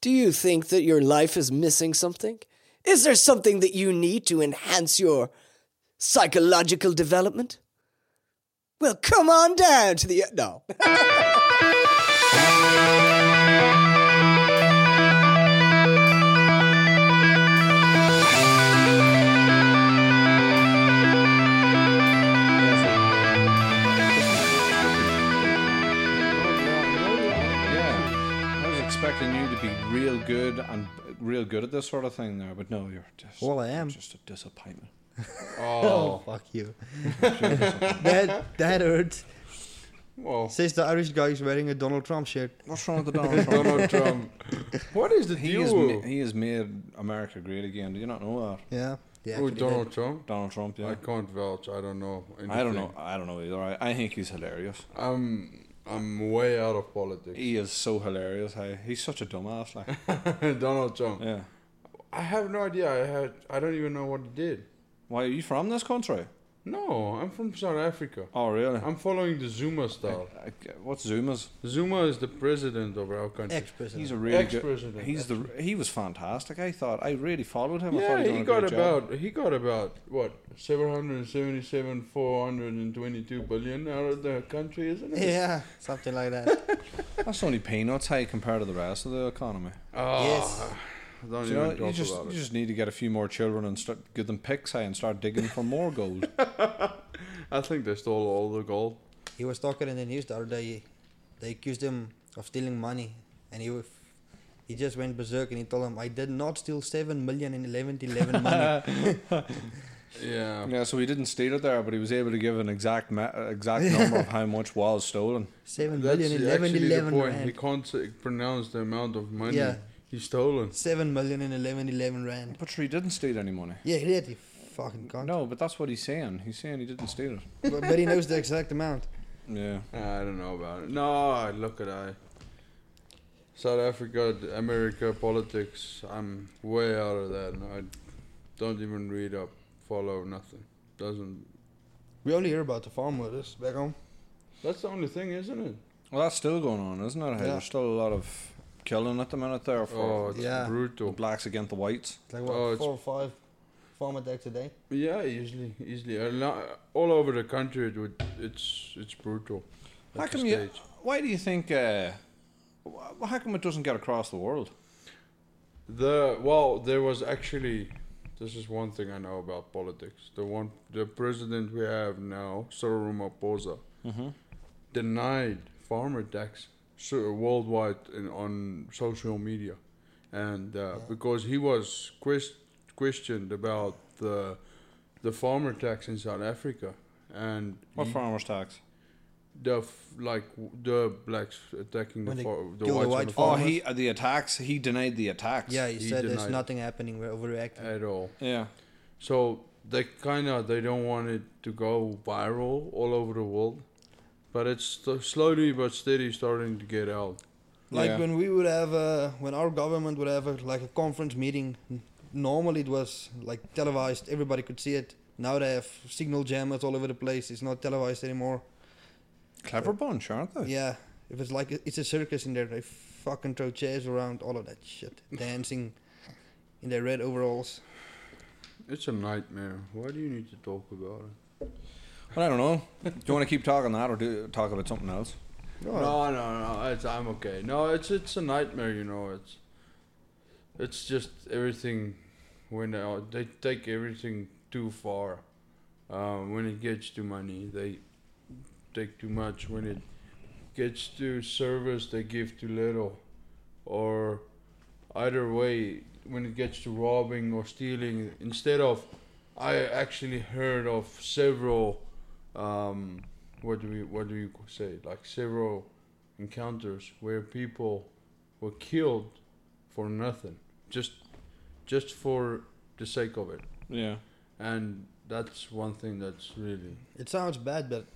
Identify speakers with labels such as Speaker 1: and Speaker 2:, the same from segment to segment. Speaker 1: Do you think that your life is missing something? Is there something that you need to enhance your psychological development? Well, come on down to the. No.
Speaker 2: Yeah. I was expecting you to be real good and real good at this sort of thing there, but no, you're just
Speaker 3: Well, I am.
Speaker 2: you're just a disappointment.
Speaker 3: Oh, fuck you. that that hurt.
Speaker 2: Well,
Speaker 3: Says the Irish guy is wearing a Donald Trump shirt.
Speaker 2: what's wrong with the Donald Trump?
Speaker 4: Donald Trump. What is the
Speaker 2: um, He
Speaker 4: deal?
Speaker 2: has, ma- he has made America great again. Do you not know that?
Speaker 3: Yeah. Yeah.
Speaker 4: oh,
Speaker 3: he
Speaker 4: Donald Trump.
Speaker 2: Donald Trump, yeah.
Speaker 4: I can't vouch. I don't know.
Speaker 2: I, don't know.
Speaker 4: anything.
Speaker 2: I don't know either. I, I think he's hilarious.
Speaker 4: I'm I'm way out of politics.
Speaker 2: He is so hilarious. Hey, he's such a dumbass. Like,
Speaker 4: Donald Trump.
Speaker 2: yeah.
Speaker 4: I have no idea. I had. I don't even know what he did.
Speaker 2: Why are you from this country?
Speaker 4: No, I'm from South Africa.
Speaker 2: Oh, really?
Speaker 4: I'm following the Zuma style.
Speaker 2: I- What's Zuma's?
Speaker 4: Zuma is the president of our country.
Speaker 3: Ex-president.
Speaker 2: He's a really good.
Speaker 4: Ex-president.
Speaker 2: He's the. He was fantastic. I thought. I really followed him. I thought
Speaker 4: yeah,
Speaker 2: he, done
Speaker 4: he
Speaker 2: a
Speaker 4: got
Speaker 2: great job.
Speaker 4: about he got about what 777 422 billion out of the country, isn't it?
Speaker 3: yeah, something like that.
Speaker 2: That's only peanuts high compared to the rest of the economy.
Speaker 4: Ah,
Speaker 3: yes.
Speaker 4: Don't
Speaker 2: You,
Speaker 4: even
Speaker 2: know,
Speaker 4: talk
Speaker 2: you just
Speaker 4: about
Speaker 2: you
Speaker 4: it.
Speaker 2: just need to get a few more children and start give them picks high and start digging for more gold.
Speaker 4: I think they stole all the gold.
Speaker 3: He was talking in the news the other day. They accused him of stealing money, and he was, he just went berserk and he told them, "I did not steal seven million in eleven eleven money."
Speaker 4: Yeah.
Speaker 2: yeah, so he didn't steal it there, but he was able to give an exact ma- uh, exact number of how much was stolen.
Speaker 3: Seven
Speaker 4: That's
Speaker 3: million in eleven
Speaker 4: actually
Speaker 3: eleven
Speaker 4: the point. He
Speaker 3: rand.
Speaker 4: can't say- pronounce the amount of money
Speaker 3: Yeah.
Speaker 4: he's stolen.
Speaker 3: Seven million in eleven eleven rand.
Speaker 2: But sure, he didn't steal any money.
Speaker 3: Yeah, he did. He fucking can't.
Speaker 2: No, but that's what he's saying. He's saying he didn't steal it.
Speaker 3: but, but he knows the exact amount.
Speaker 2: Yeah.
Speaker 4: I don't know about it. No, look at I. South Africa, d- America, politics. I'm way out of that. No, I don't even read up, follow nothing. Doesn't.
Speaker 3: We only hear about the farm workers back home.
Speaker 4: That's the only thing, isn't it?
Speaker 2: Well, that's still going on, isn't it? Hey,
Speaker 3: Yeah.
Speaker 2: There's still a lot of killing at the minute there
Speaker 4: Oh,
Speaker 2: for
Speaker 4: it's
Speaker 3: Yeah.
Speaker 2: the
Speaker 4: brutal.
Speaker 2: blacks against the whites.
Speaker 3: It's like what
Speaker 4: Oh, it's-
Speaker 3: four or five farm attacks a day.
Speaker 4: Yeah, easily, easily. A lo- All over the country, it would. It's it's brutal.
Speaker 2: How
Speaker 4: at the
Speaker 2: come you?
Speaker 4: stage.
Speaker 2: Why do you think? Uh, wh- how come it doesn't get across the world?
Speaker 4: The well, there was actually. This is one thing I know about politics. The one, the president we have now, Cyril Ramaphosa,
Speaker 3: Mm-hmm.
Speaker 2: Mhm.
Speaker 4: denied farmer tax so, worldwide in, on social media, and uh, because he was quest- questioned about the the farmer tax in South Africa, and
Speaker 2: What
Speaker 4: he-
Speaker 2: farmers tax?
Speaker 4: the f- like w- the blacks attacking
Speaker 3: When
Speaker 4: the,
Speaker 3: they
Speaker 4: far- the
Speaker 3: kill the
Speaker 4: whites on
Speaker 3: white
Speaker 4: the
Speaker 2: Oh,
Speaker 4: farm
Speaker 3: farmers.
Speaker 2: he uh, the attacks. He denied the attacks.
Speaker 3: Yeah, he,
Speaker 4: He
Speaker 3: said there's
Speaker 4: denied it.
Speaker 3: nothing happening. We're overreacting.
Speaker 2: Uh,
Speaker 4: at all.
Speaker 2: Yeah.
Speaker 4: So they kind of they don't want it to go viral all over the world, but it's st- slowly but steady starting to get out.
Speaker 3: Like
Speaker 2: Yeah.
Speaker 3: when we would have, a, when our government would have a, like a conference meeting, n- normally it was like televised, everybody could see it. Now they have signal jammers all over the place. It's not televised anymore.
Speaker 2: Clever bunch, aren't they?
Speaker 3: Yeah, if it's like it's a circus in there, they fucking throw chairs around, all of that shit, dancing in their red overalls.
Speaker 4: It's a nightmare. Why do you need to talk about it?
Speaker 2: Well, I don't know. Do you want to keep talking that or do talk about something else?
Speaker 4: No, no, no. It's, I'm okay. No, it's it's a nightmare. You know, it's it's just everything when they are- they take everything too far. Um, when it gets to money, they take too much. When it gets to service, they give too little. Or either way, when it gets to robbing or stealing, instead of I actually heard of several. Um, what do we what do you say like several encounters where people were killed for nothing just just for the sake of it
Speaker 2: Yeah.
Speaker 4: and that's one thing that's really
Speaker 3: It sounds bad, but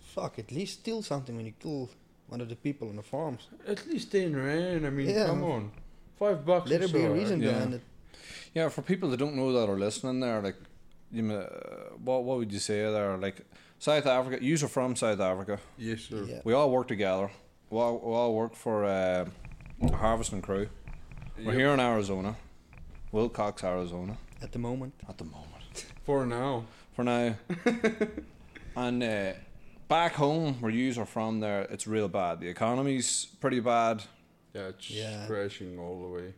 Speaker 3: fuck, at least steal something when you kill one of the people on the farms.
Speaker 4: at least 10 rand i mean
Speaker 3: Yeah.
Speaker 4: come on five bucks
Speaker 3: Let there
Speaker 4: is
Speaker 3: be a
Speaker 4: alright.
Speaker 3: reason
Speaker 2: yeah.
Speaker 3: behind it.
Speaker 2: Yeah, for people that don't know that are listening there, like, you know, uh, what, what would you say there? Like, South Africa, you're from South Africa.
Speaker 4: yes sir
Speaker 3: Yeah.
Speaker 2: We all work together. We all, we all work for uh, Harvest and Crew. We're here in Arizona, Wilcox, Arizona,
Speaker 3: at the moment.
Speaker 2: at the moment.
Speaker 4: For now.
Speaker 2: For now, and uh, back home where you are from, there it's real bad. The economy's pretty bad,
Speaker 4: Yeah, it's
Speaker 3: Yeah.
Speaker 4: crashing all the way.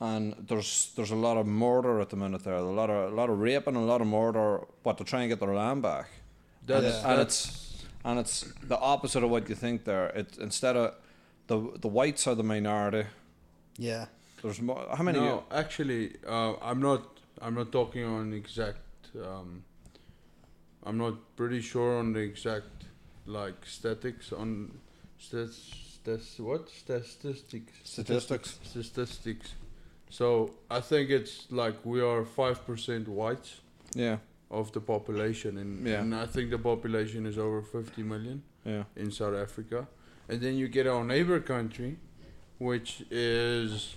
Speaker 2: and there's there's a lot of murder at the minute there. A lot of a lot of rape and a lot of murder, but to try and get their land back.
Speaker 4: That's,
Speaker 3: Yeah.
Speaker 2: And
Speaker 4: that's
Speaker 2: and it's the opposite of what you think there. It instead of the the whites are the minority.
Speaker 3: Yeah.
Speaker 2: There's more. How many?
Speaker 4: no, actually, uh, I'm not. I'm not talking on exact. Um, I'm not pretty sure on the exact like statics on stats. Stats. What statistics?
Speaker 2: Statistics.
Speaker 4: Statistics. So I think it's like we are five percent whites
Speaker 2: Yeah,
Speaker 4: of the population, and,
Speaker 2: Yeah.
Speaker 4: and I think the population is over fifty million.
Speaker 2: yeah,
Speaker 4: in South Africa, and then you get our neighbor country, which is,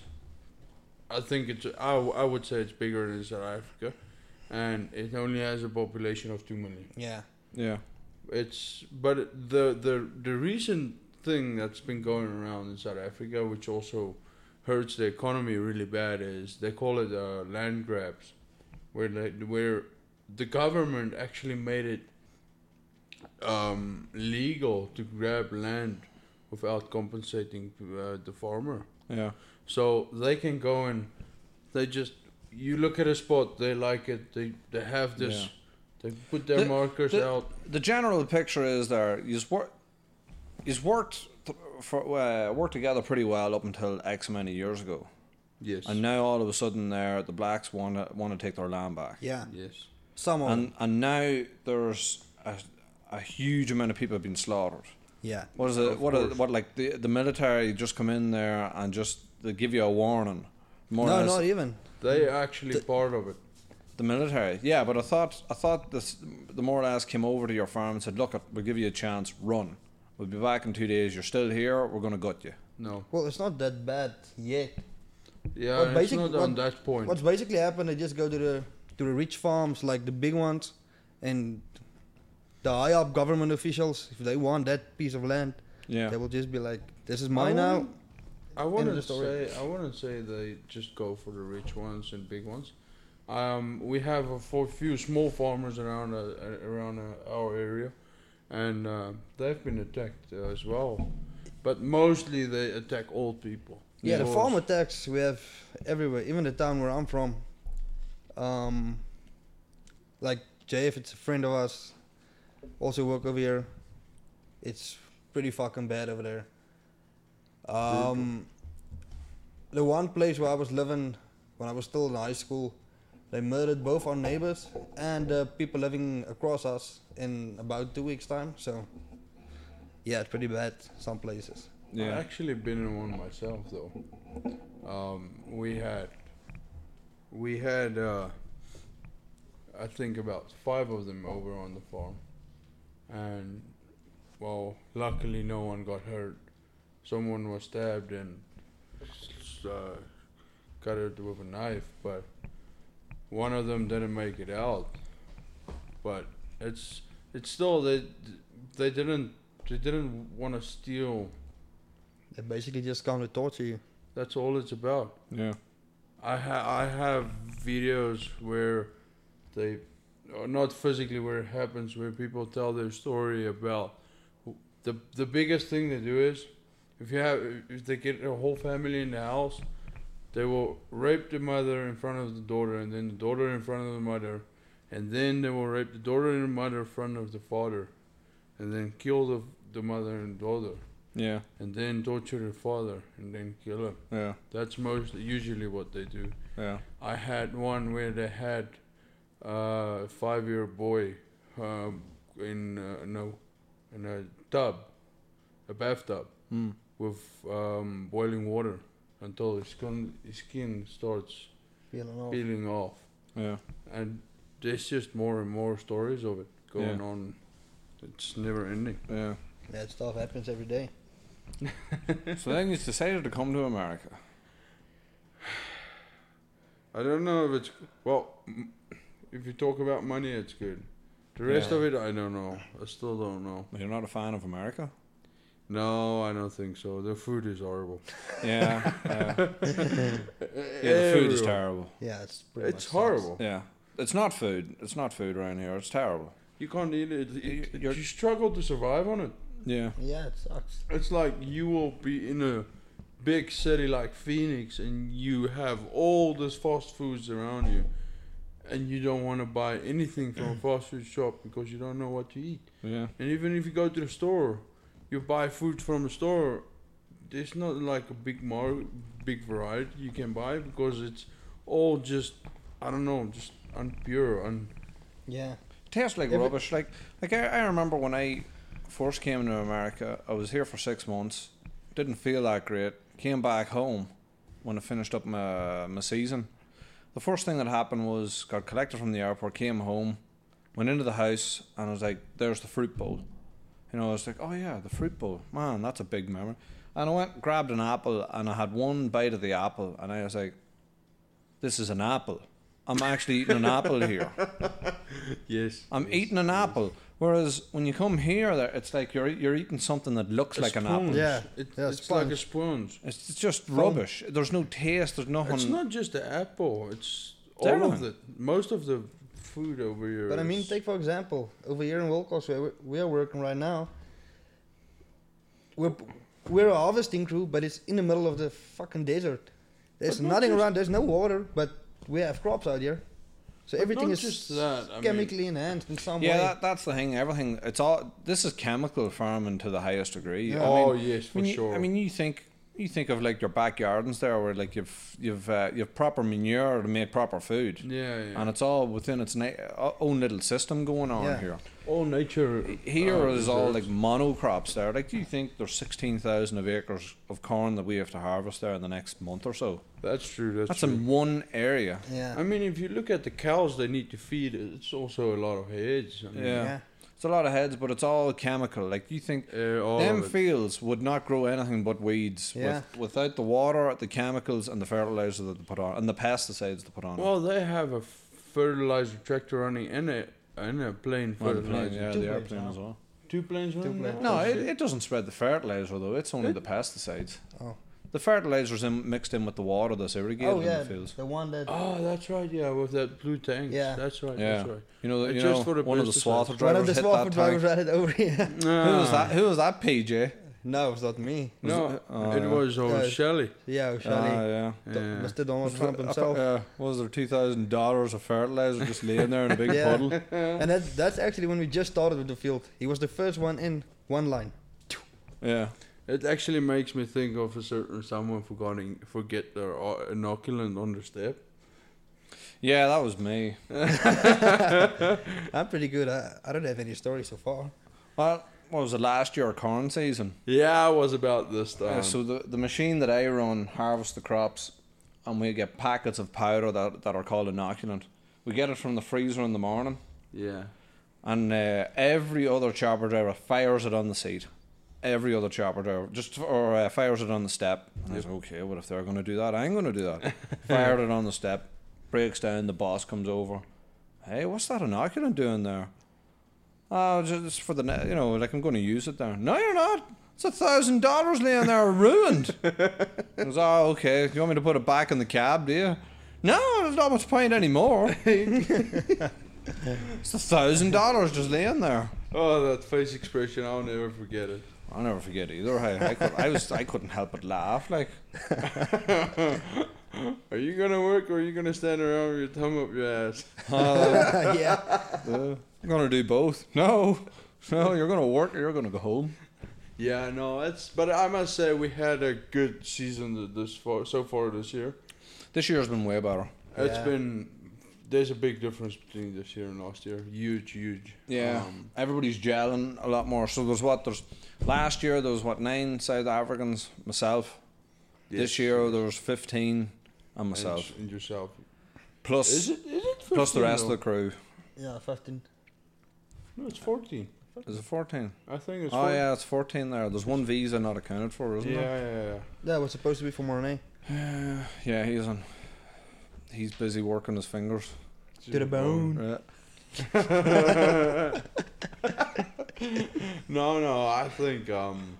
Speaker 4: I think it's I, w- I would say it's bigger than South Africa, and it only has a population of two million.
Speaker 3: Yeah.
Speaker 2: yeah,
Speaker 4: It's but the the the recent thing that's been going around in South Africa, which also hurts the economy really bad, is they call it uh, land grabs, where they, where the government actually made it um, legal to grab land without compensating uh, the farmer.
Speaker 2: yeah,
Speaker 4: So they can go and they just you look at a spot, they like it, they they have this,
Speaker 2: Yeah.
Speaker 4: they put their
Speaker 2: The-
Speaker 4: markers
Speaker 2: the-
Speaker 4: out.
Speaker 2: The general picture is there. You's worked, you's worked th- for uh, worked together pretty well up until X many years ago,
Speaker 4: Yes.
Speaker 2: and now all of a sudden there the blacks want to want to take their land back.
Speaker 3: Yeah.
Speaker 4: yes.
Speaker 3: Some of them.
Speaker 2: And and now there's a, a huge amount of people being slaughtered.
Speaker 3: Yeah.
Speaker 2: What is it? What are, what like the the military just come in there and just they give you a warning. More or
Speaker 3: No,
Speaker 2: less.
Speaker 3: not even.
Speaker 4: They are actually part of it.
Speaker 2: The military, yeah, but I thought I thought this, the more or less came over to your farm and said, "Look, we'll give you a chance. Run. We'll be back in two days. You're still here. We're gonna gut you."
Speaker 4: No.
Speaker 3: Well, it's not that bad yet.
Speaker 4: Yeah,
Speaker 3: What
Speaker 4: and
Speaker 3: basic-
Speaker 4: it's not on
Speaker 3: what-
Speaker 4: that point.
Speaker 3: What's basically happened? They just go to the to the rich farms, like the big ones, and the high up government officials. If they want that piece of land,
Speaker 2: Yeah,
Speaker 3: they will just be like, "This is mine now."
Speaker 4: wouldn't- I wouldn't
Speaker 3: the story.
Speaker 4: say I wouldn't say they just go for the rich ones and big ones. Um, we have a for few small farmers around uh, uh, around uh, our area, and uh, they've been attacked uh, as well. But mostly they attack old people.
Speaker 3: Yeah, the
Speaker 4: Because-
Speaker 3: farm attacks we have everywhere, even the town where I'm from. Um, like JF, it's a friend of us, also work over here. It's pretty fucking bad over there. Um, the one place where I was living when I was still in high school, they murdered both our neighbors and the people living across us in about two weeks' time. So, yeah, it's pretty bad some places.
Speaker 4: I've
Speaker 2: yeah,
Speaker 4: actually been in one myself though. Um, we had, we had, uh, I think about five of them over on the farm, and well, luckily no one got hurt. Someone was stabbed and s- uh, cut it with a knife, but one of them didn't make it out. But it's it's still they they didn't they didn't want to steal
Speaker 3: They basically just come to torture you.
Speaker 4: that's all it's about.
Speaker 2: yeah,
Speaker 4: I ha- I have videos where they, or not physically where it happens, where people tell their story about the the biggest thing they do is if you have if they get a whole family in the house, they will rape the mother in front of the daughter, and then the daughter in front of the mother, and then they will rape the daughter and the mother in front of the father, and then kill the the mother and daughter,
Speaker 2: yeah,
Speaker 4: and then torture the father, and then kill him.
Speaker 2: yeah,
Speaker 4: That's most usually what they do.
Speaker 2: yeah,
Speaker 4: I had one where they had uh, a five-year boy um, in uh, no in a tub, a bathtub
Speaker 2: mm.
Speaker 4: with um, boiling water until his skin his skin starts
Speaker 3: Peeling off.
Speaker 4: peeling off,
Speaker 2: yeah,
Speaker 4: and there's just more and more stories of it going
Speaker 2: Yeah.
Speaker 4: on. It's never ending.
Speaker 2: yeah.
Speaker 3: That stuff happens every day.
Speaker 2: so then you decided to come to America.
Speaker 4: I don't know if it's well. m- If you talk about money, it's good. The rest
Speaker 2: Yeah.
Speaker 4: of it, I don't know. I still don't know.
Speaker 2: You're not a fan of America.
Speaker 4: No, I don't think so. Their food is horrible.
Speaker 2: Yeah. Yeah. yeah the food is terrible.
Speaker 3: Yeah, it's pretty much
Speaker 4: It's
Speaker 3: sucks.
Speaker 4: horrible.
Speaker 2: Yeah. It's not food. It's not food around here. It's terrible.
Speaker 4: You can't eat it. it-
Speaker 2: You-
Speaker 4: you
Speaker 2: you're-
Speaker 4: struggle to survive on it.
Speaker 2: Yeah.
Speaker 3: Yeah, it sucks.
Speaker 4: It's like you will be in a big city like Phoenix and you have all this fast foods around you and you don't want to buy anything from a fast food shop because you don't know what to eat.
Speaker 2: Yeah.
Speaker 4: And even if you go to the store, you buy food from the store, there's not like a big mar- big variety you can buy because it's all just I don't know, just unpure and
Speaker 3: Yeah.
Speaker 2: tastes like
Speaker 3: If it-
Speaker 2: rubbish. Like like I, I remember when I first came to America, I was here for six months, didn't feel that great. Came back home when I finished up my my season. The first thing that happened was got collected from the airport, came home, went into the house, and I was like, "There's the fruit bowl." You know, I was like, "Oh yeah, the fruit bowl. Man, that's a big memory." And I went grabbed an apple, and I had one bite of the apple, and I was like, "This is an apple. I'm actually eating an apple here."
Speaker 4: yes.
Speaker 2: I'm eating an apple. Whereas when you come here, there it's like you're you're eating something that looks like an apple.
Speaker 3: Yeah,
Speaker 4: It,
Speaker 3: yeah,
Speaker 4: it's
Speaker 3: sponge.
Speaker 4: like a sponge.
Speaker 2: It's, it's just rubbish. There's no taste. There's nothing.
Speaker 4: It's not just the apple. It's all of
Speaker 2: Everything.
Speaker 4: the most of the food over here.
Speaker 3: But I mean,
Speaker 4: is-
Speaker 3: take for example, over here in Wilcox, where we- we are working right now, we're we're a harvesting crew, but it's in the middle of the fucking desert. There's
Speaker 4: But not
Speaker 3: nothing
Speaker 4: just-
Speaker 3: around. There's no water, but we have crops out here, so
Speaker 4: But
Speaker 3: everything
Speaker 4: not
Speaker 3: is
Speaker 4: just that, I mean-
Speaker 3: chemically enhanced in some
Speaker 2: yeah,
Speaker 3: way.
Speaker 2: that, that's the thing. Everything. It's all. This is chemical farming to the highest degree.
Speaker 3: Yeah.
Speaker 2: I
Speaker 4: oh
Speaker 2: mean,
Speaker 4: yes, for
Speaker 2: when you,
Speaker 4: sure.
Speaker 2: I mean, you think you think of like your backyardens there, where like you've you've uh, you've proper manure to make proper food,
Speaker 4: yeah, yeah.
Speaker 2: and it's all within its na- o- own little system going on
Speaker 3: Yeah.
Speaker 2: here.
Speaker 4: all nature
Speaker 2: Here
Speaker 4: uh,
Speaker 2: is all
Speaker 4: reserves.
Speaker 2: like monocrops there. Like, do you think there's 16,000 of acres of corn that we have to harvest there in the next month or so?
Speaker 4: That's true. That's,
Speaker 2: That's
Speaker 4: true.
Speaker 2: in one area.
Speaker 3: yeah. Oh,
Speaker 4: I mean, if you look at the cows they need to feed, it's also a lot of heads. I mean,
Speaker 2: Yeah.
Speaker 3: yeah.
Speaker 2: It's a lot of heads, but it's all chemical. Like, do you think
Speaker 4: Uh, all
Speaker 2: them
Speaker 4: of it.
Speaker 2: fields would not grow anything but weeds
Speaker 3: Yeah.
Speaker 2: with, without the water, the chemicals, and the fertilizer that they put on, and the pesticides they put on? it.
Speaker 4: well, they have a fertilizer tractor running and a and a plane
Speaker 2: On the
Speaker 4: fertilizer.
Speaker 2: plane, yeah,
Speaker 3: Two
Speaker 2: the
Speaker 3: planes
Speaker 2: airplane
Speaker 3: now.
Speaker 2: as well.
Speaker 4: Two planes running.
Speaker 3: planes.
Speaker 4: now?
Speaker 2: No,
Speaker 4: Oh,
Speaker 2: it,
Speaker 4: shit.
Speaker 2: it doesn't spread the fertilizer though. It's only
Speaker 4: It-
Speaker 2: the pesticides.
Speaker 3: Oh.
Speaker 2: The fertilizer's in, mixed in with the water that's irrigated
Speaker 3: Oh yeah,
Speaker 2: in the fields.
Speaker 3: the one that.
Speaker 4: Oh, that's right. Yeah, with that blue tank.
Speaker 3: Yeah.
Speaker 4: that's right.
Speaker 2: Yeah.
Speaker 4: That's right.
Speaker 2: You know,
Speaker 4: It's
Speaker 2: you
Speaker 4: just
Speaker 2: know
Speaker 4: for the
Speaker 2: one of the
Speaker 4: pesticides.
Speaker 2: swather
Speaker 3: one of
Speaker 2: drivers
Speaker 3: the
Speaker 2: hit that
Speaker 3: swapper drivers
Speaker 2: tank.
Speaker 3: ran it over here.
Speaker 2: Who was that? Who was that, PJ?
Speaker 3: no, it's not me.
Speaker 4: No,
Speaker 2: it- oh,
Speaker 4: it
Speaker 2: yeah.
Speaker 4: was old
Speaker 3: Yeah.
Speaker 4: Shelley.
Speaker 3: Yeah,
Speaker 2: Ah,
Speaker 3: Charlie,
Speaker 2: yeah.
Speaker 3: Do-
Speaker 4: Yeah.
Speaker 3: Mr. Donald Trump
Speaker 2: Uh,
Speaker 3: himself.
Speaker 2: uh, what was there two thousand dollars of fertilizer just laying there in a big
Speaker 3: Yeah.
Speaker 2: puddle?
Speaker 3: And that, that's actually when we just started with the field. He was the first one in one line.
Speaker 2: Yeah,
Speaker 4: It actually makes me think of a certain someone forgetting forget their o- inoculant on the step.
Speaker 2: yeah, that was me.
Speaker 3: I'm pretty good. I, I don't have any stories so far.
Speaker 2: Well, what was it last year? Corn season.
Speaker 4: Yeah, I was about this
Speaker 2: Uh,
Speaker 4: time.
Speaker 2: so the the machine that I run harvests the crops, and we get packets of powder that that are called inoculant. We get it from the freezer in the morning,
Speaker 4: yeah.
Speaker 2: and uh, every other chopper driver fires it on the seat. Every other chopper driver just or uh, fires it on the step. And I was like, okay, well if they're going to do that, I'm going to do that. Fired it on the step, breaks down. The boss comes over. Hey, what's that inoculant doing there? Oh, ju- just for the ne- you know, like I'm going to use it there. No, you're not. It's a thousand dollars laying there ruined. I was oh okay. You want me to put it back in the cab, do you? No, there's not much point anymore. It's a thousand dollars just laying there.
Speaker 4: Oh, that face expression, I'll never forget it.
Speaker 2: I'll never forget either. I, I, could, I was I couldn't help but laugh. Like
Speaker 4: Are you gonna work or are you gonna stand around with your thumb up your ass?
Speaker 3: yeah.
Speaker 2: I'm gonna do both. No, no, you're gonna work or you're gonna go home.
Speaker 4: Yeah, no, it's. But I must say, we had a good season th- this far, so far this year.
Speaker 2: This year's been way better.
Speaker 4: It's
Speaker 3: Yeah.
Speaker 4: been. There's a big difference between this year and last year. Huge, huge.
Speaker 2: Yeah,
Speaker 4: Um,
Speaker 2: everybody's gelling a lot more. So there's what there's last year there was what nine South Africans myself. This
Speaker 4: yes.
Speaker 2: year there was fifteen and
Speaker 4: And-
Speaker 2: myself
Speaker 4: And yourself.
Speaker 2: plus
Speaker 4: Is it? Is it 15
Speaker 2: plus the rest of the crew.
Speaker 3: Yeah, 15.
Speaker 4: No, it's 14.
Speaker 2: Is it fourteen?
Speaker 4: I think it's.
Speaker 2: Oh
Speaker 4: 14.
Speaker 2: yeah, it's fourteen there. There's one visa not accounted for, isn't
Speaker 4: Yeah,
Speaker 2: there?
Speaker 4: yeah, yeah.
Speaker 3: That was supposed to be for Mornay.
Speaker 2: Yeah, he's on. He's busy working his fingers.
Speaker 3: To the
Speaker 4: Um,
Speaker 3: bone.
Speaker 2: Right.
Speaker 4: no, no, I think um,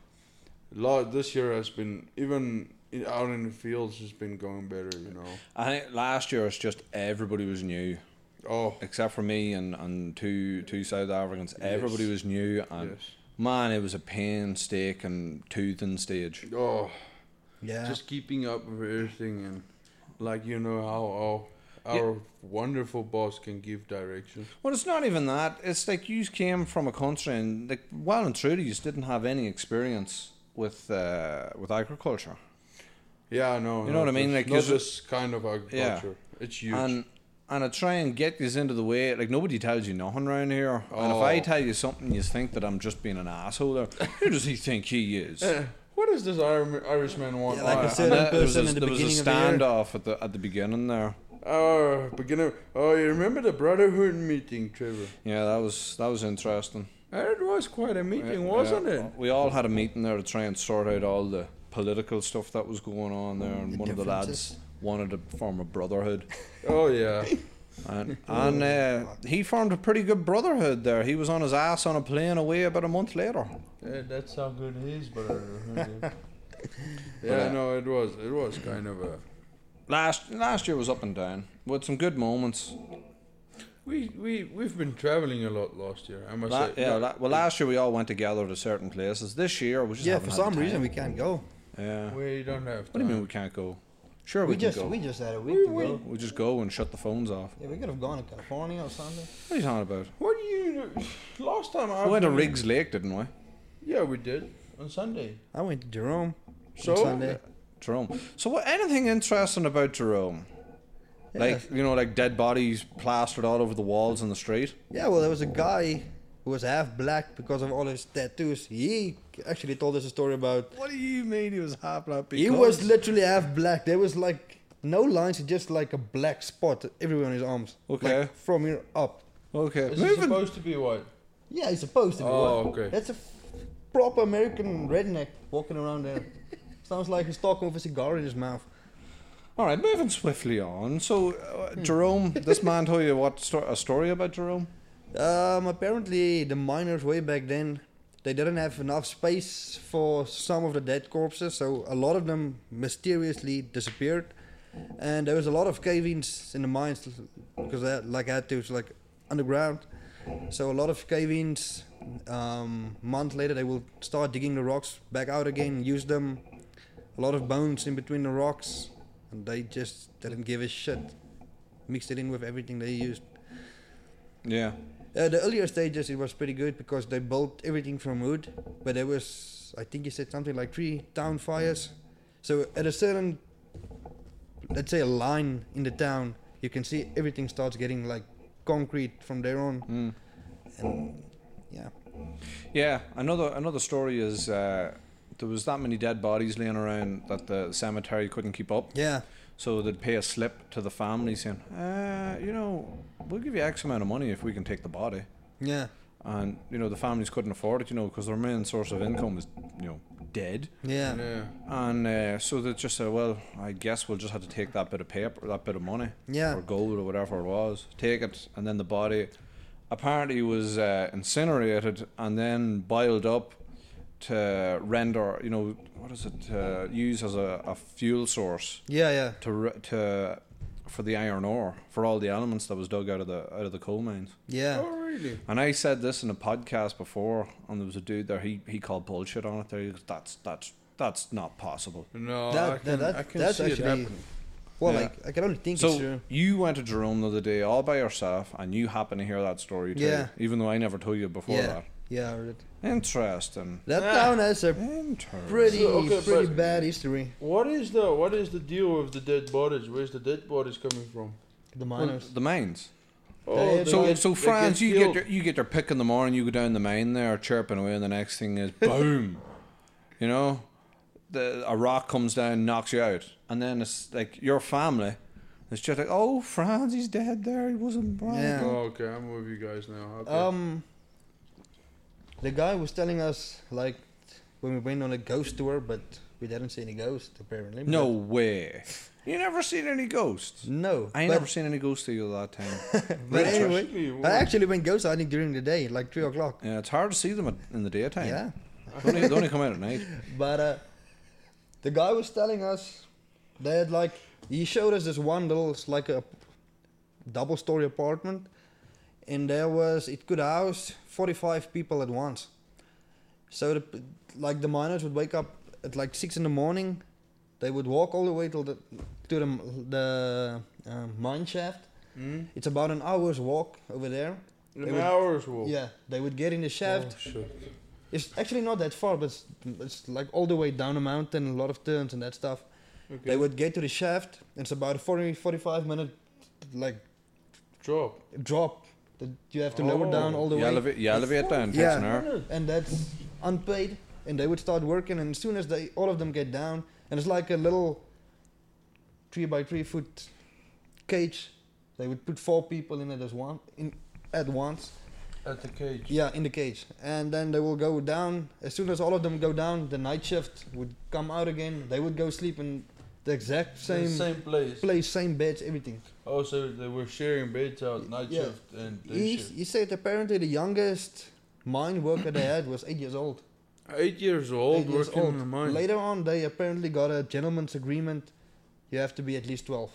Speaker 4: a lot this year has been even in, out in the fields has been going better. You know.
Speaker 2: I think last year it's just everybody was new,
Speaker 4: Oh
Speaker 2: except for me and, and two two South Africans. Everybody
Speaker 4: Yes.
Speaker 2: was new, and
Speaker 4: yes.
Speaker 2: man, it was a painstaking toothing stage.
Speaker 4: Oh,
Speaker 3: Yeah.
Speaker 4: just keeping up with everything and like you know how our, our wonderful boss can give directions.
Speaker 2: Well, it's not even that. It's like you came from a country and like well and truly you didn't have any experience with uh, with agriculture.
Speaker 4: Yeah, no.
Speaker 2: You know what I mean? Like,
Speaker 4: not
Speaker 2: is it-
Speaker 4: this kind of agriculture. It's huge.
Speaker 2: And and I try and get this into the way. Like nobody tells you nothing around here. And if I
Speaker 4: Oh.
Speaker 2: tell you something, you think that I'm just being an asshole. There, who does he think he is?
Speaker 4: Eh, what does this Iri- Irishman want?
Speaker 3: Yeah, like I
Speaker 4: Uh,
Speaker 2: And
Speaker 3: said- Certain
Speaker 2: that- there was
Speaker 3: person
Speaker 2: a,
Speaker 3: in the
Speaker 2: there was a
Speaker 3: beginning of the year.
Speaker 2: standoff at the at the beginning there.
Speaker 4: Oh, beginner. Oh, you remember the brotherhood meeting, Trevor?
Speaker 2: Yeah, that was that was interesting.
Speaker 4: It was quite a meeting,
Speaker 2: Yeah,
Speaker 4: wasn't
Speaker 2: yeah.
Speaker 4: it?
Speaker 2: We all had a meeting there to try and sort out all the political stuff that was going on there, and
Speaker 3: The
Speaker 2: one of the lads
Speaker 3: differences.
Speaker 2: wanted to form a brotherhood,
Speaker 4: Oh yeah.
Speaker 2: and and uh, he formed a pretty good brotherhood there. He was on his ass on a plane away about a month later.
Speaker 4: Eh, that's how good it is, but
Speaker 2: But,
Speaker 4: yeah,
Speaker 2: uh,
Speaker 4: no, it was it was kind of a
Speaker 2: Last last year was up and down with some good moments.
Speaker 4: we we we've been traveling a lot last year. I must
Speaker 2: La-
Speaker 4: say,
Speaker 2: yeah,
Speaker 4: No,
Speaker 2: la- well, last year we all went together to certain places. This year we just
Speaker 3: Yeah,
Speaker 2: haven't
Speaker 3: for
Speaker 2: had the
Speaker 3: some reason
Speaker 2: time.
Speaker 3: we can't go.
Speaker 2: yeah. What
Speaker 4: we don't have.
Speaker 2: do you mean
Speaker 4: time.
Speaker 2: we can't go? Sure, we,
Speaker 3: We
Speaker 2: can
Speaker 3: just
Speaker 2: go.
Speaker 3: we
Speaker 2: We,
Speaker 3: just had a week to go.
Speaker 2: just go and shut the phones off.
Speaker 3: Yeah, we could have gone to California or something.
Speaker 2: What are you talking about?
Speaker 4: What do you? Last time I
Speaker 2: We went to
Speaker 4: been-
Speaker 2: Riggs Lake, didn't we?
Speaker 4: Yeah, we did on Sunday.
Speaker 3: I went to Jerome
Speaker 4: So
Speaker 3: on Sunday.
Speaker 2: Jerome. So, what anything interesting about Jerome? Like you know, like dead bodies plastered all over the walls in the street.
Speaker 3: Yeah, well, there was a guy who was half black because of all his tattoos. He actually told us a story about.
Speaker 2: What do you mean he was half black?
Speaker 3: He was literally half black. There was like no lines, just like a black spot everywhere on his arms.
Speaker 2: Okay.
Speaker 3: Like from here up.
Speaker 2: okay.
Speaker 4: Is it
Speaker 2: Moving.
Speaker 4: supposed to be what?
Speaker 3: Yeah, he's supposed to be.
Speaker 4: Oh,
Speaker 3: white.
Speaker 4: okay.
Speaker 3: That's a f- proper American redneck walking around there. Sounds like he's talking with a cigar in his mouth.
Speaker 2: all right, moving swiftly on. So, uh, Jerome, this man told you what sto- a story about Jerome.
Speaker 3: Um, apparently the miners way back then, they didn't have enough space for some of the dead corpses, so a lot of them mysteriously disappeared. And there was a lot of cave-ins in the mines because they had, like I had to it's like underground. So a lot of cave-ins. Um, month later, they will start digging the rocks back out again, use them. A lot of bones in between the rocks, and they just didn't give a shit. Mixed it in with everything they used.
Speaker 2: Yeah.
Speaker 3: Uh, the earlier stages, it was pretty good because they built everything from wood, but there was, I think you said something like three town fires. So at a certain, let's say, a line in the town, you can see everything starts getting like concrete from there on.
Speaker 2: Mm.
Speaker 3: And yeah,
Speaker 2: Yeah. Another another story is uh, there was that many dead bodies laying around that the cemetery couldn't keep up.
Speaker 3: yeah,
Speaker 2: So they'd pay a slip to the family saying, uh, you know, we'll give you X amount of money if we can take the body.
Speaker 3: yeah,
Speaker 2: And, you know, the families couldn't afford it, you know, because their main source of income is, you know, dead.
Speaker 3: yeah,
Speaker 4: Yeah.
Speaker 2: And uh, so they just said, well, I guess we'll just have to take that bit of paper, that bit of money,
Speaker 3: yeah.
Speaker 2: or gold or whatever it was, take it, and then the body apparently was uh, incinerated and then boiled up to render, you know, what is it, uh, use as a, a fuel source
Speaker 3: Yeah, yeah.
Speaker 2: to re- to for the iron ore for all the elements that was dug out of the out of the coal mines.
Speaker 3: Yeah.
Speaker 4: Oh really?
Speaker 2: And I said this in a podcast before, and there was a dude there. He he called bullshit on it. There, he goes, that's that's that's not possible.
Speaker 4: No,
Speaker 3: That-
Speaker 4: I
Speaker 3: that-
Speaker 4: can,
Speaker 3: that-
Speaker 4: I can
Speaker 3: that's
Speaker 4: see it
Speaker 3: actually-
Speaker 4: happening.
Speaker 3: Well,
Speaker 2: Yeah.
Speaker 3: like I can only think it's
Speaker 2: So
Speaker 3: true.
Speaker 2: you went to Jerome the other day all by yourself, and you happen to hear that story too.
Speaker 3: Yeah.
Speaker 2: Even though I never told you before
Speaker 3: Yeah, yeah. I heard it.
Speaker 2: that. Interesting.
Speaker 3: That
Speaker 4: Ah.
Speaker 3: town has a
Speaker 2: Interesting.
Speaker 3: pretty,
Speaker 4: So, okay,
Speaker 3: pretty
Speaker 4: but-
Speaker 3: bad history.
Speaker 4: What is the what is the deal with the dead bodies? Where's the dead bodies coming from? Oh,
Speaker 3: The
Speaker 2: Well,
Speaker 3: miners.
Speaker 2: the mines.
Speaker 3: They
Speaker 4: they
Speaker 2: So,
Speaker 4: get-
Speaker 2: so
Speaker 4: they
Speaker 2: Franz, you get
Speaker 4: killed.
Speaker 2: your, you get your pick in the morning. You go down the mine there, chirping away, and the next thing is boom. you know, the a rock comes down, knocks you out, and then it's like your family. It's just like, oh, Franz, he's dead. There, he wasn't. Brian.
Speaker 3: Yeah.
Speaker 4: Oh, okay, I'm with you guys now. Okay.
Speaker 3: Um, the guy was telling us like when we went on a ghost tour, but we didn't see any ghost apparently.
Speaker 2: No
Speaker 3: but-
Speaker 2: way. You never seen any ghosts.
Speaker 3: no.
Speaker 2: I ain't
Speaker 3: but,
Speaker 2: never seen any ghosts either that time.
Speaker 3: But
Speaker 2: Really?
Speaker 3: anyway,
Speaker 4: Really?
Speaker 3: I actually went ghost hunting during the day, like three o'clock.
Speaker 2: yeah, it's hard to see them at- in the daytime.
Speaker 3: Yeah,
Speaker 2: They only, they only come out at night.
Speaker 3: But uh, the guy was telling us they had like he showed us this one little it's like a double story apartment, and there was it could house forty five people at once. So the, p- like the miners would wake up at like six in the morning, they would walk all the way till the to the m- the uh, mine shaft.
Speaker 4: Hmm?
Speaker 3: It's about an hour's walk over there.
Speaker 4: An
Speaker 3: They would-
Speaker 4: hour's walk.
Speaker 3: Yeah, they would get in the shaft.
Speaker 4: Oh, shit.
Speaker 3: It's actually not that far, but it's, it's like all the way down a mountain, a lot of turns and that stuff.
Speaker 4: Okay.
Speaker 3: They would get to the shaft, and it's about a 40, 45 minute like
Speaker 4: drop.
Speaker 3: drop that you have to lower down all the
Speaker 2: You
Speaker 3: way.
Speaker 2: elevate, you elevate down, takes
Speaker 3: Yeah.
Speaker 2: an hour.
Speaker 3: and that's unpaid. And they would start working, and as soon as they all of them get down, and it's like a little three by three foot cage, they would put four people in it as one in at once.
Speaker 4: At the cage.
Speaker 3: Yeah, in the cage. And then they will go down. As soon as all of them go down, the night shift would come out again. They would go sleep in the exact
Speaker 4: In
Speaker 3: same,
Speaker 4: the same place.
Speaker 3: place, same beds, everything.
Speaker 4: Oh, so they were sharing beds out, night
Speaker 3: Yeah.
Speaker 4: shift and day
Speaker 3: He,
Speaker 4: shift.
Speaker 3: he said apparently the youngest mine worker they had was eight years old.
Speaker 4: Eight years old
Speaker 3: Eight years
Speaker 4: working in the mine.
Speaker 3: Later on, they apparently got a gentleman's agreement. You have to be at least 12.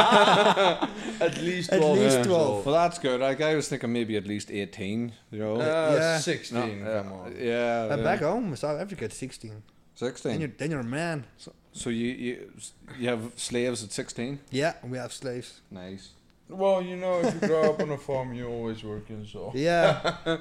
Speaker 4: At least
Speaker 3: At
Speaker 4: 12.
Speaker 3: least
Speaker 4: years
Speaker 3: 12.
Speaker 4: old.
Speaker 2: Well, that's good. Like, I was thinking maybe at least 18, you know.
Speaker 4: Uh,
Speaker 3: Yeah.
Speaker 4: 16,
Speaker 2: No, uh,
Speaker 4: come on.
Speaker 2: Yeah.
Speaker 3: Uh,
Speaker 2: yeah.
Speaker 3: back home, South Africa, at 16. Then
Speaker 2: 16.
Speaker 3: you're, then you're a man.
Speaker 2: so you, you you have slaves at 16?
Speaker 3: Yeah, we have slaves.
Speaker 2: Nice.
Speaker 4: Well, you know, if you grow up on a farm, you're always working, so.
Speaker 3: Yeah.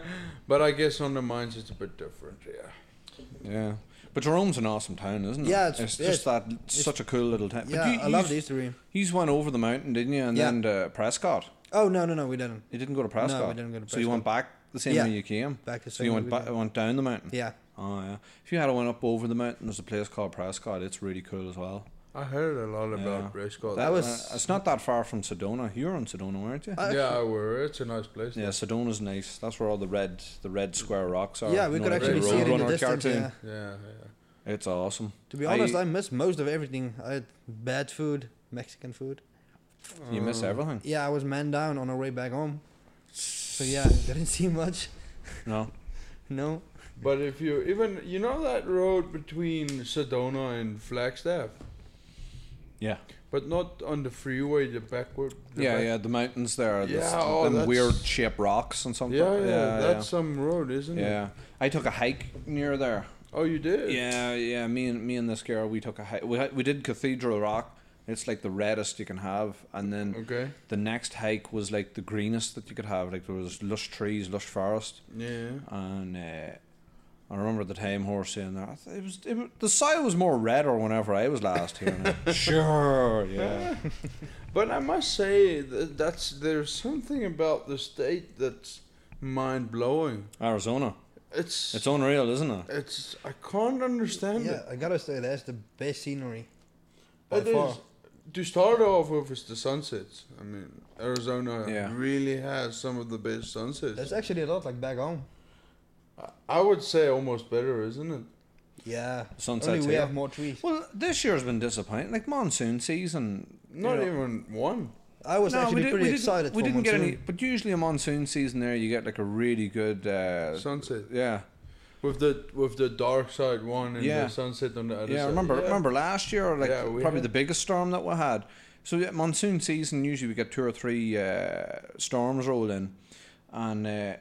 Speaker 4: But I guess on the mines it's a bit different, yeah.
Speaker 2: Yeah. But Jerome's an awesome town, isn't it?
Speaker 3: Yeah, it's-
Speaker 2: just that such a cool little town. But
Speaker 3: yeah,
Speaker 2: you,
Speaker 3: I love the
Speaker 2: you
Speaker 3: history.
Speaker 2: He's went over the mountain, didn't you? And
Speaker 3: Yeah.
Speaker 2: then to Prescott.
Speaker 3: Oh, no, no, no, we didn't.
Speaker 2: You didn't go to Prescott.
Speaker 3: we didn't go to
Speaker 2: So you went back the same
Speaker 3: Yeah.
Speaker 2: way you came.
Speaker 3: Back the
Speaker 2: So
Speaker 3: same
Speaker 2: you
Speaker 3: way
Speaker 2: went
Speaker 3: we
Speaker 2: back,
Speaker 3: did.
Speaker 2: went down the mountain.
Speaker 3: Yeah.
Speaker 2: Oh yeah. If you had went up over the mountain, there's a place called Prescott. It's really cool as well.
Speaker 4: I heard a lot
Speaker 2: Yeah.
Speaker 4: about Prescott.
Speaker 3: That was-
Speaker 2: uh, it's not that far from Sedona. You were in Sedona, weren't you?
Speaker 3: I-
Speaker 4: yeah, I were. It's a nice place.
Speaker 2: yeah, Sedona's nice. That's where all the red, the red square rocks are.
Speaker 3: Yeah, we
Speaker 2: You
Speaker 3: could
Speaker 2: know, like
Speaker 3: actually
Speaker 2: the
Speaker 3: see it in the
Speaker 2: Roadrunner
Speaker 3: distance.
Speaker 2: cartoon.
Speaker 3: Yeah.
Speaker 4: Yeah,
Speaker 2: It's awesome.
Speaker 3: To be honest,
Speaker 2: I-
Speaker 3: I, missed most of everything. I had bad food, Mexican food.
Speaker 4: yeah.
Speaker 2: You miss
Speaker 4: Uh,
Speaker 2: everything.
Speaker 3: Yeah, I was man down on our way back home. So yeah, didn't see much.
Speaker 2: No.
Speaker 3: No.
Speaker 4: But if you even you know that road between Sedona and Flagstaff,
Speaker 2: Yeah.
Speaker 4: but not on the freeway, the backward. The
Speaker 2: Yeah,
Speaker 4: back-
Speaker 2: yeah. The mountains there. Yeah,
Speaker 4: Yeah, oh,
Speaker 2: them
Speaker 4: that's-
Speaker 2: weird shaped rocks and something.
Speaker 4: Yeah, yeah,
Speaker 2: yeah.
Speaker 4: that's some road, isn't it?
Speaker 2: yeah. I took a hike near there.
Speaker 4: Oh, you did.
Speaker 2: Yeah, yeah. Me and me and this girl, we took a hike. We, hi- we did Cathedral Rock. It's like the reddest you can have, and then
Speaker 4: Okay.
Speaker 2: the next hike was like the greenest that you could have. Like there was lush trees, lush forest,
Speaker 4: Yeah.
Speaker 2: and uh, I remember at the time horse saying that I th- it was it, wa- the soil was more redder whenever I was last here. And I- sure, yeah,
Speaker 4: But I must say that that's there's something about the state that's mind blowing.
Speaker 2: Arizona.
Speaker 4: It's
Speaker 2: It's unreal, isn't it?
Speaker 4: it's I can't understand
Speaker 3: Yeah,
Speaker 4: it.
Speaker 3: I gotta say that's the best scenery. By
Speaker 4: It is.
Speaker 3: far.
Speaker 4: To start off with is the sunsets. I mean, Arizona
Speaker 2: Yeah.
Speaker 4: really has some of the best sunsets.
Speaker 3: That's actually a lot like back home.
Speaker 4: I- I would say almost better, isn't it?
Speaker 3: Yeah.
Speaker 2: Sunsets
Speaker 3: Only we
Speaker 2: here.
Speaker 3: have more trees.
Speaker 2: Well, this year's been disappointing. Like monsoon season, you
Speaker 4: Not
Speaker 2: know.
Speaker 4: even one.
Speaker 3: I was actually
Speaker 2: did-
Speaker 3: pretty
Speaker 2: didn't-
Speaker 3: excited
Speaker 2: We
Speaker 3: for
Speaker 2: didn't get any,
Speaker 3: monsoon.
Speaker 2: but usually a monsoon season there, you get like a really good. Uh,
Speaker 4: Sunset
Speaker 2: yeah,
Speaker 4: with the with the dark side one and
Speaker 2: Yeah.
Speaker 4: the sunset on the other
Speaker 2: yeah.
Speaker 4: side.
Speaker 2: Remember, remember last year, like
Speaker 4: Yeah, we
Speaker 2: probably
Speaker 4: had-
Speaker 2: the biggest storm that we had. So yeah, monsoon season usually we get two or three uh, storms roll in, and uh,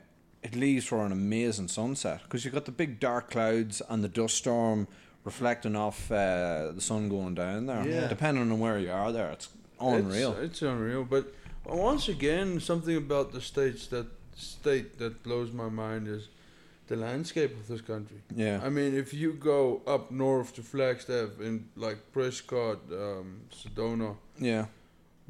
Speaker 2: it leaves for an amazing sunset because you got the big dark clouds and the dust storm reflecting off uh, the sun going down there.
Speaker 4: Yeah.
Speaker 2: Depending on where you are there, it's unreal.
Speaker 4: It's, uh, it's unreal. But once again, something about the states that state that blows my mind is the landscape of this country.
Speaker 2: yeah.
Speaker 4: I mean, if you go up north to Flagstaff and like Prescott, um, Sedona,
Speaker 2: yeah.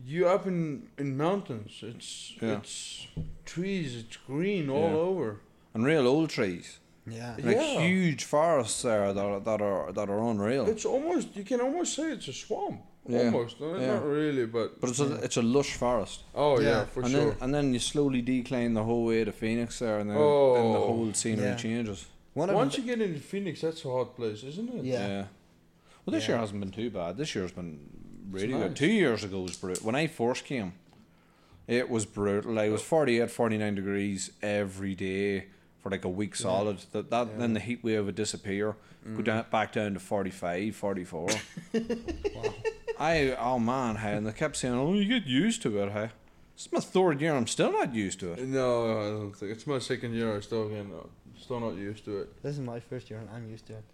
Speaker 4: you up in in mountains. It's
Speaker 2: Yeah.
Speaker 4: it's trees. It's green all
Speaker 2: Yeah.
Speaker 4: over.
Speaker 2: And real old trees.
Speaker 3: Yeah.
Speaker 4: Yeah.
Speaker 2: like huge forests there that are, that are that are unreal.
Speaker 4: It's almost you can almost say it's a swamp.
Speaker 2: Yeah.
Speaker 4: Almost, no,
Speaker 2: Yeah.
Speaker 4: not really, but
Speaker 2: but it's a it's a lush forest,
Speaker 4: oh yeah,
Speaker 3: Yeah.
Speaker 4: for
Speaker 2: and
Speaker 4: sure.
Speaker 2: then and then you slowly decline the whole way to Phoenix there, and then, then the
Speaker 4: Oh.
Speaker 2: whole scenery
Speaker 3: Yeah.
Speaker 2: changes.
Speaker 3: One of
Speaker 4: Once
Speaker 3: the,
Speaker 4: you get into Phoenix, that's a hot place, isn't it?
Speaker 3: Yeah.
Speaker 2: Well, this
Speaker 3: Yeah.
Speaker 2: year hasn't been too bad. This year's been really
Speaker 4: It's
Speaker 2: good.
Speaker 4: nice.
Speaker 2: Two years ago was brutal. When I first came, it was brutal. Like, it was 48, 49 degrees every day for like a week solid. That, that then the heat wave would disappear, go down, back down to 45, 44. I oh man, hey, and they kept saying, "Oh, you get used to it, hey." It's my third year. I'm still not used to it.
Speaker 4: No, I don't think it's my second year. I still can still not used to it.
Speaker 3: This is my first year and I'm used to it.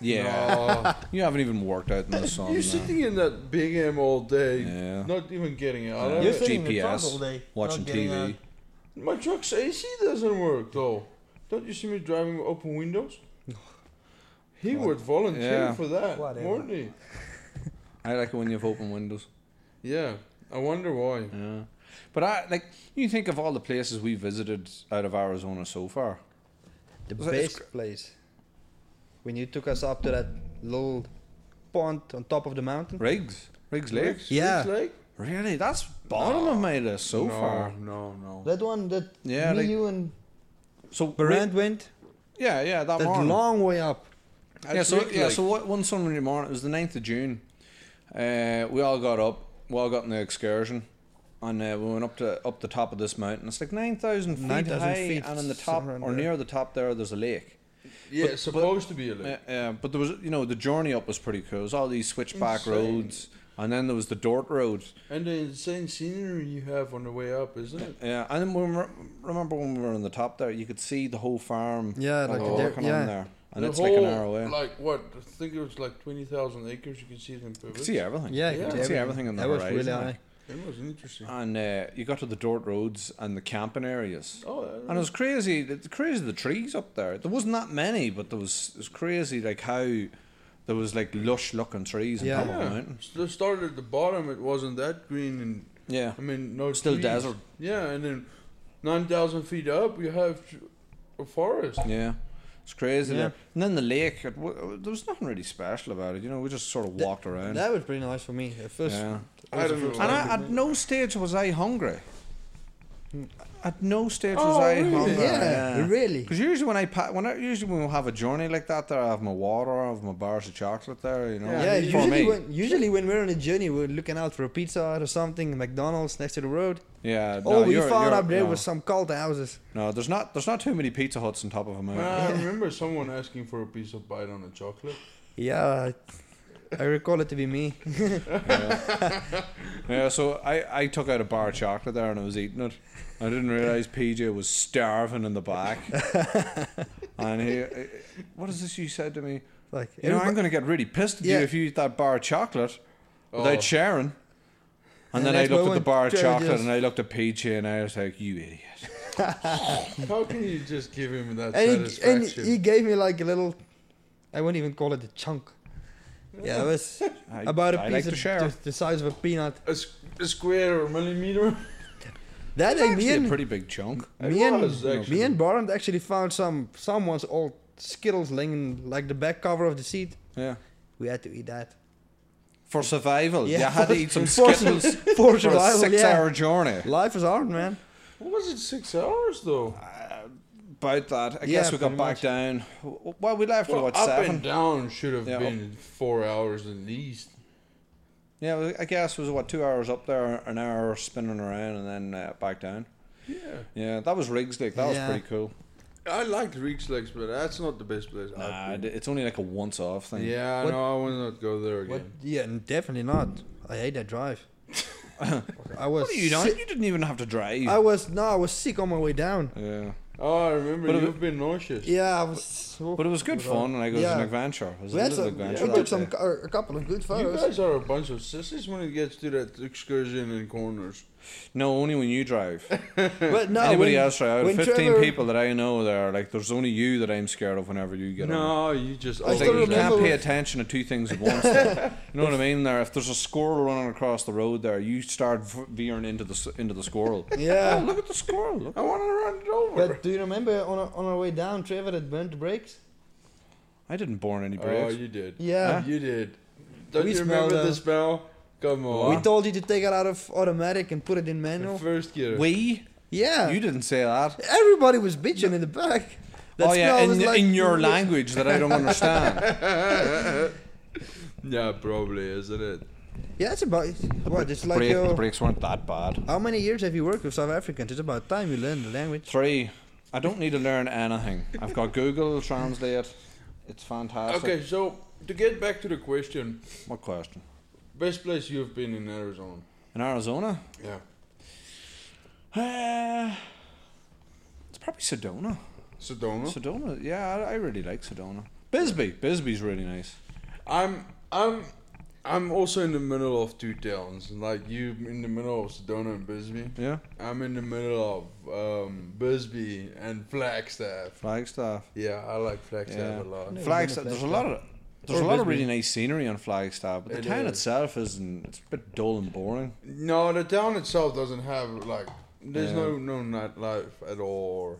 Speaker 2: Yeah,
Speaker 4: No.
Speaker 2: you haven't even worked out in the sun.
Speaker 4: You're
Speaker 2: man.
Speaker 4: sitting in that big M all day,
Speaker 2: uh, Yeah.
Speaker 4: not even getting out
Speaker 2: Yeah.
Speaker 4: of
Speaker 2: You're
Speaker 4: it.
Speaker 3: sitting in the
Speaker 2: GPS,
Speaker 3: truck all day,
Speaker 2: watching
Speaker 3: not getting
Speaker 2: TV.
Speaker 3: out.
Speaker 4: My truck's AC doesn't work though. Don't you see me driving with open windows? He would volunteer
Speaker 2: Yeah.
Speaker 4: for that,
Speaker 3: Whatever.
Speaker 4: wouldn't he?
Speaker 2: I like it when you have open windows.
Speaker 4: Yeah, I wonder why.
Speaker 2: Yeah. But I like you think of all the places we visited out of Arizona so far.
Speaker 3: The
Speaker 2: So it's
Speaker 3: best place. When you took us up to that little pond on top of the mountain.
Speaker 2: Riggs. Riggs Lake.
Speaker 4: Rick's-
Speaker 3: Yeah.
Speaker 4: Rick's Lake?
Speaker 2: Really? That's bottom of my list so
Speaker 4: no,
Speaker 2: far.
Speaker 4: No, no.
Speaker 3: That one that
Speaker 2: Yeah,
Speaker 3: me,
Speaker 2: like-
Speaker 3: you and
Speaker 2: So
Speaker 3: Berend
Speaker 2: Rig-
Speaker 3: went.
Speaker 2: Yeah, yeah, that,
Speaker 3: That
Speaker 2: morning.
Speaker 3: long way up.
Speaker 2: yeah,
Speaker 4: That's
Speaker 2: so
Speaker 4: Riggs
Speaker 2: yeah,
Speaker 4: Lake.
Speaker 2: so what, one Sunday morning, it was the 9th of June. Uh, we all got up. We all got on the excursion, and uh, we went up to up the top of this mountain. It's like nine thousand feet
Speaker 3: 9,000
Speaker 2: high,
Speaker 3: feet,
Speaker 2: and on the top
Speaker 3: somewhere in
Speaker 2: or
Speaker 3: there.
Speaker 2: near the top there, there's a lake.
Speaker 4: yeah,
Speaker 2: but-
Speaker 4: it's supposed to be a lake.
Speaker 2: Uh, uh, but there was, you know, the journey up was pretty cool. It was all these switchback
Speaker 4: Insane.
Speaker 2: roads, and then there was the dirt road.
Speaker 4: And the insane scenery you have on the way up, isn't it?
Speaker 2: Yeah, and then when we were- remember when we were on the top there, you could see the whole farm.
Speaker 3: Yeah, like
Speaker 2: all
Speaker 3: there-
Speaker 2: working
Speaker 3: yeah.
Speaker 2: on there, and
Speaker 4: The
Speaker 2: it's like an
Speaker 4: whole,
Speaker 2: hour away.
Speaker 4: Like what? I think it was like twenty thousand acres. You can see it in
Speaker 2: you could
Speaker 4: Pivot.
Speaker 2: see everything.
Speaker 3: Yeah,
Speaker 4: you
Speaker 2: you
Speaker 4: could
Speaker 2: could
Speaker 4: see
Speaker 2: see everything on the
Speaker 3: that was
Speaker 2: horizon.
Speaker 3: really
Speaker 2: like.
Speaker 3: high.
Speaker 4: It was interesting.
Speaker 2: And uh, you got to the dirt roads and the camping areas.
Speaker 4: Oh,
Speaker 2: And it was crazy. It's crazy the trees up there. There wasn't that many, but there was it was crazy like how there was like lush looking trees on
Speaker 3: Yeah.
Speaker 2: top of the
Speaker 4: yeah.
Speaker 2: mountain.
Speaker 4: They started at the bottom. It wasn't that green, and
Speaker 2: Yeah,
Speaker 4: I mean, no.
Speaker 2: Still
Speaker 4: trees.
Speaker 2: desert.
Speaker 4: Yeah, and then nine thousand feet up, you have a forest.
Speaker 2: yeah. It's crazy
Speaker 3: Yeah.
Speaker 2: there. And then the lake, it, wa- there was nothing really special about it. You know, we just sort of
Speaker 3: That-
Speaker 2: walked around.
Speaker 3: That was pretty nice for me. At first,
Speaker 2: Yeah.
Speaker 3: it was the
Speaker 4: I don't
Speaker 3: first
Speaker 4: know.
Speaker 3: time.
Speaker 2: And I, at no stage was I hungry. At no stage was
Speaker 4: Oh,
Speaker 2: I
Speaker 4: really?
Speaker 2: hungry.
Speaker 3: yeah, really.
Speaker 2: Because usually when I pa- when I, usually when we have a journey like that, there I have my water, I have my bars of chocolate there. You know,
Speaker 4: Yeah,
Speaker 3: Yeah,
Speaker 4: for
Speaker 3: usually when, usually when we're on a journey, we're looking out for a pizza hut or something, McDonald's next to the road.
Speaker 2: yeah.
Speaker 3: All
Speaker 2: no,
Speaker 3: Oh, we
Speaker 2: you're-
Speaker 3: found
Speaker 2: you're-
Speaker 3: up there
Speaker 2: no,
Speaker 3: was some cold houses.
Speaker 2: no. There's not there's not too many Pizza Huts on top of a mountain.
Speaker 4: Well, I remember someone asking for a piece of bite on a chocolate.
Speaker 3: Yeah, I recall it to be me.
Speaker 2: yeah, so I I took out a bar of chocolate there and I was eating it. I didn't realize PJ was starving in the back. and he, what is this you said to me?
Speaker 3: Like,
Speaker 2: You know,
Speaker 3: everybo-
Speaker 2: I'm going to get really pissed at
Speaker 3: Yeah.
Speaker 2: you if you eat that bar of chocolate
Speaker 4: Oh.
Speaker 2: without sharing. And,
Speaker 3: And
Speaker 2: then I
Speaker 3: that's why
Speaker 2: looked at
Speaker 3: when
Speaker 2: the bar of
Speaker 3: Jared
Speaker 2: chocolate
Speaker 3: just-
Speaker 2: and I looked at PJ and I was like, you idiot.
Speaker 4: How can you just give him
Speaker 3: and
Speaker 4: that
Speaker 3: he, and
Speaker 4: satisfaction?
Speaker 3: he gave me like a little, I wouldn't even call it a chunk. Yeah, it was
Speaker 2: I,
Speaker 3: about a
Speaker 2: I
Speaker 3: piece
Speaker 2: like
Speaker 3: of
Speaker 2: to share.
Speaker 3: just the size of a peanut.
Speaker 4: a, s- a square or millimeter.
Speaker 3: That
Speaker 2: It's
Speaker 3: like, me
Speaker 2: actually a
Speaker 3: and
Speaker 2: pretty big chunk.
Speaker 4: It
Speaker 3: me and
Speaker 4: was, actually.
Speaker 3: me and Barrent actually found some someone's old Skittles laying in, like the back cover of the seat.
Speaker 2: Yeah.
Speaker 3: We had to eat that
Speaker 2: For survival,
Speaker 3: Yeah.
Speaker 2: you had to eat some
Speaker 3: For-
Speaker 2: Skittles
Speaker 3: for
Speaker 2: for a
Speaker 3: survival. yeah.
Speaker 2: six-hour journey.
Speaker 3: Life is hard, man.
Speaker 4: What was it? Six hours though.
Speaker 2: About that, I
Speaker 3: Yeah,
Speaker 2: guess we got
Speaker 3: pretty
Speaker 2: back
Speaker 3: much.
Speaker 2: down. W- Well, we left
Speaker 4: Well,
Speaker 2: at what
Speaker 4: up
Speaker 2: seven?
Speaker 4: and down should have
Speaker 2: Yeah, up-
Speaker 4: been four hours at least.
Speaker 2: Yeah, I guess it was what two hours up there, an hour spinning around, and then uh, back down.
Speaker 4: Yeah,
Speaker 2: Yeah, that was Riggs Lake. That
Speaker 3: Yeah.
Speaker 2: was pretty cool.
Speaker 4: I liked Reeks Lakes, but that's not the best place. I've
Speaker 2: Nah,
Speaker 4: been.
Speaker 2: d- it's only like a once-off thing.
Speaker 4: Yeah,
Speaker 3: What-
Speaker 4: no, I will not go there
Speaker 3: What?
Speaker 4: again.
Speaker 3: Yeah, n- definitely not. I hate that drive. I was.
Speaker 2: What are
Speaker 3: si-
Speaker 2: you doing? You didn't even have to drive.
Speaker 3: I was no, I was sick on my way down.
Speaker 2: yeah,
Speaker 4: Oh, I remember
Speaker 2: But if
Speaker 4: you've been nauseous.
Speaker 3: Yeah, I was.
Speaker 2: but it was good fun, and like, it was an
Speaker 3: Yeah.
Speaker 2: adventure. It was
Speaker 3: We
Speaker 2: a
Speaker 3: had
Speaker 2: little
Speaker 3: some.
Speaker 2: adventure.
Speaker 3: We
Speaker 4: yeah.
Speaker 2: that
Speaker 3: took some
Speaker 2: day.
Speaker 3: cou- a couple of good
Speaker 4: You
Speaker 3: photos.
Speaker 4: guys are a bunch of sissies when it gets to that excursion and corners.
Speaker 2: No, only when you drive.
Speaker 3: But no,
Speaker 2: Anybody
Speaker 3: when-
Speaker 2: else drive?
Speaker 3: when
Speaker 2: Fifteen
Speaker 3: Trevor-
Speaker 2: people that I know there, like there's only you that I'm scared of. Whenever you get on.
Speaker 4: No, you just.
Speaker 3: I still
Speaker 2: It's like you
Speaker 4: overdo
Speaker 2: can't
Speaker 3: remember-
Speaker 2: pay attention to two things at once. though. you know what I mean? There, if there's a squirrel running across the road, there, you start v- veering into the s- into the squirrel. oh,
Speaker 3: Yeah.
Speaker 2: look at the squirrel! Look.
Speaker 4: it. I want to run it over.
Speaker 3: But do you remember on our, on our way down, Trevor had burnt the brakes?
Speaker 2: I didn't burn any
Speaker 4: oh,
Speaker 2: brakes.
Speaker 4: you did.
Speaker 3: Yeah.
Speaker 4: you did. Don't
Speaker 3: We
Speaker 4: you remember
Speaker 3: smelled,
Speaker 4: the
Speaker 3: uh,
Speaker 4: smell? Come
Speaker 3: We
Speaker 4: on.
Speaker 3: told you to take it out of automatic and put it in
Speaker 4: The
Speaker 3: manual.
Speaker 4: first gear.
Speaker 2: we?
Speaker 3: Yeah.
Speaker 2: You didn't say that.
Speaker 3: Everybody was bitching in the back. That
Speaker 2: oh yeah,
Speaker 3: smell
Speaker 2: in,
Speaker 3: was like-
Speaker 2: in your language that I don't understand.
Speaker 4: Yeah, probably, isn't it?
Speaker 3: Yeah, it's about what it's like. uh,
Speaker 2: Brake- the
Speaker 3: your,
Speaker 2: brakes weren't that bad.
Speaker 3: how many years have you worked with South Africans? It's about time you learned the language.
Speaker 2: Three. I don't need to learn anything. I've got Google Translate. It's fantastic.
Speaker 4: Okay, so to get back to the question,
Speaker 2: What question?
Speaker 4: best place you've been in Arizona?
Speaker 2: In Arizona?
Speaker 4: Yeah.
Speaker 2: Uh, it's probably Sedona.
Speaker 4: Sedona.
Speaker 2: Sedona, yeah, I, I really like Sedona. Bisbee, Bisbee's really nice.
Speaker 4: I'm I'm I'm also in the middle of two towns. Like you in the middle of Sedona and Bisbee.
Speaker 2: Yeah,
Speaker 4: I'm in the middle of um, Bisbee and Flagstaff.
Speaker 2: Flagstaff.
Speaker 4: Yeah, I like Flagstaff
Speaker 2: Yeah.
Speaker 4: a lot.
Speaker 3: No.
Speaker 2: Flagstaff. There's a lot of there's a
Speaker 4: Or
Speaker 2: lot of
Speaker 4: Bisbee.
Speaker 2: really nice scenery on Flagstaff, but the
Speaker 4: It
Speaker 2: town
Speaker 4: is.
Speaker 2: itself isn't. It's a bit dull and boring.
Speaker 4: No, the town itself doesn't have like there's
Speaker 2: Yeah.
Speaker 4: no no nightlife at all.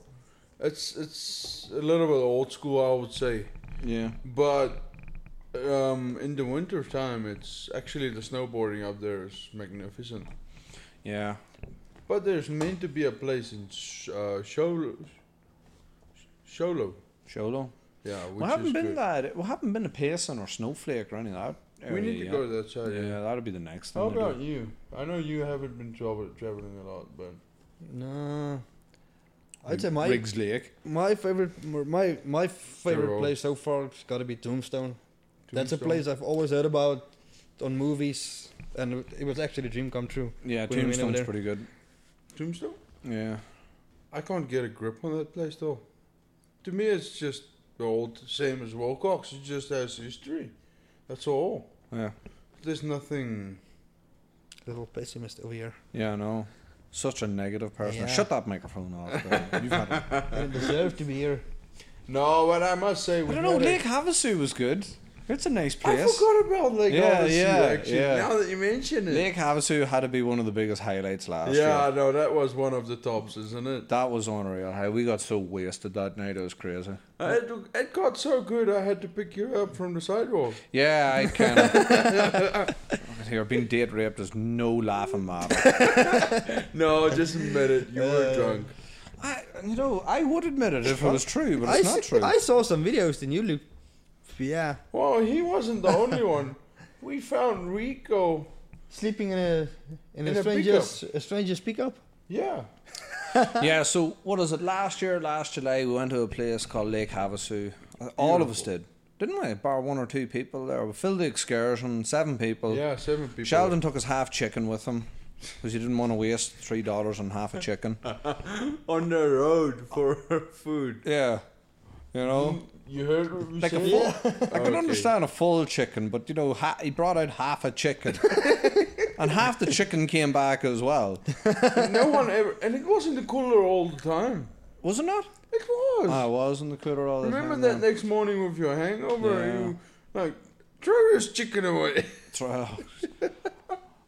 Speaker 4: It's it's a little bit old school, I would say.
Speaker 2: Yeah.
Speaker 4: But um, in the winter time, it's actually the snowboarding up there is magnificent.
Speaker 2: Yeah.
Speaker 4: But there's meant to be a place in Sh- uh, Sholo. Sholo.
Speaker 2: Sholo.
Speaker 4: Yeah, which
Speaker 2: We haven't
Speaker 4: is
Speaker 2: been
Speaker 4: good.
Speaker 2: that. We haven't been to Payson or Snowflake or any of that.
Speaker 4: We
Speaker 2: area
Speaker 4: need to
Speaker 2: yet.
Speaker 4: go to that side.
Speaker 2: Yeah,
Speaker 4: Yeah.
Speaker 2: that'll be the next
Speaker 3: Oh,
Speaker 2: thing.
Speaker 4: How
Speaker 2: to do.
Speaker 4: about you? I know you haven't been travel- traveling a lot, but
Speaker 3: No. I'd say my
Speaker 2: Riggs Lake.
Speaker 3: my favorite my my favorite
Speaker 4: Tyrol.
Speaker 3: place so far has got to be Tombstone. That's a
Speaker 4: Tombstone.
Speaker 3: place I've always heard about on movies, and it was actually a dream come true.
Speaker 2: Yeah,
Speaker 3: What do you mean over
Speaker 2: Tombstone's
Speaker 3: there?
Speaker 2: pretty good.
Speaker 4: Tombstone.
Speaker 2: Yeah.
Speaker 4: I can't get a grip on that place though. To me, it's just the old same as Wilcox. It just has history. That's all.
Speaker 2: Yeah.
Speaker 4: There's nothing.
Speaker 3: Little pessimist over here.
Speaker 2: Yeah, I know. Such a negative person.
Speaker 3: Yeah.
Speaker 2: Shut that microphone off. Though. You've had it.
Speaker 3: I don't deserve to be here.
Speaker 4: No, but I must say,
Speaker 2: I
Speaker 4: we
Speaker 2: don't know.
Speaker 4: had a-
Speaker 2: Lake Havasu was good. It's a nice
Speaker 4: I
Speaker 2: place.
Speaker 4: forgot about Lake
Speaker 2: Yeah,
Speaker 4: Odyssey.
Speaker 2: yeah,
Speaker 4: actually,
Speaker 2: yeah.
Speaker 4: now that you mention it.
Speaker 2: Lake Havasu had to be one of the biggest highlights last
Speaker 4: yeah,
Speaker 2: year.
Speaker 4: no, that was one of the tops, isn't it?
Speaker 2: That was unreal. How we got so wasted that night, it was crazy.
Speaker 4: It, it got so good, I had to pick you up from the sidewalk.
Speaker 2: Yeah, I kind of. Here, being date raped is no laughing matter.
Speaker 4: No, just admit it. You were drunk.
Speaker 2: I, you know, I would admit it if it was true, but
Speaker 3: I,
Speaker 2: it's not
Speaker 3: see-
Speaker 2: true.
Speaker 3: I saw some videos. Then you look. Yeah,
Speaker 4: Well, he wasn't the only one. We found Rico.
Speaker 3: sleeping in a in,
Speaker 4: In
Speaker 3: a
Speaker 4: a
Speaker 3: stranger's a stranger's pickup.
Speaker 4: Yeah.
Speaker 2: yeah, so what is it? Last year, last July, we went to a place called Lake Havasu. Uh, All of us did, didn't we? Bar one or two people there. We filled the excursion, seven people.
Speaker 4: Yeah, seven people.
Speaker 2: Sheldon took his half chicken with him because he didn't want to waste three dollars on half a chicken.
Speaker 4: on the road for food.
Speaker 2: yeah, you know.
Speaker 4: You heard what we
Speaker 2: Mm, Like a
Speaker 4: said?
Speaker 2: full, I can
Speaker 4: Okay.
Speaker 2: understand a full chicken, but you know, ha- he brought out half a chicken, and half the chicken came back as well.
Speaker 4: no one ever, and it was in the cooler all the time.
Speaker 2: Was it not?
Speaker 4: It was.
Speaker 2: I was in the cooler all the
Speaker 4: Remember
Speaker 2: time.
Speaker 4: that next morning with your hangover?
Speaker 2: Yeah.
Speaker 4: You like throw this chicken away.
Speaker 2: that?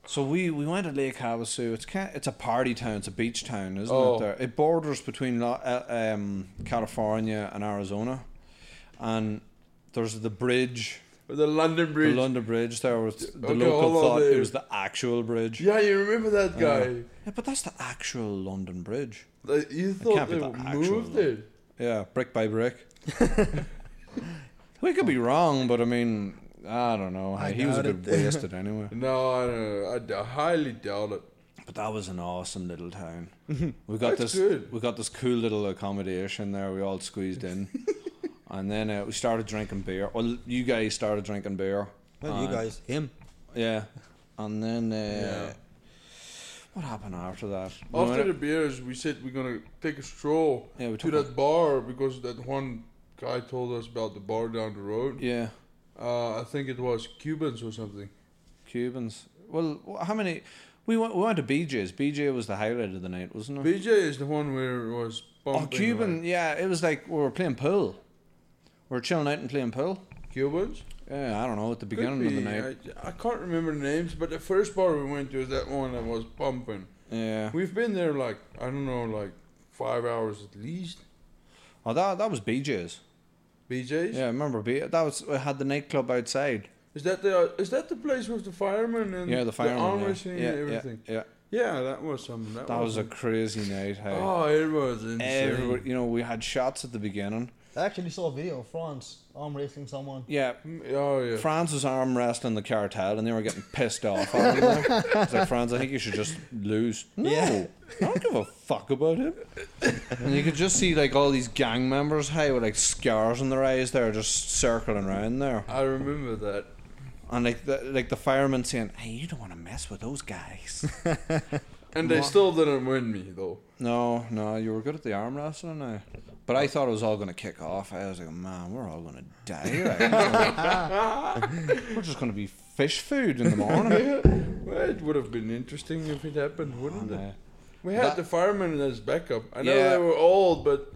Speaker 2: So we, we went to Lake Havasu. It's kind, it's a party town. It's a beach town, isn't
Speaker 4: Oh.
Speaker 2: it? There, it borders between Lo- uh, um, California and Arizona, and there's the bridge,
Speaker 4: the London Bridge.
Speaker 2: the London Bridge. There was the
Speaker 4: Okay, hold
Speaker 2: local
Speaker 4: on
Speaker 2: thought it
Speaker 4: there.
Speaker 2: was the actual bridge.
Speaker 4: yeah, you remember that guy?
Speaker 2: yeah, but that's the actual London Bridge.
Speaker 4: Like, you
Speaker 2: can't
Speaker 4: thought
Speaker 2: be
Speaker 4: they
Speaker 2: the actual
Speaker 4: moved
Speaker 2: Lon-
Speaker 4: it.
Speaker 2: Yeah, brick by brick. we could be wrong, but I mean, I don't know.
Speaker 3: I
Speaker 2: he was a
Speaker 3: doubt
Speaker 2: bit
Speaker 3: it.
Speaker 2: wasted anyway.
Speaker 4: No, I don't know. I d- highly doubt it.
Speaker 2: But that was an awesome little town. We got
Speaker 4: That's
Speaker 2: this.
Speaker 4: good.
Speaker 2: We got this cool little accommodation there. We all squeezed in, and then uh, we started drinking beer. Well, you guys started drinking beer.
Speaker 3: Well, you
Speaker 2: and-
Speaker 3: guys, him.
Speaker 2: Yeah, and then uh,
Speaker 4: Yeah.
Speaker 2: what happened after that? We
Speaker 4: After
Speaker 2: went-
Speaker 4: the beers, we said we're gonna take a stroll
Speaker 2: Yeah, we
Speaker 4: to
Speaker 2: took a-
Speaker 4: that bar because that one guy told us about the bar down the road.
Speaker 2: yeah,
Speaker 4: Uh, I think it was Cubans or something.
Speaker 2: Cubans. Well, wh- how many? We went. We went to BJ's. BJ was the highlight of the night, wasn't it?
Speaker 4: BJ is the one where it was
Speaker 2: Oh,
Speaker 4: pumping.
Speaker 2: Cuban, yeah, it was like we were playing pool. We were chilling out and playing pool.
Speaker 4: like, Cubans.
Speaker 2: Yeah, I don't know, at the
Speaker 4: Could
Speaker 2: beginning of the
Speaker 4: be.
Speaker 2: night.
Speaker 4: I, I can't remember the names, but the first bar we went to was that one that was pumping.
Speaker 2: Yeah.
Speaker 4: We've been there like I don't know, like five hours at least.
Speaker 2: Oh, that that was BJ's.
Speaker 4: BJ's.
Speaker 2: Yeah, I remember B. That was we had the nightclub outside.
Speaker 4: Is that the uh, is that the place with the firemen and
Speaker 2: Yeah, the fireman.
Speaker 4: the armor
Speaker 2: yeah.
Speaker 4: scene
Speaker 2: yeah,
Speaker 4: and
Speaker 2: yeah,
Speaker 4: everything?
Speaker 2: Yeah,
Speaker 4: Yeah, that was some. That,
Speaker 2: that was a crazy night. Hey.
Speaker 4: Oh, it was insane.
Speaker 2: Everybody, you know, we had shots at the beginning.
Speaker 3: I actually saw a video of France arm wrestling someone.
Speaker 2: Yeah,
Speaker 4: Oh yeah.
Speaker 2: Franz was arm wrestling the cartel, and they were getting pissed off. at him, like. It's like Franz, I think you should just lose. No,
Speaker 3: Yeah.
Speaker 2: I don't give a fuck about him. And you could just see like all these gang members, hey, with like scars on their eyes, they're just circling around there,
Speaker 4: I remember that.
Speaker 2: and like the, like the fireman saying, "Hey, you don't want to mess with those guys."
Speaker 4: And they still didn't win me though.
Speaker 2: no, no, you were good at the arm wrestling now, but I thought it was all gonna kick off. I was like, man, we're all gonna die. Like, we're just gonna be fish food in the morning.
Speaker 4: well, it would have been interesting if it happened, wouldn't it?
Speaker 2: Yeah.
Speaker 4: We had
Speaker 2: Oh, That-
Speaker 4: the firemen as backup. I know
Speaker 2: Yeah.
Speaker 4: they were old, but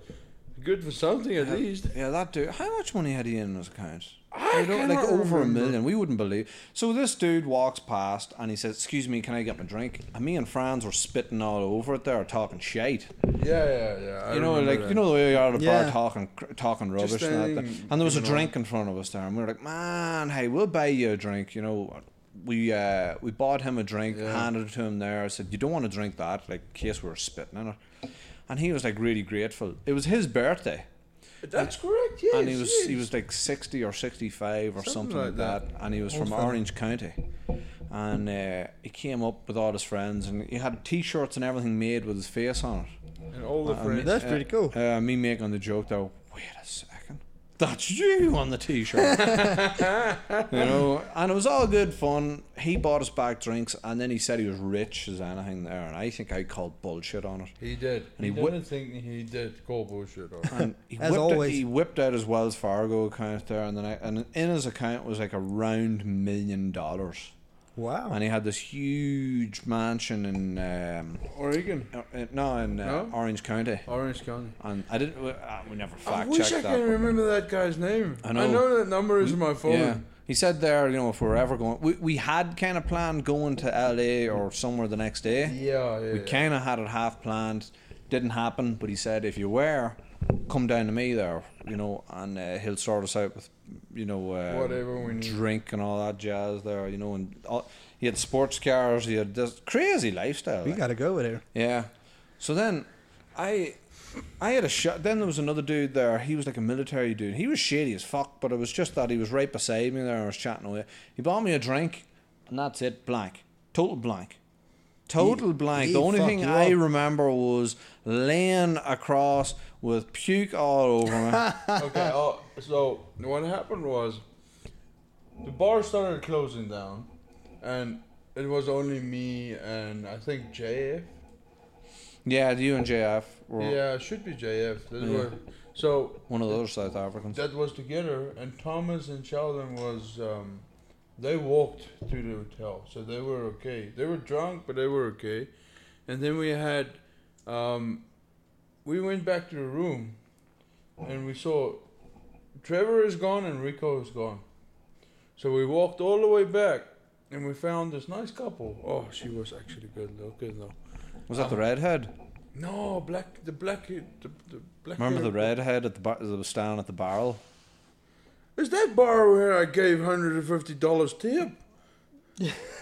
Speaker 4: good for something at least.
Speaker 2: Yeah, that dude. How much money had he in his account?
Speaker 4: I
Speaker 2: You know,
Speaker 4: cannot
Speaker 2: like over a
Speaker 4: remember.
Speaker 2: million. We wouldn't believe. So this dude walks past and he says, "Excuse me, can I get my drink?" And me and Franz were spitting all over it there, talking shit.
Speaker 4: Yeah, yeah, yeah. I
Speaker 2: you know,
Speaker 4: remember
Speaker 2: like
Speaker 4: that.
Speaker 2: you know the way you are at a
Speaker 3: Yeah.
Speaker 2: bar talking, cr- talking rubbish
Speaker 4: Just
Speaker 2: and that.
Speaker 4: standing,
Speaker 2: And there was a
Speaker 4: giving all-
Speaker 2: drink in front of us there, and we were like, "Man, hey, we'll buy you a drink." You know, we uh, we bought him a drink,
Speaker 4: Yeah.
Speaker 2: handed it to him there. I said, "You don't want to drink that," like in case we were spitting in it. And he was like really grateful. It was his birthday
Speaker 4: That's correct. Yes.
Speaker 2: and he was he
Speaker 4: yes.
Speaker 2: was like 60 or 65 or something,
Speaker 4: Something
Speaker 2: like
Speaker 4: like
Speaker 2: that. and he was from Orange County and uh, he came up with all his friends and he had t-shirts and everything made with his face on it
Speaker 4: and all the friends.
Speaker 3: That's pretty cool.
Speaker 2: uh, me making the joke though wait a second that's you on the t-shirt you know and it was all good fun he bought us back drinks and then he said he was rich as anything there and I think I called bullshit on it
Speaker 4: he did.
Speaker 2: And
Speaker 4: he
Speaker 2: he would-
Speaker 4: didn't think he did call bullshit. on it.
Speaker 2: and he
Speaker 3: As
Speaker 2: whipped
Speaker 3: always.
Speaker 2: Out, he whipped out his Wells Fargo account there, and then I, and in his account was like a round million dollars,
Speaker 3: Wow.
Speaker 2: and he had this huge mansion in um,
Speaker 4: Oregon,
Speaker 2: uh, uh, no in uh,
Speaker 4: No?
Speaker 2: Orange County,
Speaker 4: Orange County.
Speaker 2: and I didn't we, uh, we never
Speaker 4: I
Speaker 2: fact
Speaker 4: wish I
Speaker 2: checked that.
Speaker 4: can remember that guy's name.
Speaker 2: I
Speaker 4: I know,
Speaker 2: know.
Speaker 4: that number is in my phone.
Speaker 2: Yeah. He said there, you know, if we we're ever going, we, we had kind of planned going to LA or somewhere the next day.
Speaker 4: Yeah, yeah.
Speaker 2: We kind of had it half planned, didn't happen. But he said, if you were, come down to me there, you know, and uh, he'll sort us out with, you know, uh,
Speaker 4: Whatever we need.
Speaker 2: drink and all that jazz there, you know, and all, he had sports cars, he had this crazy lifestyle.
Speaker 3: We
Speaker 2: like.
Speaker 3: gotta go with her.
Speaker 2: Yeah. So then, I, I had a shot. Then there was another dude there. He was like a military dude. He was shady as fuck, but it was just that he was right beside me there. and I was chatting away. He bought me a drink, and that's it. Blank. Total blank. Total blank.
Speaker 3: he
Speaker 2: the only
Speaker 3: fucked
Speaker 2: thing
Speaker 3: you
Speaker 2: I
Speaker 3: up.
Speaker 2: remember was laying across with puke all over me.
Speaker 4: okay. Oh, so what happened was, the bar started closing down, and it was only me and I think JF.
Speaker 2: yeah, you and JF were
Speaker 4: Yeah, it should be JF. That
Speaker 2: Yeah.
Speaker 4: were- so
Speaker 2: one of those South Africans.
Speaker 4: that was together, and Thomas and Sheldon was. Um, they walked to the hotel, so they were okay. They were drunk, but they were okay. And then we had, um, we went back to the room, and we saw Trevor is gone and Rico is gone. So we walked all the way back, and we found this nice couple. Oh, she was actually good looking though.
Speaker 2: Was that the redhead?
Speaker 4: No, black, the black, the, the black.
Speaker 2: Remember the
Speaker 4: hair-
Speaker 2: redhead at the bar that was standing at the barrel?
Speaker 4: Is that bar where I gave hundred and fifty dollars tip?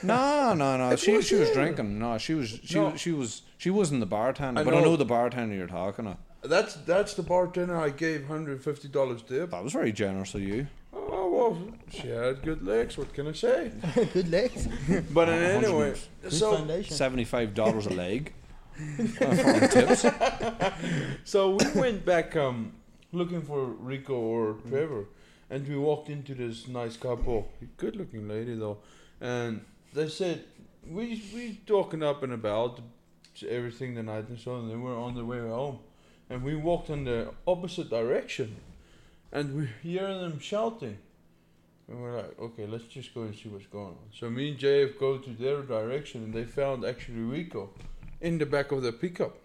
Speaker 2: No, no, no.
Speaker 4: It
Speaker 2: She
Speaker 4: was
Speaker 2: she was
Speaker 4: her.
Speaker 2: drinking. No, she was she
Speaker 4: No.
Speaker 2: was she was she wasn't the bartender.
Speaker 4: I
Speaker 2: but I
Speaker 4: know.
Speaker 2: know the bartender you're talking of.
Speaker 4: That's that's the bartender I gave hundred and fifty dollars tip.
Speaker 2: That was very generous of you.
Speaker 4: Oh well, she had good legs. What can I say?
Speaker 3: Good legs.
Speaker 4: But anyway,
Speaker 3: Good
Speaker 4: so
Speaker 3: foundation.
Speaker 2: Seventy five dollars a leg. Uh, for tips.
Speaker 4: so we went back um looking for Rico or Trevor, and we walked into this nice couple, good looking lady though, and they said we we talking up and about everything the night and so on. And we were on the way home, and we walked in the opposite direction, and we hear them shouting. And we're like, okay, let's just go and see what's going on. So me and JF go to their direction, and they found actually Rico in the back of the pickup.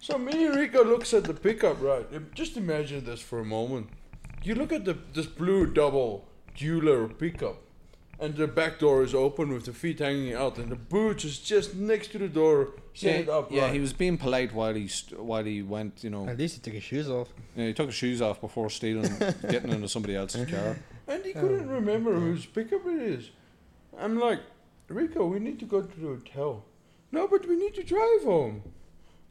Speaker 4: So me and Rico looks at the pickup, right? Im- Just imagine this for a moment. You look at the this blue double dueler pickup, and the back door is open with the feet hanging out, and the boots is just next to the door, set
Speaker 2: yeah,
Speaker 4: up.
Speaker 2: yeah,
Speaker 4: right.
Speaker 2: he was being polite while he st- while he went. You know,
Speaker 3: At least he took his shoes off.
Speaker 2: Yeah, he took his shoes off before stealing, getting into somebody else's car.
Speaker 4: and he couldn't remember whose pickup it is. I'm like, Rico, we need to go to the hotel. No, but we need to drive home.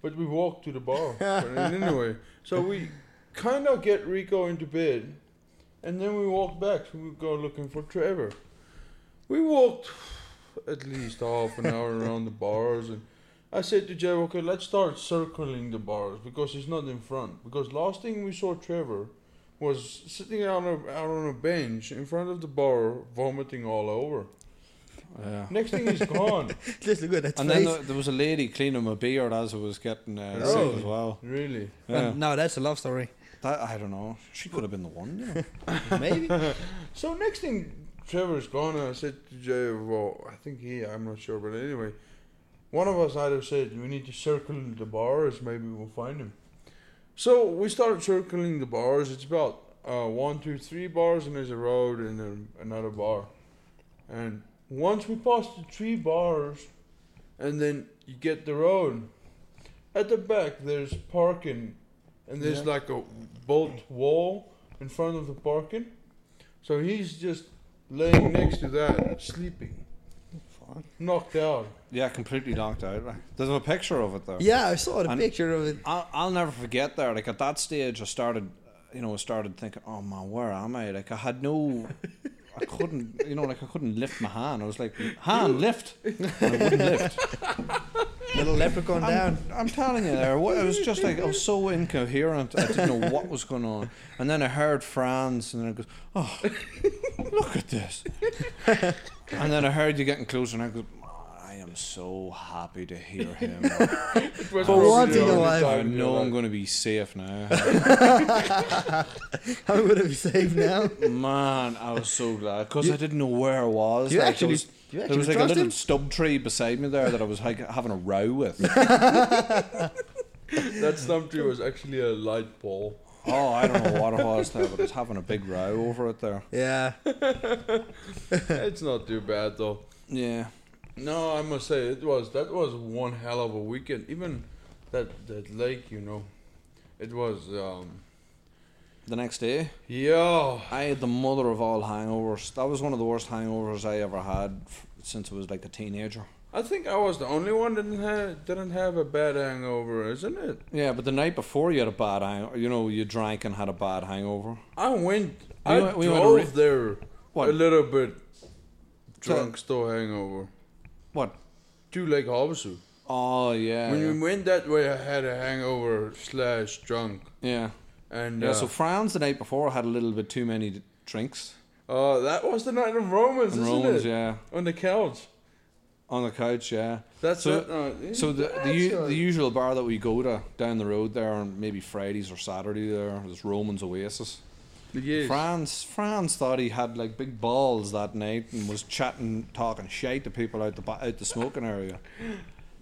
Speaker 4: But we walked to the bar. but anyway, so we kind of get Rico into bed, and then we walked back. So we go looking for Trevor. We walked at least half an hour around the bars, and I said to Jay, "Okay, let's start circling the bars because he's not in front. Because last thing we saw Trevor was sitting out on a, out on a bench in front of the bar, vomiting all over.
Speaker 2: Yeah.
Speaker 4: Next thing he's gone.
Speaker 3: Just look at that
Speaker 2: And then
Speaker 3: face.
Speaker 2: there, there was a lady cleaning my beard as I was getting uh,
Speaker 4: Really?
Speaker 2: sick as well.
Speaker 4: Really?
Speaker 2: Yeah.
Speaker 3: But uh, no, that's a love story.
Speaker 2: That, I don't know. She could have been the one. You know.
Speaker 3: Maybe.
Speaker 4: So next thing, Trevor's gone, and I said to Jay, well, I think he, I'm not sure, but anyway, one of us either said, we need to circle the bars, maybe we'll find him. So we started circling the bars. It's about uh, one, two, three bars, and there's a road and then another bar. And once we passed the three bars, and then you get the road. At the back, there's parking, and there's
Speaker 2: Yeah.
Speaker 4: like a bolt wall in front of the parking. So he's just laying next to that, sleeping,
Speaker 3: Fuck.
Speaker 4: knocked out.
Speaker 2: yeah, completely knocked out. Like, There's a picture of it though.
Speaker 3: yeah, I saw the
Speaker 2: And-
Speaker 3: picture of it.
Speaker 2: I'll, I'll never forget there. Like at that stage, I started, you know, I started thinking, oh man, where am I? Like I had no, I couldn't, you know, like I couldn't lift my hand. I was like, hand lift, And I wouldn't lift.
Speaker 3: Little leprechaun
Speaker 2: I'm,
Speaker 3: down.
Speaker 2: I'm telling you, there. What, it was just like I was so incoherent. I didn't know what was going on. And then I heard Franz, and I goes, oh, look at this. And then I heard you getting closer, and I go, I am so happy to hear him.
Speaker 4: It
Speaker 3: For
Speaker 4: was probably
Speaker 3: once
Speaker 4: the
Speaker 3: in your
Speaker 4: only
Speaker 3: life.
Speaker 2: I
Speaker 4: time in your
Speaker 2: know I'm
Speaker 4: life.
Speaker 2: going to be safe now.
Speaker 3: I'm gonna be safe now.
Speaker 2: Man, I was so glad because I didn't know where I was.
Speaker 3: You
Speaker 2: Like,
Speaker 3: actually-
Speaker 2: there was,
Speaker 3: you
Speaker 2: there
Speaker 3: actually
Speaker 2: was like a
Speaker 3: trust
Speaker 2: little
Speaker 3: him?
Speaker 2: stub tree beside me there that I was like having a row with.
Speaker 4: That stump tree was actually a light pole.
Speaker 2: oh, I don't know what it was there, but I was having a big row over it there.
Speaker 3: Yeah.
Speaker 4: it's not too bad though.
Speaker 2: Yeah,
Speaker 4: No, I must say it was that was one hell of a weekend. Even that that lake, you know, it was um
Speaker 2: the next day
Speaker 4: yeah.
Speaker 2: I had the mother of all hangovers. That was one of the worst hangovers I ever had f- since I was like a teenager.
Speaker 4: I think I was the only one that didn't have, didn't have a bad hangover, isn't it?
Speaker 2: Yeah, but the night before you had a bad hang, you know, you drank and had a bad hangover.
Speaker 4: I
Speaker 2: We
Speaker 4: went. I
Speaker 2: went- we went to
Speaker 4: drove
Speaker 2: Ri-
Speaker 4: there
Speaker 2: What?
Speaker 4: a little bit drunk, still hangover.
Speaker 2: What?
Speaker 4: To Lake Havasu.
Speaker 2: Oh yeah,
Speaker 4: When
Speaker 2: yeah.
Speaker 4: we went that way, I had a hangover slash drunk,
Speaker 2: yeah.
Speaker 4: and
Speaker 2: Yeah,
Speaker 4: uh,
Speaker 2: so Franz the night before had a little bit too many d- drinks.
Speaker 4: uh, that was the night of Romans,
Speaker 2: And
Speaker 4: isn't
Speaker 2: Romans,
Speaker 4: it?
Speaker 2: yeah.
Speaker 4: On the couch.
Speaker 2: On the couch, yeah.
Speaker 4: That's
Speaker 2: So-
Speaker 4: it. No,
Speaker 2: So the the, u- the usual bar that we go to down the road there, on maybe Fridays or Saturday there, is Roman's Oasis.
Speaker 4: yes.
Speaker 2: Franz Franz thought he had like big balls that night and was chatting, talking shite to people out the ba- out the smoking area.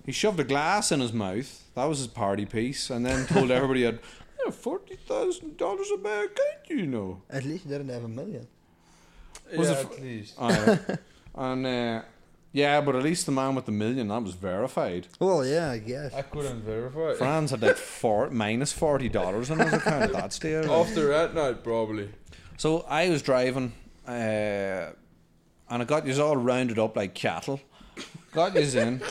Speaker 2: He shoved a glass in his mouth. That was his party piece, and then told everybody he had "I have forty thousand dollars in my account. You know.
Speaker 3: At least you didn't have a million.
Speaker 2: was
Speaker 4: yeah,
Speaker 2: it fr-
Speaker 4: at least.
Speaker 2: Aye. and uh, yeah, but at least the man with the million that was verified.
Speaker 3: Well, yeah, I guess.
Speaker 4: I couldn't verify. it.
Speaker 2: Franz had like four minus forty dollars in his account at that stage.
Speaker 4: After that night, probably.
Speaker 2: So I was driving, uh, and I got you all rounded up like cattle. Got you in.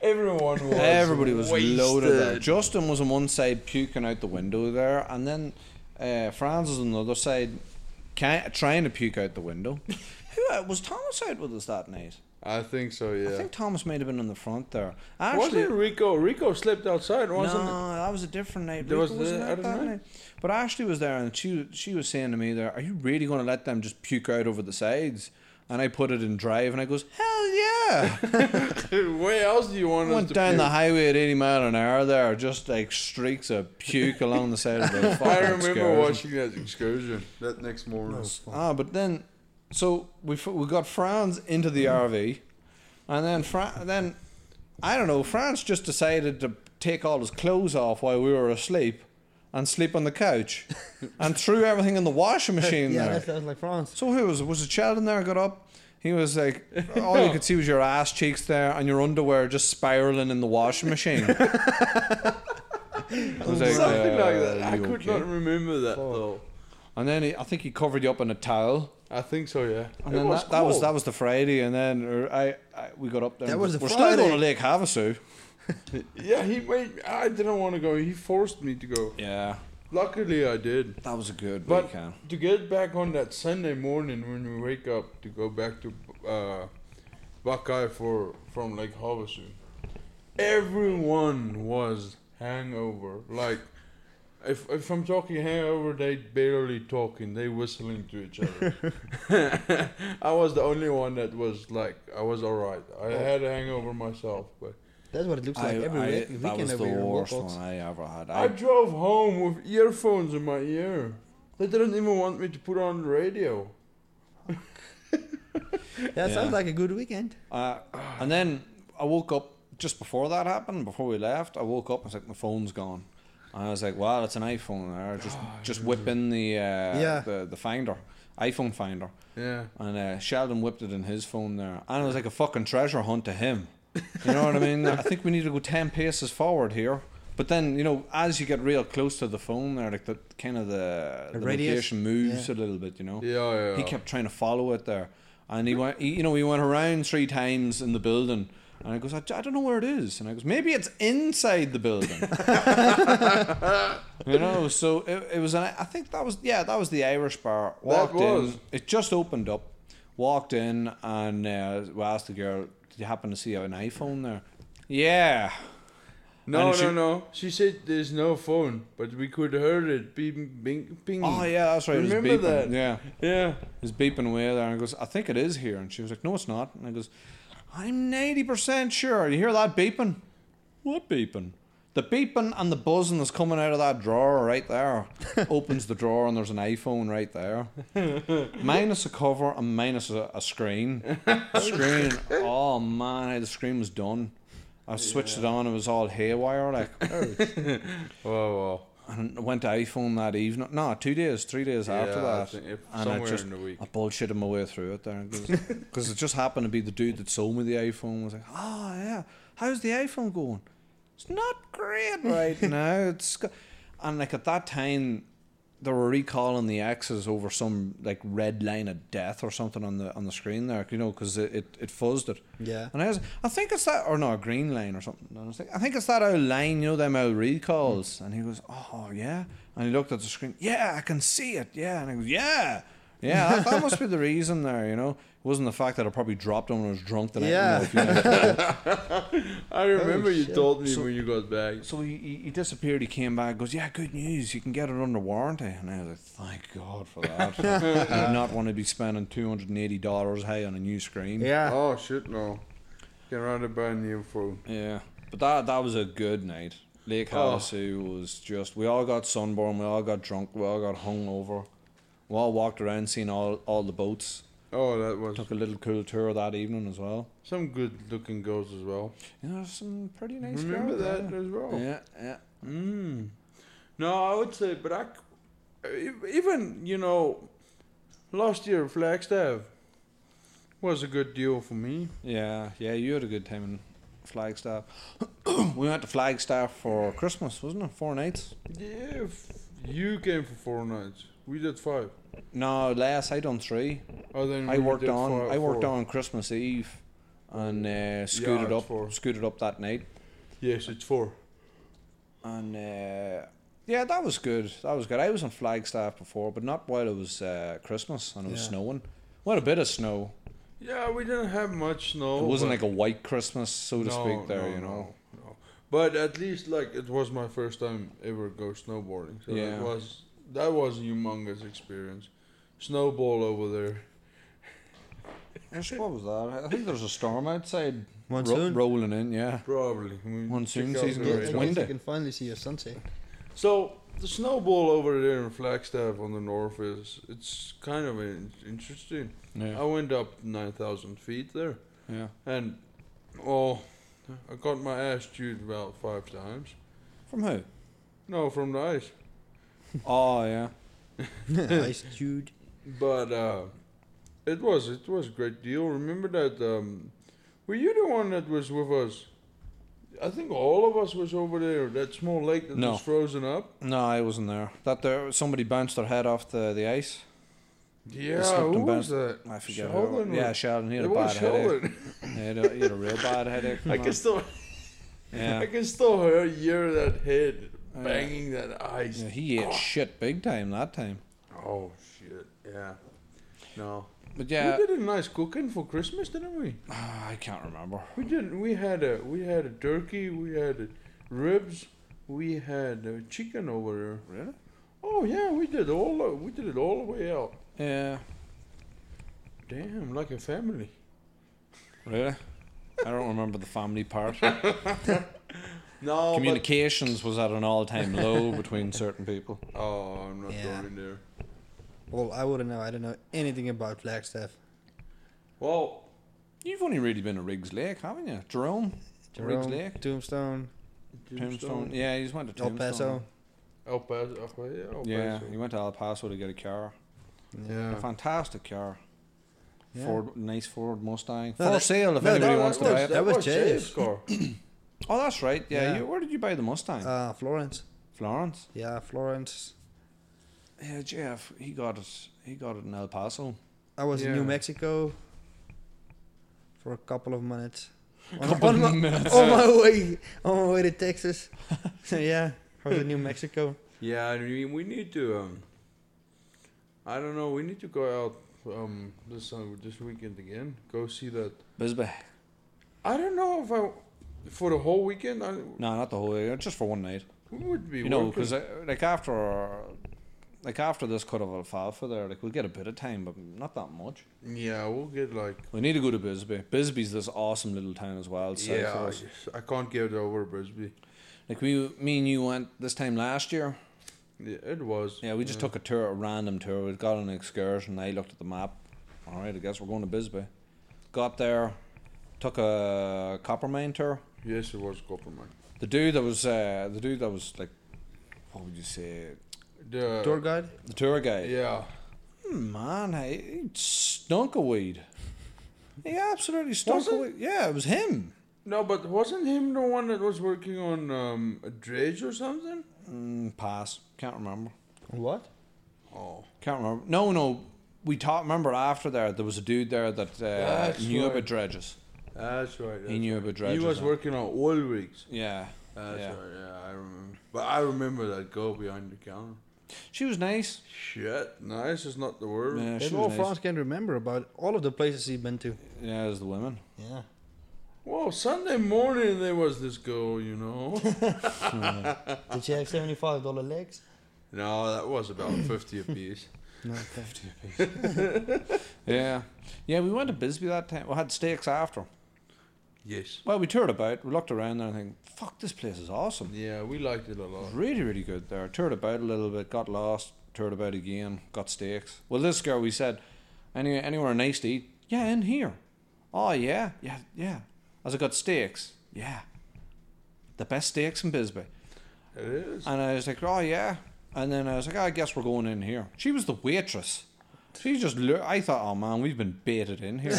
Speaker 4: Everyone was.
Speaker 2: Everybody was
Speaker 4: wasted.
Speaker 2: loaded. There. Justin was on one side puking out the window there, and then uh, Franz was on the other side, ca- trying to puke out the window. Who uh, was Thomas out with us that night?
Speaker 4: I think so.
Speaker 2: I
Speaker 4: Yeah.
Speaker 2: think Thomas might have been in the front there. Actually,
Speaker 4: Wasn't Rico? Rico slept outside, wasn't it?
Speaker 2: no, that was a different night.
Speaker 4: There
Speaker 2: Rika
Speaker 4: was the
Speaker 2: wasn't out
Speaker 4: other
Speaker 2: that
Speaker 4: night?
Speaker 2: night. But Ashley was there, and she she was saying to me, "There, are you really going to let them just puke out over the sides?" And I put it in drive, and I goes, "Hell yeah!"
Speaker 4: Where else do you want
Speaker 2: I
Speaker 4: us
Speaker 2: went
Speaker 4: to
Speaker 2: down
Speaker 4: puke?
Speaker 2: the highway at eighty mile an hour there, just like streaks of puke along the side of the fucking
Speaker 4: I remember
Speaker 2: excursion.
Speaker 4: watching that excursion that next morning.
Speaker 2: Ah, but then, so we f- we got Franz into the
Speaker 4: Mm-hmm.
Speaker 2: RV, and then Fra- then I don't know. Franz just decided to take all his clothes off while we were asleep, and sleep on the couch, and threw everything in the washing machine
Speaker 3: yeah,
Speaker 2: there.
Speaker 3: that sounds like France.
Speaker 2: So who was it? was a child in there? Got up. He was like, all you could see was your ass cheeks there and your underwear just spiraling in the washing machine. I was like,
Speaker 4: Something like
Speaker 2: "Uh,
Speaker 4: that. I
Speaker 2: you
Speaker 4: could
Speaker 2: okay?"
Speaker 4: not remember that though.
Speaker 2: And then he, I think he covered you up in a towel.
Speaker 4: I think so, yeah.
Speaker 2: And then that, that was that was the Friday, and then er, I, I we got up there.
Speaker 3: That
Speaker 2: and
Speaker 3: was the
Speaker 2: we're
Speaker 3: Friday.
Speaker 2: still going to Lake Havasu.
Speaker 4: Yeah, he made. I didn't want to go. He forced me to go.
Speaker 2: Yeah,
Speaker 4: Luckily, I did.
Speaker 2: That was a good
Speaker 4: But-
Speaker 2: weekend.
Speaker 4: To get back on that Sunday morning when we wake up to go back to uh, Buckeye for from Lake Havasu, everyone was hangover. Like, if if I'm talking hangover, they barely talking. They whistling to each other. I was the only one that was like, I was alright. I had a hangover myself, but
Speaker 3: That's what it looks like
Speaker 2: I-
Speaker 3: every
Speaker 2: I-
Speaker 3: week-
Speaker 2: that
Speaker 3: weekend.
Speaker 2: was the
Speaker 3: every
Speaker 2: worst
Speaker 3: workout.
Speaker 2: one I ever had.
Speaker 4: I
Speaker 2: I,
Speaker 4: drove home with earphones in my ear. They didn't even want me to put on the radio.
Speaker 3: That
Speaker 2: Yeah.
Speaker 3: sounds like a good weekend.
Speaker 2: Uh, and then I woke up just before that happened, before we left. I woke up and was like, my phone's gone. And I was like, wow, it's an iPhone there. Just just whipping the, uh,
Speaker 3: Oh, Yeah.
Speaker 2: the the finder, iPhone finder.
Speaker 4: Yeah.
Speaker 2: And uh, Sheldon whipped it in his phone there. And it was like a fucking treasure hunt to him. You know what I mean? I think we need to go 10 paces forward here. But then, you know, as you get real close to the phone there, like the kind of the,
Speaker 3: The
Speaker 2: the,
Speaker 3: radius?
Speaker 2: location moves
Speaker 3: Yeah.
Speaker 2: a little bit, you know?
Speaker 4: Yeah, yeah.
Speaker 2: He kept trying to follow it there, and he went. He, you know, he went around three times in the building, and I goes, I, I don't know where it is, and I goes, maybe it's inside the building. you know, so it, it was. An, I think that was yeah, that was the Irish bar. Walked
Speaker 4: was.
Speaker 2: in, it just opened up. Walked in and uh, we asked the girl, "Did you happen to see an iPhone there?" Yeah.
Speaker 4: No,
Speaker 2: And she-
Speaker 4: no, no. She said there's no phone, but we could hear it beeping, bing, ping.
Speaker 2: Oh yeah, that's right. it
Speaker 4: Remember
Speaker 2: was beeping.
Speaker 4: that?
Speaker 2: Yeah.
Speaker 4: Yeah.
Speaker 2: is beeping away there and I goes, I think it is here. And she was like, No, it's not. And I goes, I'm 90% sure. You hear that beeping? What beeping? The beeping and the buzzing that's coming out of that drawer right there opens the drawer and there's an iPhone right there. minus a cover and minus a, a screen. screen. Oh man, the screen was done. I switched it on. It was all haywire like.
Speaker 4: Wow, wow.
Speaker 2: And I went to iPhone that evening. No, two days, three days after
Speaker 4: Yeah, I
Speaker 2: that.
Speaker 4: think if-
Speaker 2: and I
Speaker 4: somewhere
Speaker 2: just,
Speaker 4: in the week.
Speaker 2: I bullshitted my way through it there. Because it just happened to be the dude that sold me the iPhone was like, oh, yeah, how's the iPhone going? It's not great right now. It's go-" And like at that time, they were recalling the X's over some like red line of death or something on the on the screen there, you know, because it, it, it fuzzed it.
Speaker 3: Yeah.
Speaker 2: And I was, I think it's that, or no, a green line or something. And I was like, I think it's that old line, you know, them old recalls. And he goes, oh, yeah. And he looked at the screen, yeah, I can see it, yeah. And I goes, yeah, yeah, that, that must be the reason there, you know. It wasn't the fact that I probably dropped him when I was drunk the night. you know,
Speaker 3: Yeah.
Speaker 2: a few nights.
Speaker 4: I
Speaker 2: Oh,
Speaker 4: remember you
Speaker 3: shit.
Speaker 4: told me when you got back.
Speaker 2: so he, he, he disappeared, he came back, goes, yeah, good news, you can get it under warranty. And I was like, thank God for that. I did not want to be spending $280 high on a new screen.
Speaker 3: Yeah.
Speaker 4: Oh shit, no. Can run a brand new phone.
Speaker 2: Yeah, but that that was a good night. Lake
Speaker 4: Oh.
Speaker 2: Havasu was just. We all got sunburned. We all got drunk. We all got hungover. We all walked around, seen all all the boats.
Speaker 4: Oh, that was
Speaker 2: Took a little cool tour that evening as well.
Speaker 4: some good-looking girls as well.
Speaker 2: Yeah, there's some pretty nice.
Speaker 4: remember
Speaker 2: girls
Speaker 4: that
Speaker 2: there.
Speaker 4: as well.
Speaker 2: Yeah, yeah.
Speaker 4: Mm. No, I would say, but I, c- e- even you know, last year Flagstaff was a good deal for me.
Speaker 2: Yeah, yeah, you had a good time in Flagstaff. we went to Flagstaff for Christmas, wasn't it? Four nights.
Speaker 4: Yeah, f- you came for four nights. We did five.
Speaker 2: No, less. I done three.
Speaker 4: Oh, then
Speaker 2: I
Speaker 4: we
Speaker 2: worked
Speaker 4: did
Speaker 2: on
Speaker 4: four-
Speaker 2: I worked
Speaker 4: four.
Speaker 2: on Christmas Eve, and uh, scooted
Speaker 4: it's
Speaker 2: up
Speaker 4: four.
Speaker 2: scooted up that night.
Speaker 4: Yes, it's four.
Speaker 2: And uh, yeah, that was good. That was good. I was on Flagstaff before, but not while it was uh, Christmas and it was
Speaker 3: Yeah.
Speaker 2: snowing. What a bit of snow.
Speaker 4: Yeah, we didn't have much snow.
Speaker 2: it wasn't like
Speaker 4: but-
Speaker 2: a white Christmas, so to
Speaker 4: No,
Speaker 2: speak. There,
Speaker 4: no,
Speaker 2: you know.
Speaker 4: no, no. But at least like it was my first time ever go snowboarding, so
Speaker 2: Yeah.
Speaker 4: it was that was a humongous experience. Snowball over there.
Speaker 2: Yes, What was that? I think there's a storm outside. ro-
Speaker 3: Monsoon?
Speaker 2: rolling in, yeah.
Speaker 4: Probably. I mean,
Speaker 2: Monsoon
Speaker 4: check out
Speaker 2: season
Speaker 4: the
Speaker 3: Yeah,
Speaker 2: it's
Speaker 3: I
Speaker 4: radar.
Speaker 3: guess
Speaker 2: windy.
Speaker 3: you can finally see a sunset.
Speaker 4: So the snowball over there in Flagstaff on the north is it's kind of in- interesting. I
Speaker 2: Yeah,
Speaker 4: went up nine thousand feet there,
Speaker 2: yeah.
Speaker 4: and oh, I got my ass chewed about five times.
Speaker 2: From who?
Speaker 4: No, from the ice.
Speaker 2: oh yeah.
Speaker 3: nice, dude.
Speaker 4: But uh, it was it was a great deal. Remember that? Um, were you the one that was with us? I think all of us was over there. That small lake that
Speaker 2: No.
Speaker 4: was frozen up.
Speaker 2: No, I wasn't there. That there, somebody bounced their head off the, the ice.
Speaker 4: Yeah,
Speaker 2: slipped
Speaker 4: who
Speaker 2: and
Speaker 4: was
Speaker 2: bounced.
Speaker 4: that?
Speaker 2: I forget. who it
Speaker 4: Sheldon
Speaker 2: was. Yeah,
Speaker 4: was-
Speaker 2: Sheldon. He had
Speaker 4: it
Speaker 2: a
Speaker 4: was
Speaker 2: bad headache.
Speaker 4: Sheldon.
Speaker 2: He had a, he had a real bad headache.
Speaker 4: I
Speaker 2: man.
Speaker 4: can still
Speaker 2: Yeah. Oh,
Speaker 4: I can still hear, hear that head banging that ice.
Speaker 2: Yeah, he ate shit big time that time.
Speaker 4: Oh shit! Yeah. No.
Speaker 2: But yeah,
Speaker 4: We did a nice cooking for Christmas, didn't we?
Speaker 2: I can't remember.
Speaker 4: We did. We had a we had a turkey. We had a ribs. We had a chicken over there.
Speaker 2: Really?
Speaker 4: Oh yeah, we did all the- we did it all the way out.
Speaker 2: Yeah,
Speaker 4: Damn, like a family.
Speaker 2: really. I don't remember the family part.
Speaker 4: No,
Speaker 2: Communications was at an all-time low between certain people.
Speaker 4: but oh, I'm not
Speaker 3: Yeah.
Speaker 4: going there.
Speaker 3: Well, I wouldn't know. I don't know anything about Flagstaff.
Speaker 4: Well,
Speaker 2: You've only really been to Riggs Lake, haven't you? Jerome, Riggs
Speaker 3: Jerome,
Speaker 2: Lake,
Speaker 3: Tombstone,
Speaker 2: Tombstone. Yeah, you just went to
Speaker 3: El
Speaker 2: Tombstone.
Speaker 3: Paso.
Speaker 4: El Paso. El Paso. El Paso.
Speaker 2: Yeah, you went to El Paso to get a car.
Speaker 4: Yeah.
Speaker 2: A fantastic car.
Speaker 3: Yeah.
Speaker 2: Ford, nice Ford Mustang.
Speaker 3: No,
Speaker 2: For
Speaker 3: that-
Speaker 2: sale if
Speaker 3: no,
Speaker 2: anybody
Speaker 3: that-
Speaker 2: wants to
Speaker 3: that
Speaker 2: buy
Speaker 3: was-
Speaker 2: it.
Speaker 3: that was
Speaker 4: Jay's car.
Speaker 2: Oh, that's right. Yeah,
Speaker 3: Yeah.
Speaker 2: You, where did you buy the Mustang?
Speaker 3: Uh, Florence.
Speaker 2: Florence.
Speaker 3: Yeah, Florence.
Speaker 2: Yeah, Jeff. He got it. He got it in El Paso.
Speaker 3: I was in
Speaker 4: Yeah.
Speaker 3: New Mexico for a couple of minutes. On,
Speaker 2: Couple
Speaker 3: on
Speaker 2: of
Speaker 3: my,
Speaker 2: minutes.
Speaker 3: on my way, on my way to Texas. so yeah, I was in New Mexico.
Speaker 4: Yeah, I mean, we need to. Um, I don't know. We need to go out um, this summer, this weekend again. Go see that.
Speaker 2: Bisbee.
Speaker 4: I don't know if I for the whole weekend. I
Speaker 2: No, not the whole. year, Just for one night.
Speaker 4: we would be.
Speaker 2: You know,
Speaker 4: working.
Speaker 2: because like after, like after this cut of alfalfa, there, like we'll get a bit of time, but not that much.
Speaker 4: yeah, we'll get like
Speaker 2: We need to go to Bisbee. Bisbee's this awesome little town as well. south of
Speaker 4: yeah. I
Speaker 2: us.
Speaker 4: just- I can't get over Brisbane.
Speaker 2: Like we, me and you went this time last year.
Speaker 4: Yeah, it was.
Speaker 2: Yeah, we just took a tour, a random tour. We got on an excursion. I looked at the map. All right, I guess we're going to Bisbee. Got there, took a copper mine tour.
Speaker 4: Yes, it was Copperman.
Speaker 2: The dude that was, uh, the dude that was like, what would you say,
Speaker 4: The
Speaker 3: Tour guide.
Speaker 2: the tour guide.
Speaker 4: Yeah.
Speaker 2: Hmm, Man, he, he stunk a weed. He absolutely stunk
Speaker 4: Was
Speaker 2: a weed.
Speaker 4: it?
Speaker 2: Yeah, it was him.
Speaker 4: No, but wasn't him the one that was working on um, a dredge or something?
Speaker 2: Mm, pass. Can't remember.
Speaker 3: What?
Speaker 4: Oh.
Speaker 2: Can't remember. No, no. We taught. Remember after there, there was a dude there that uh,
Speaker 4: That's
Speaker 2: knew
Speaker 4: right.
Speaker 2: about dredges.
Speaker 4: That's right.
Speaker 2: He
Speaker 4: That's
Speaker 2: knew about
Speaker 4: right.
Speaker 2: dredges.
Speaker 4: He was
Speaker 2: huh?
Speaker 4: working on oil rigs.
Speaker 2: Yeah.
Speaker 4: That's
Speaker 2: yeah.
Speaker 4: right, yeah, I remember. But I remember that girl behind the counter.
Speaker 2: She was nice.
Speaker 4: Shit, nice is not the word.
Speaker 2: Yeah,
Speaker 3: That's
Speaker 2: she
Speaker 3: all
Speaker 2: was nice.
Speaker 3: France can remember about all of the places he's been to.
Speaker 2: Yeah, it was the women.
Speaker 3: Yeah.
Speaker 4: Well, Sunday morning there was this girl, you know.
Speaker 3: Did she have seventy-five dollar legs?
Speaker 4: no, that was about 50 apiece.
Speaker 3: No. Okay.
Speaker 2: Yeah. Yeah, we went to Bisbee that time. We had steaks after.
Speaker 4: Yes.
Speaker 2: Well, we toured about. We looked around there and think, fuck, this place is awesome.
Speaker 4: Yeah, we liked it a
Speaker 2: It was
Speaker 4: lot.
Speaker 2: really, really good there. Toured about a little bit, got lost, toured about again, got steaks. Well, this girl, we said, Any, anywhere nice to eat? Yeah, in here. Oh, yeah, yeah, yeah. As I got steaks. Yeah. The best steaks in Bisbee.
Speaker 4: It is.
Speaker 2: And I was like, oh yeah. And then I was like, I guess we're going in here. She was the waitress. She just, lo- I thought, oh man, we've been baited in here.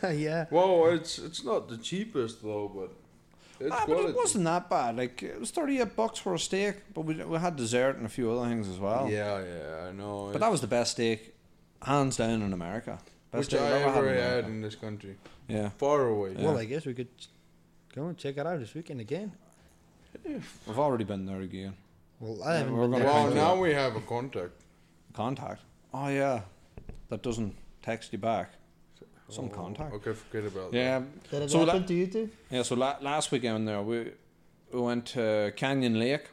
Speaker 3: yeah.
Speaker 4: Well, it's it's not the cheapest though, but it's
Speaker 2: ah, but
Speaker 4: quality.
Speaker 2: it wasn't that bad. Like it was thirty-eight bucks for a steak, but we we had dessert and a few other things as well.
Speaker 4: Yeah, yeah, I know.
Speaker 2: But that was the best steak, hands down in America. Best
Speaker 4: which I
Speaker 2: I've
Speaker 4: ever
Speaker 2: in
Speaker 4: had
Speaker 2: America.
Speaker 4: in this country.
Speaker 2: Yeah,
Speaker 4: Far away.
Speaker 3: Well, I guess we could go and check it out this weekend again.
Speaker 2: we've already been there again.
Speaker 3: Well, I haven't
Speaker 2: we're
Speaker 3: been
Speaker 2: gonna
Speaker 3: there.
Speaker 4: Well,
Speaker 2: Yeah.
Speaker 4: now we have a contact.
Speaker 2: Contact. Oh yeah, that doesn't text you back. Some contact.
Speaker 4: Oh, Okay, forget about that.
Speaker 2: Yeah.
Speaker 3: Did it
Speaker 2: So
Speaker 3: happen
Speaker 2: that-
Speaker 3: to you too?
Speaker 2: Yeah, so la- last weekend there we we went to Canyon Lake,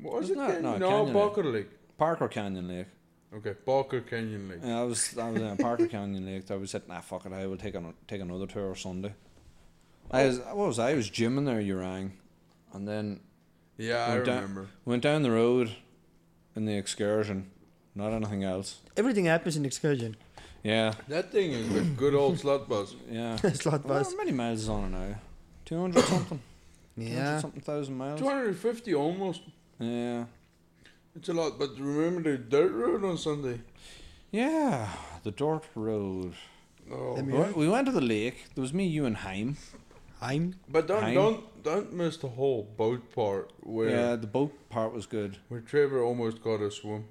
Speaker 4: Was it
Speaker 2: Isn't that-
Speaker 4: Canyon?
Speaker 2: no,
Speaker 4: No,
Speaker 2: Canyon Lake.
Speaker 4: Parker Lake.
Speaker 2: Parker Canyon Lake.
Speaker 4: Okay, Parker Canyon Lake.
Speaker 2: And I was I was in Parker Canyon Lake. I was said, nah, fuck it, I will take an, take another tour Sunday. I was what was I? I was gymming there, you rang, and then
Speaker 4: Yeah, I
Speaker 2: went down-
Speaker 4: remember.
Speaker 2: went down the road in the excursion. Not anything else.
Speaker 3: Everything happens in excursion.
Speaker 2: Yeah,
Speaker 4: That thing is a good old slut bus.
Speaker 2: yeah.
Speaker 3: Slot
Speaker 2: Well,
Speaker 3: bus.
Speaker 2: how many miles is on it now? Two hundred something. 200
Speaker 3: Yeah.
Speaker 2: something thousand miles.
Speaker 4: 250 almost.
Speaker 2: Yeah.
Speaker 4: It's a lot, but remember the dirt road on Sunday?
Speaker 2: Yeah, the dirt road.
Speaker 4: Oh.
Speaker 3: Let
Speaker 2: We
Speaker 3: me-
Speaker 2: went- We went to the lake. There was me, you, and Heim.
Speaker 3: I'm.
Speaker 4: But don't
Speaker 2: Hang.
Speaker 4: don't don't miss the whole boat part where
Speaker 2: Yeah, the boat part was good.
Speaker 4: where Trevor almost got a swim.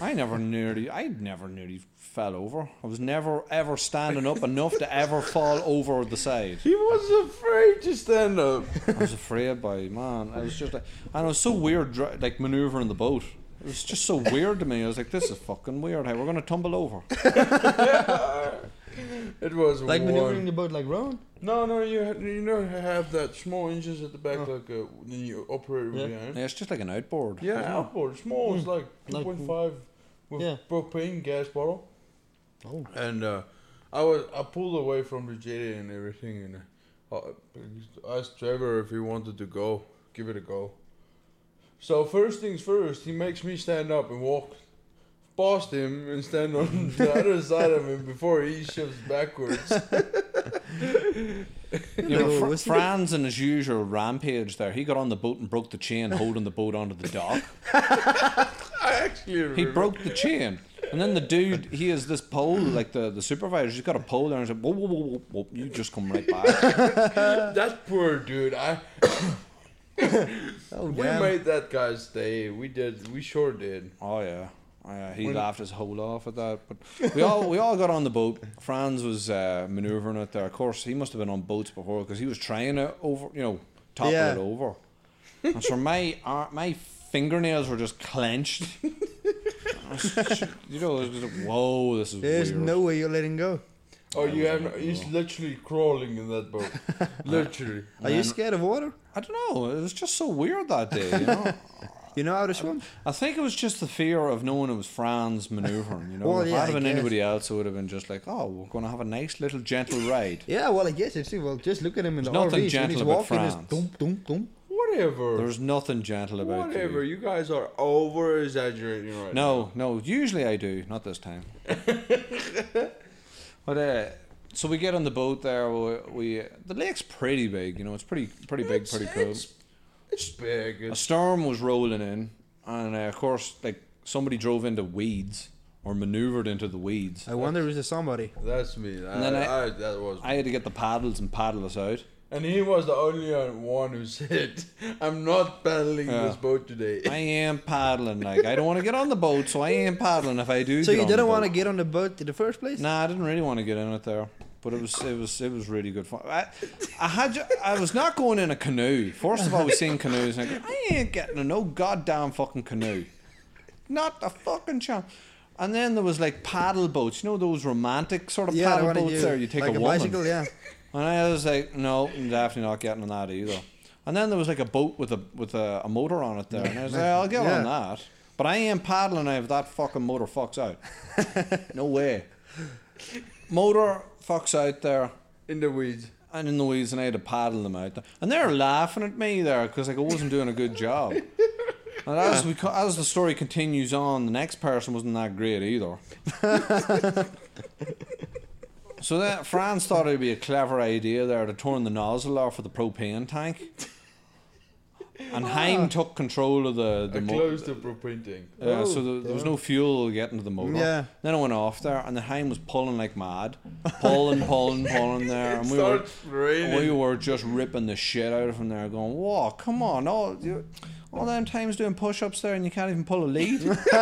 Speaker 2: I never nearly, I never nearly fell over. I was never ever standing up enough to ever fall over the side.
Speaker 4: He was afraid to stand up.
Speaker 2: I was afraid by man. I was just like, and it was so weird, dri- like maneuvering the boat. It was just so weird to me. I was like, this is fucking weird. How we're gonna tumble over?
Speaker 4: It was
Speaker 3: Like
Speaker 4: one.
Speaker 3: maneuvering the boat like Rowan?
Speaker 4: No, no, you ha- you know have that small engines at the back like a then you operate with
Speaker 3: Oh. Yeah.
Speaker 4: behind.
Speaker 2: Yeah, it's just like an outboard.
Speaker 4: Yeah, outboard small is like two
Speaker 3: Mm. Like-
Speaker 4: point five with
Speaker 3: Yeah.
Speaker 4: propane gas bottle.
Speaker 3: Oh.
Speaker 4: And uh, I was I pulled away from the jetty and everything and uh, I asked Trevor if he wanted to go give it a go. So first things first, he makes me stand up and walk past him and stand on the other side of him before he shifts backwards.
Speaker 2: You know,
Speaker 3: Little
Speaker 2: Fr-
Speaker 3: whistle.
Speaker 2: Franz in his usual rampage there, he got on the boat and broke the chain holding the boat onto the dock.
Speaker 4: I actually
Speaker 2: He
Speaker 4: remember.
Speaker 2: broke the chain. And then the dude, he has this pole, like the, the supervisor, he's got a pole there and he's like, whoa, whoa, whoa, whoa, whoa, you just come right back.
Speaker 4: that poor dude. I
Speaker 3: Oh,
Speaker 4: we
Speaker 3: damn.
Speaker 4: made that guy stay. We did. We sure did.
Speaker 2: oh, yeah. Uh, he laughed his whole off at that. But we all we all got on the boat. Franz was uh, maneuvering it there. Of course, he must have been on boats before because he was trying to over, you know, topple
Speaker 3: Yeah.
Speaker 2: it over. And so my ar- my fingernails were just clenched. you know, it was just, whoa, this is
Speaker 3: There's
Speaker 2: weird.
Speaker 3: no way you're letting go.
Speaker 4: Oh, you have. He's literally crawling in that boat. literally.
Speaker 3: Are you scared of water?
Speaker 2: I don't know. It was just so weird that day. You know.
Speaker 3: You know how to swim?
Speaker 2: I think it was just the fear of knowing it was Franz manoeuvring. You know,
Speaker 3: Well,
Speaker 2: if
Speaker 3: yeah,
Speaker 2: I'd
Speaker 3: I
Speaker 2: have been
Speaker 3: guess.
Speaker 2: anybody else, it would have been just like, oh, we're going to have a nice little gentle ride.
Speaker 3: Yeah, well, I guess it's well. Just look at him in
Speaker 2: There's
Speaker 3: the
Speaker 2: nothing
Speaker 3: RVs when
Speaker 2: gentle
Speaker 3: he's
Speaker 2: about
Speaker 3: walking. It's
Speaker 2: France.
Speaker 3: dum dum dum.
Speaker 4: Whatever.
Speaker 2: There's nothing gentle about
Speaker 4: Whatever.
Speaker 2: you.
Speaker 4: You guys are over exaggerating right now.
Speaker 2: No, no. Usually I do, not this time. but uh, so we get on the boat there. We, we the lake's pretty big. You know, it's pretty pretty big,
Speaker 4: It's-
Speaker 2: pretty cool.
Speaker 4: It's, it's big.
Speaker 2: a
Speaker 4: It's,
Speaker 2: storm was rolling in, and uh, of course, like somebody drove into weeds or maneuvered into the weeds.
Speaker 3: I wonder is there somebody?
Speaker 4: that's me. I,
Speaker 2: then I-
Speaker 4: I, that was.
Speaker 2: I had to get the paddles and paddle us out.
Speaker 4: and he was the only one who said, "I'm not paddling
Speaker 2: Yeah.
Speaker 4: this boat today."
Speaker 2: I am paddling. Like I don't want to get on the boat, so I am paddling. If I do,
Speaker 3: So
Speaker 2: get
Speaker 3: you
Speaker 2: on the
Speaker 3: didn't want to
Speaker 2: boat.
Speaker 3: get on the boat in the first place?
Speaker 2: Nah, I didn't really want to get in it there, but it was it was it was really good fun. I, I had ju- I was not going in a canoe. First of all, we seen canoes. And I, go, I ain't getting in no goddamn fucking canoe. Not a fucking chance. And then there was like paddle boats. You know those romantic sort of
Speaker 3: Yeah, I
Speaker 2: paddle
Speaker 3: wanted
Speaker 2: boats
Speaker 3: you.
Speaker 2: there. You take
Speaker 3: like
Speaker 2: a,
Speaker 3: a,
Speaker 2: woman.
Speaker 3: bicycle, yeah.
Speaker 2: And I was like, no, I'm definitely not getting on that either. And then there was like a boat with a with a, a motor on it there, and I was like, I'll get
Speaker 3: Yeah.
Speaker 2: on that. But I am paddling if that fucking motor fucks out. no way. Motor fucks out there
Speaker 4: in the weeds.
Speaker 2: and in the weeds, and I had to paddle them out. There. And they're laughing at me there because like I wasn't doing a good job. And as we co- as the story continues on, the next person wasn't that great either. so that Franz thought it'd be a clever idea there to turn the nozzle off of the propane tank. And Heim took control of the the
Speaker 4: I
Speaker 2: mo-
Speaker 4: closed the propane tank.
Speaker 2: yeah, Uh, so there, there was no fuel getting to the motor.
Speaker 3: Yeah.
Speaker 2: Then I went off there, and the Heim was pulling like mad, pulling, pulling, pulling there, and we were
Speaker 4: Starts raining.
Speaker 2: we were just ripping the shit out of him there, going, "Whoa, come on, all you, all them times doing push-ups there, and you can't even pull a lead."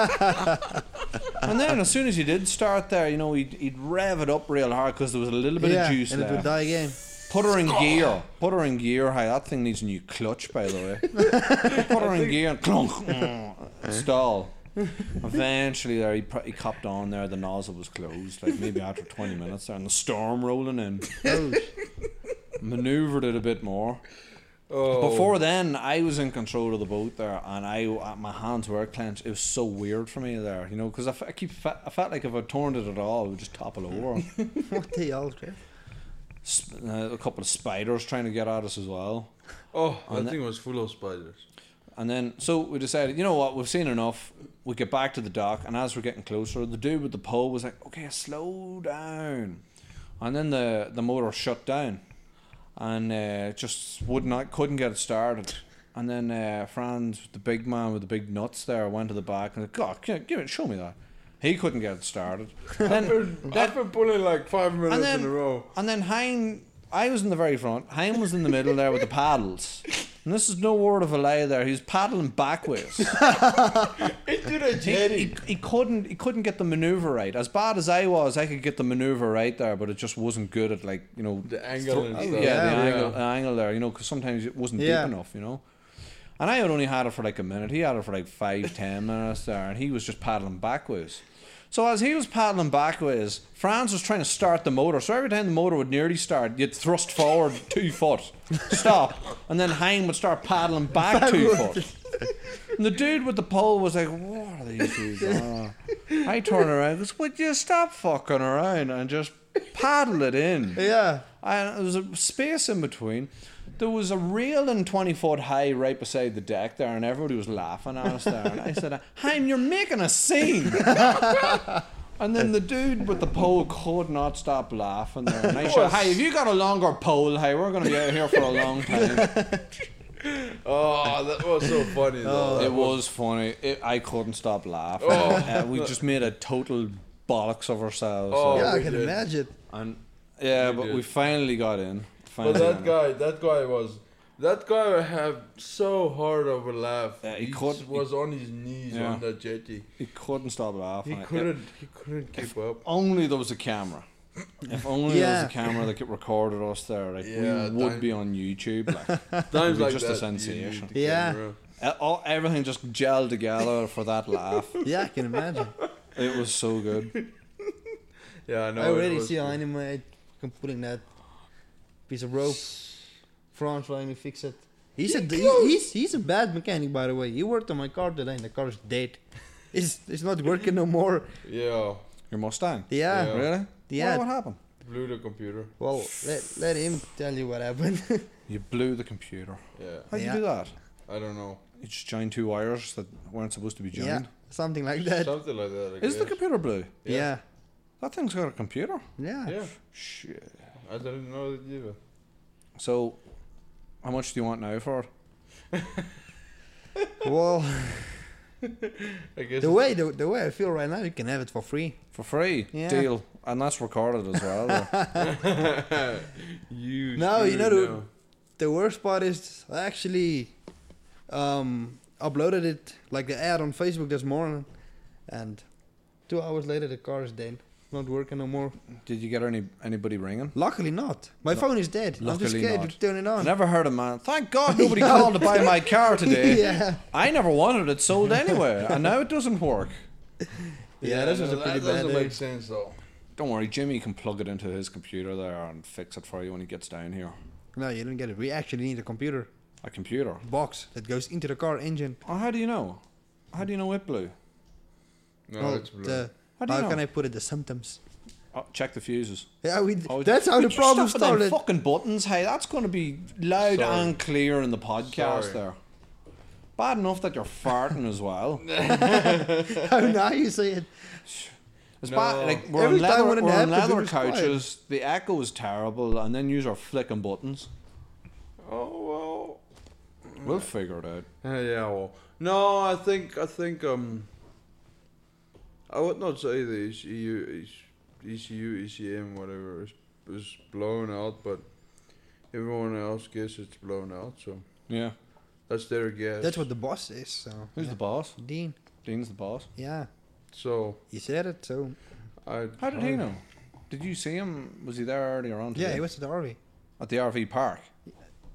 Speaker 2: and then as soon as he did start there, you know, he'd, he'd rev it up real hard because there was a little bit
Speaker 3: yeah,
Speaker 2: of juice
Speaker 3: and it would
Speaker 2: left.
Speaker 3: die again.
Speaker 2: Put her in gear. Put her in gear. Hey, that thing needs a new clutch, by the way. Put her in gear and clunk. mm, Stall. Eventually, there he, pr- he copped on there. The nozzle was closed, like maybe after 20 minutes there, and the storm rolling in.
Speaker 3: Oh,
Speaker 2: Maneuvered it a bit more.
Speaker 4: Oh.
Speaker 2: Before then, I was in control of the boat there, and I uh, my hands were clenched. It was so weird for me there, you know, because I, f- I keep fe- I felt like if I turned it at all, it would just topple over.
Speaker 3: what the hell, Trev?
Speaker 2: Sp- uh, a couple of spiders trying to get at us as well.
Speaker 4: Oh, that
Speaker 2: that-
Speaker 4: thing was full of spiders.
Speaker 2: And then, so we decided, you know what, we've seen enough. We get back to the dock, and as we're getting closer, the dude with the pole was like, okay, slow down. And then the, the motor shut down and uh, just would not, couldn't get it started. And then uh, Franz, the big man with the big nuts there, went to the back and, God, can you- give it, show me that. He couldn't get it started.
Speaker 4: I've been,
Speaker 2: Then,
Speaker 4: I've been pulling like five minutes
Speaker 2: then-
Speaker 4: in a row.
Speaker 2: and then Hein, I was in the very front. Hein was in the middle there with the paddles. And this is no word of a lie. There, he's paddling backwards.
Speaker 4: Into the
Speaker 2: he, he, he couldn't he couldn't get the maneuver right. As bad as I was, I could get the maneuver right there, but it just wasn't good at like you know
Speaker 4: The angle and
Speaker 2: thro-
Speaker 4: stuff.
Speaker 2: Oh, Yeah, the
Speaker 4: Yeah.
Speaker 2: angle, the angle there. You know, because sometimes it wasn't
Speaker 3: Yeah.
Speaker 2: deep enough. You know, and I had only had it for like a minute. He had it for like five ten minutes there, and he was just paddling backwards. So as he was paddling backwards, Franz was trying to start the motor. So every time the motor would nearly start, you'd thrust forward two foot, stop, and then Hein would start paddling back two foot. And the dude with the pole was like, "What are these dudes?" on?" I turn around, goes, "Would you stop fucking around and just paddle it in?"
Speaker 3: Yeah.
Speaker 2: And there was a space in between. There was a railing twenty foot high right beside the deck there, and everybody was laughing at us there. And I said, "Haim, you're making a scene." And then the dude with the pole could not stop laughing there. And I said, "Hey, have you got a longer pole? Hey, we're going to be out here for a long time."
Speaker 4: Oh, that was so funny though.
Speaker 2: It was funny. It, I couldn't stop laughing.
Speaker 4: Oh.
Speaker 2: Uh, we just made a total bollocks of ourselves.
Speaker 4: Oh.
Speaker 3: yeah, I
Speaker 4: we
Speaker 3: can
Speaker 4: did.
Speaker 3: imagine.
Speaker 2: And yeah,
Speaker 4: We
Speaker 2: but
Speaker 4: did.
Speaker 2: we finally got in.
Speaker 4: But
Speaker 2: Finally
Speaker 4: that
Speaker 2: got in.
Speaker 4: guy, that guy was, that guy had so hard of a laugh.
Speaker 2: Yeah, he
Speaker 4: he
Speaker 2: caught-
Speaker 4: was on his knees
Speaker 2: Yeah.
Speaker 4: on the jetty.
Speaker 2: He couldn't stop laughing.
Speaker 4: He
Speaker 2: It-
Speaker 4: couldn't, he couldn't keep up.
Speaker 2: only there was a camera. If only there
Speaker 3: Yeah.
Speaker 2: was a camera that could record us there, like
Speaker 4: Yeah,
Speaker 2: we would
Speaker 4: time-
Speaker 2: be on YouTube. Like,
Speaker 4: Times
Speaker 2: be
Speaker 4: like
Speaker 2: just a
Speaker 4: that,
Speaker 2: sensation.
Speaker 4: You need the
Speaker 3: Yeah.
Speaker 4: camera.
Speaker 2: uh, all, everything just gelled together for that laugh.
Speaker 3: Yeah, I can imagine.
Speaker 2: It was so good.
Speaker 4: yeah. I know.
Speaker 3: I already
Speaker 4: it was
Speaker 3: see
Speaker 4: good.
Speaker 3: an anime fucking putting that piece of rope. Franz trying to fix it. He's a he, he's he's a bad mechanic by the way. He worked on my car today and the car's dead. It's it's not working no more.
Speaker 4: Yeah.
Speaker 2: Your Mustang.
Speaker 3: Yeah.
Speaker 4: Yeah.
Speaker 2: Really?
Speaker 3: Yeah.
Speaker 2: What, what happened?
Speaker 4: Blew the computer.
Speaker 3: Well, let let him tell you what happened.
Speaker 2: You blew the computer.
Speaker 4: Yeah.
Speaker 2: How'd
Speaker 3: Yeah.
Speaker 2: you do that?
Speaker 4: I don't know.
Speaker 2: You just joined two wires that weren't supposed to be
Speaker 3: yeah,
Speaker 2: joined.
Speaker 3: something like that.
Speaker 4: Something like that. I
Speaker 2: Is the
Speaker 4: guess.
Speaker 2: computer blue?
Speaker 3: yeah.
Speaker 2: That thing's got a computer.
Speaker 3: Yeah.
Speaker 4: Yeah.
Speaker 2: Shit.
Speaker 4: I didn't know that either.
Speaker 2: So, how much do you want now for it?
Speaker 3: Well,
Speaker 4: I guess.
Speaker 3: the way the, the way I feel right now, you can have it for free.
Speaker 2: For free?
Speaker 3: Yeah.
Speaker 2: Deal. And that's recorded as well. though.
Speaker 4: you.
Speaker 3: No, you know
Speaker 4: screwed
Speaker 3: the-
Speaker 4: now.
Speaker 3: The worst part is I actually um, uploaded it like the ad on Facebook this morning, and two hours later the car is dead, not working no more.
Speaker 2: Did you get any anybody ringing?
Speaker 3: Luckily not. My phone is dead. I'm just
Speaker 2: Luckily
Speaker 3: scared
Speaker 2: not.
Speaker 3: to turn it
Speaker 2: I
Speaker 3: on.
Speaker 2: never heard a man. Thank God nobody called to buy my car today.
Speaker 3: yeah.
Speaker 2: I never wanted it sold anyway, and now it doesn't work.
Speaker 3: Yeah, this
Speaker 4: no,
Speaker 3: was a
Speaker 4: that
Speaker 3: pretty bad
Speaker 4: doesn't
Speaker 3: day.
Speaker 4: make sense though.
Speaker 2: Don't worry, Jimmy can plug it into his computer there and fix it for you when he gets down here.
Speaker 3: No, you didn't get it. We actually need a computer
Speaker 2: A computer.
Speaker 3: box that goes into the car engine.
Speaker 2: Oh, how do you know? How do you know it blew?
Speaker 4: No,
Speaker 3: Well,
Speaker 4: it's blue.
Speaker 3: the- how
Speaker 2: How do you know?
Speaker 3: can I put it? The symptoms.
Speaker 2: Oh, check the fuses.
Speaker 3: Yeah, we.
Speaker 2: Oh,
Speaker 3: that's how the
Speaker 2: would you stop
Speaker 3: problem
Speaker 2: with them
Speaker 3: started.
Speaker 2: Fucking buttons. Hey, that's going to be loud
Speaker 4: Sorry.
Speaker 2: and clear in the podcast
Speaker 4: Sorry.
Speaker 2: there. Bad enough that you're farting as well.
Speaker 3: oh, now you say it.
Speaker 2: It's
Speaker 4: No.
Speaker 2: bad. Like we're
Speaker 3: Every
Speaker 2: on
Speaker 3: time
Speaker 2: leather,
Speaker 3: when it
Speaker 2: we're on
Speaker 3: happens, it
Speaker 2: leather
Speaker 3: was quiet.
Speaker 2: couches. The echo is terrible, and then you are flicking buttons.
Speaker 4: oh
Speaker 2: We'll figure it out.
Speaker 4: well. Uh, yeah. Well. No, I think I think um. I would not say the E ECU, E ECU, ECM, whatever is is blown out, but everyone else guess it's blown out. So
Speaker 2: Yeah.
Speaker 4: that's their guess.
Speaker 3: That's what the boss is. So.
Speaker 2: Who's the boss?
Speaker 3: Dean?
Speaker 2: Dean's the boss.
Speaker 3: Yeah,
Speaker 4: So
Speaker 3: you said it. So.
Speaker 4: I.
Speaker 2: How did he know? Did you see him? Was he there earlier on?
Speaker 3: Yeah,
Speaker 2: today?
Speaker 3: he was at the RV.
Speaker 2: at the RV park.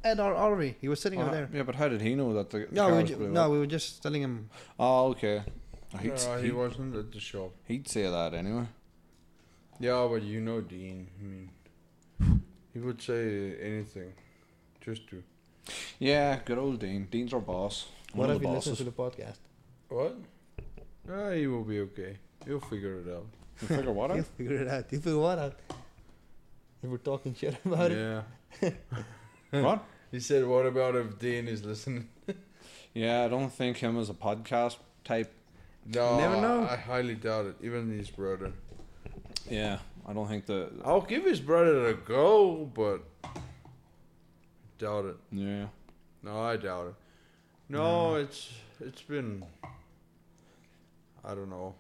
Speaker 3: At our RV, he was sitting
Speaker 2: Oh,
Speaker 3: over
Speaker 2: how-
Speaker 3: there.
Speaker 2: Yeah, but how did he know that the, the
Speaker 3: Uh-huh. No,
Speaker 2: car
Speaker 3: we
Speaker 2: was
Speaker 3: ju-
Speaker 2: blew
Speaker 3: no,
Speaker 2: up?
Speaker 3: we were just telling him.
Speaker 2: Oh, okay. He'd,
Speaker 4: No, uh, he
Speaker 2: he'd,
Speaker 4: wasn't at the shop.
Speaker 2: he'd say that anyway.
Speaker 4: Yeah, but you know Dean. I mean, he would say anything, just to
Speaker 2: Yeah, good old Dean. Dean's our boss.
Speaker 3: What
Speaker 2: One of
Speaker 3: have
Speaker 2: the
Speaker 3: you listened
Speaker 2: bosses.
Speaker 3: to the podcast?
Speaker 4: what? Ah, he will be okay. He'll figure it out.
Speaker 2: You figure what
Speaker 3: He'll
Speaker 2: out?
Speaker 3: figure it out. He'll figure what out. If we're talking shit about it.
Speaker 4: yeah.
Speaker 2: what?
Speaker 4: He said, "What about if Dean is listening?"
Speaker 2: Yeah, I don't think him as a podcast type.
Speaker 4: No,
Speaker 3: Never know.
Speaker 4: I, I highly doubt it. Even his brother.
Speaker 2: Yeah, I don't think the
Speaker 4: I'll give his brother a go, but doubt it.
Speaker 2: yeah.
Speaker 4: No, I doubt it. No, it's it's been. I don't know.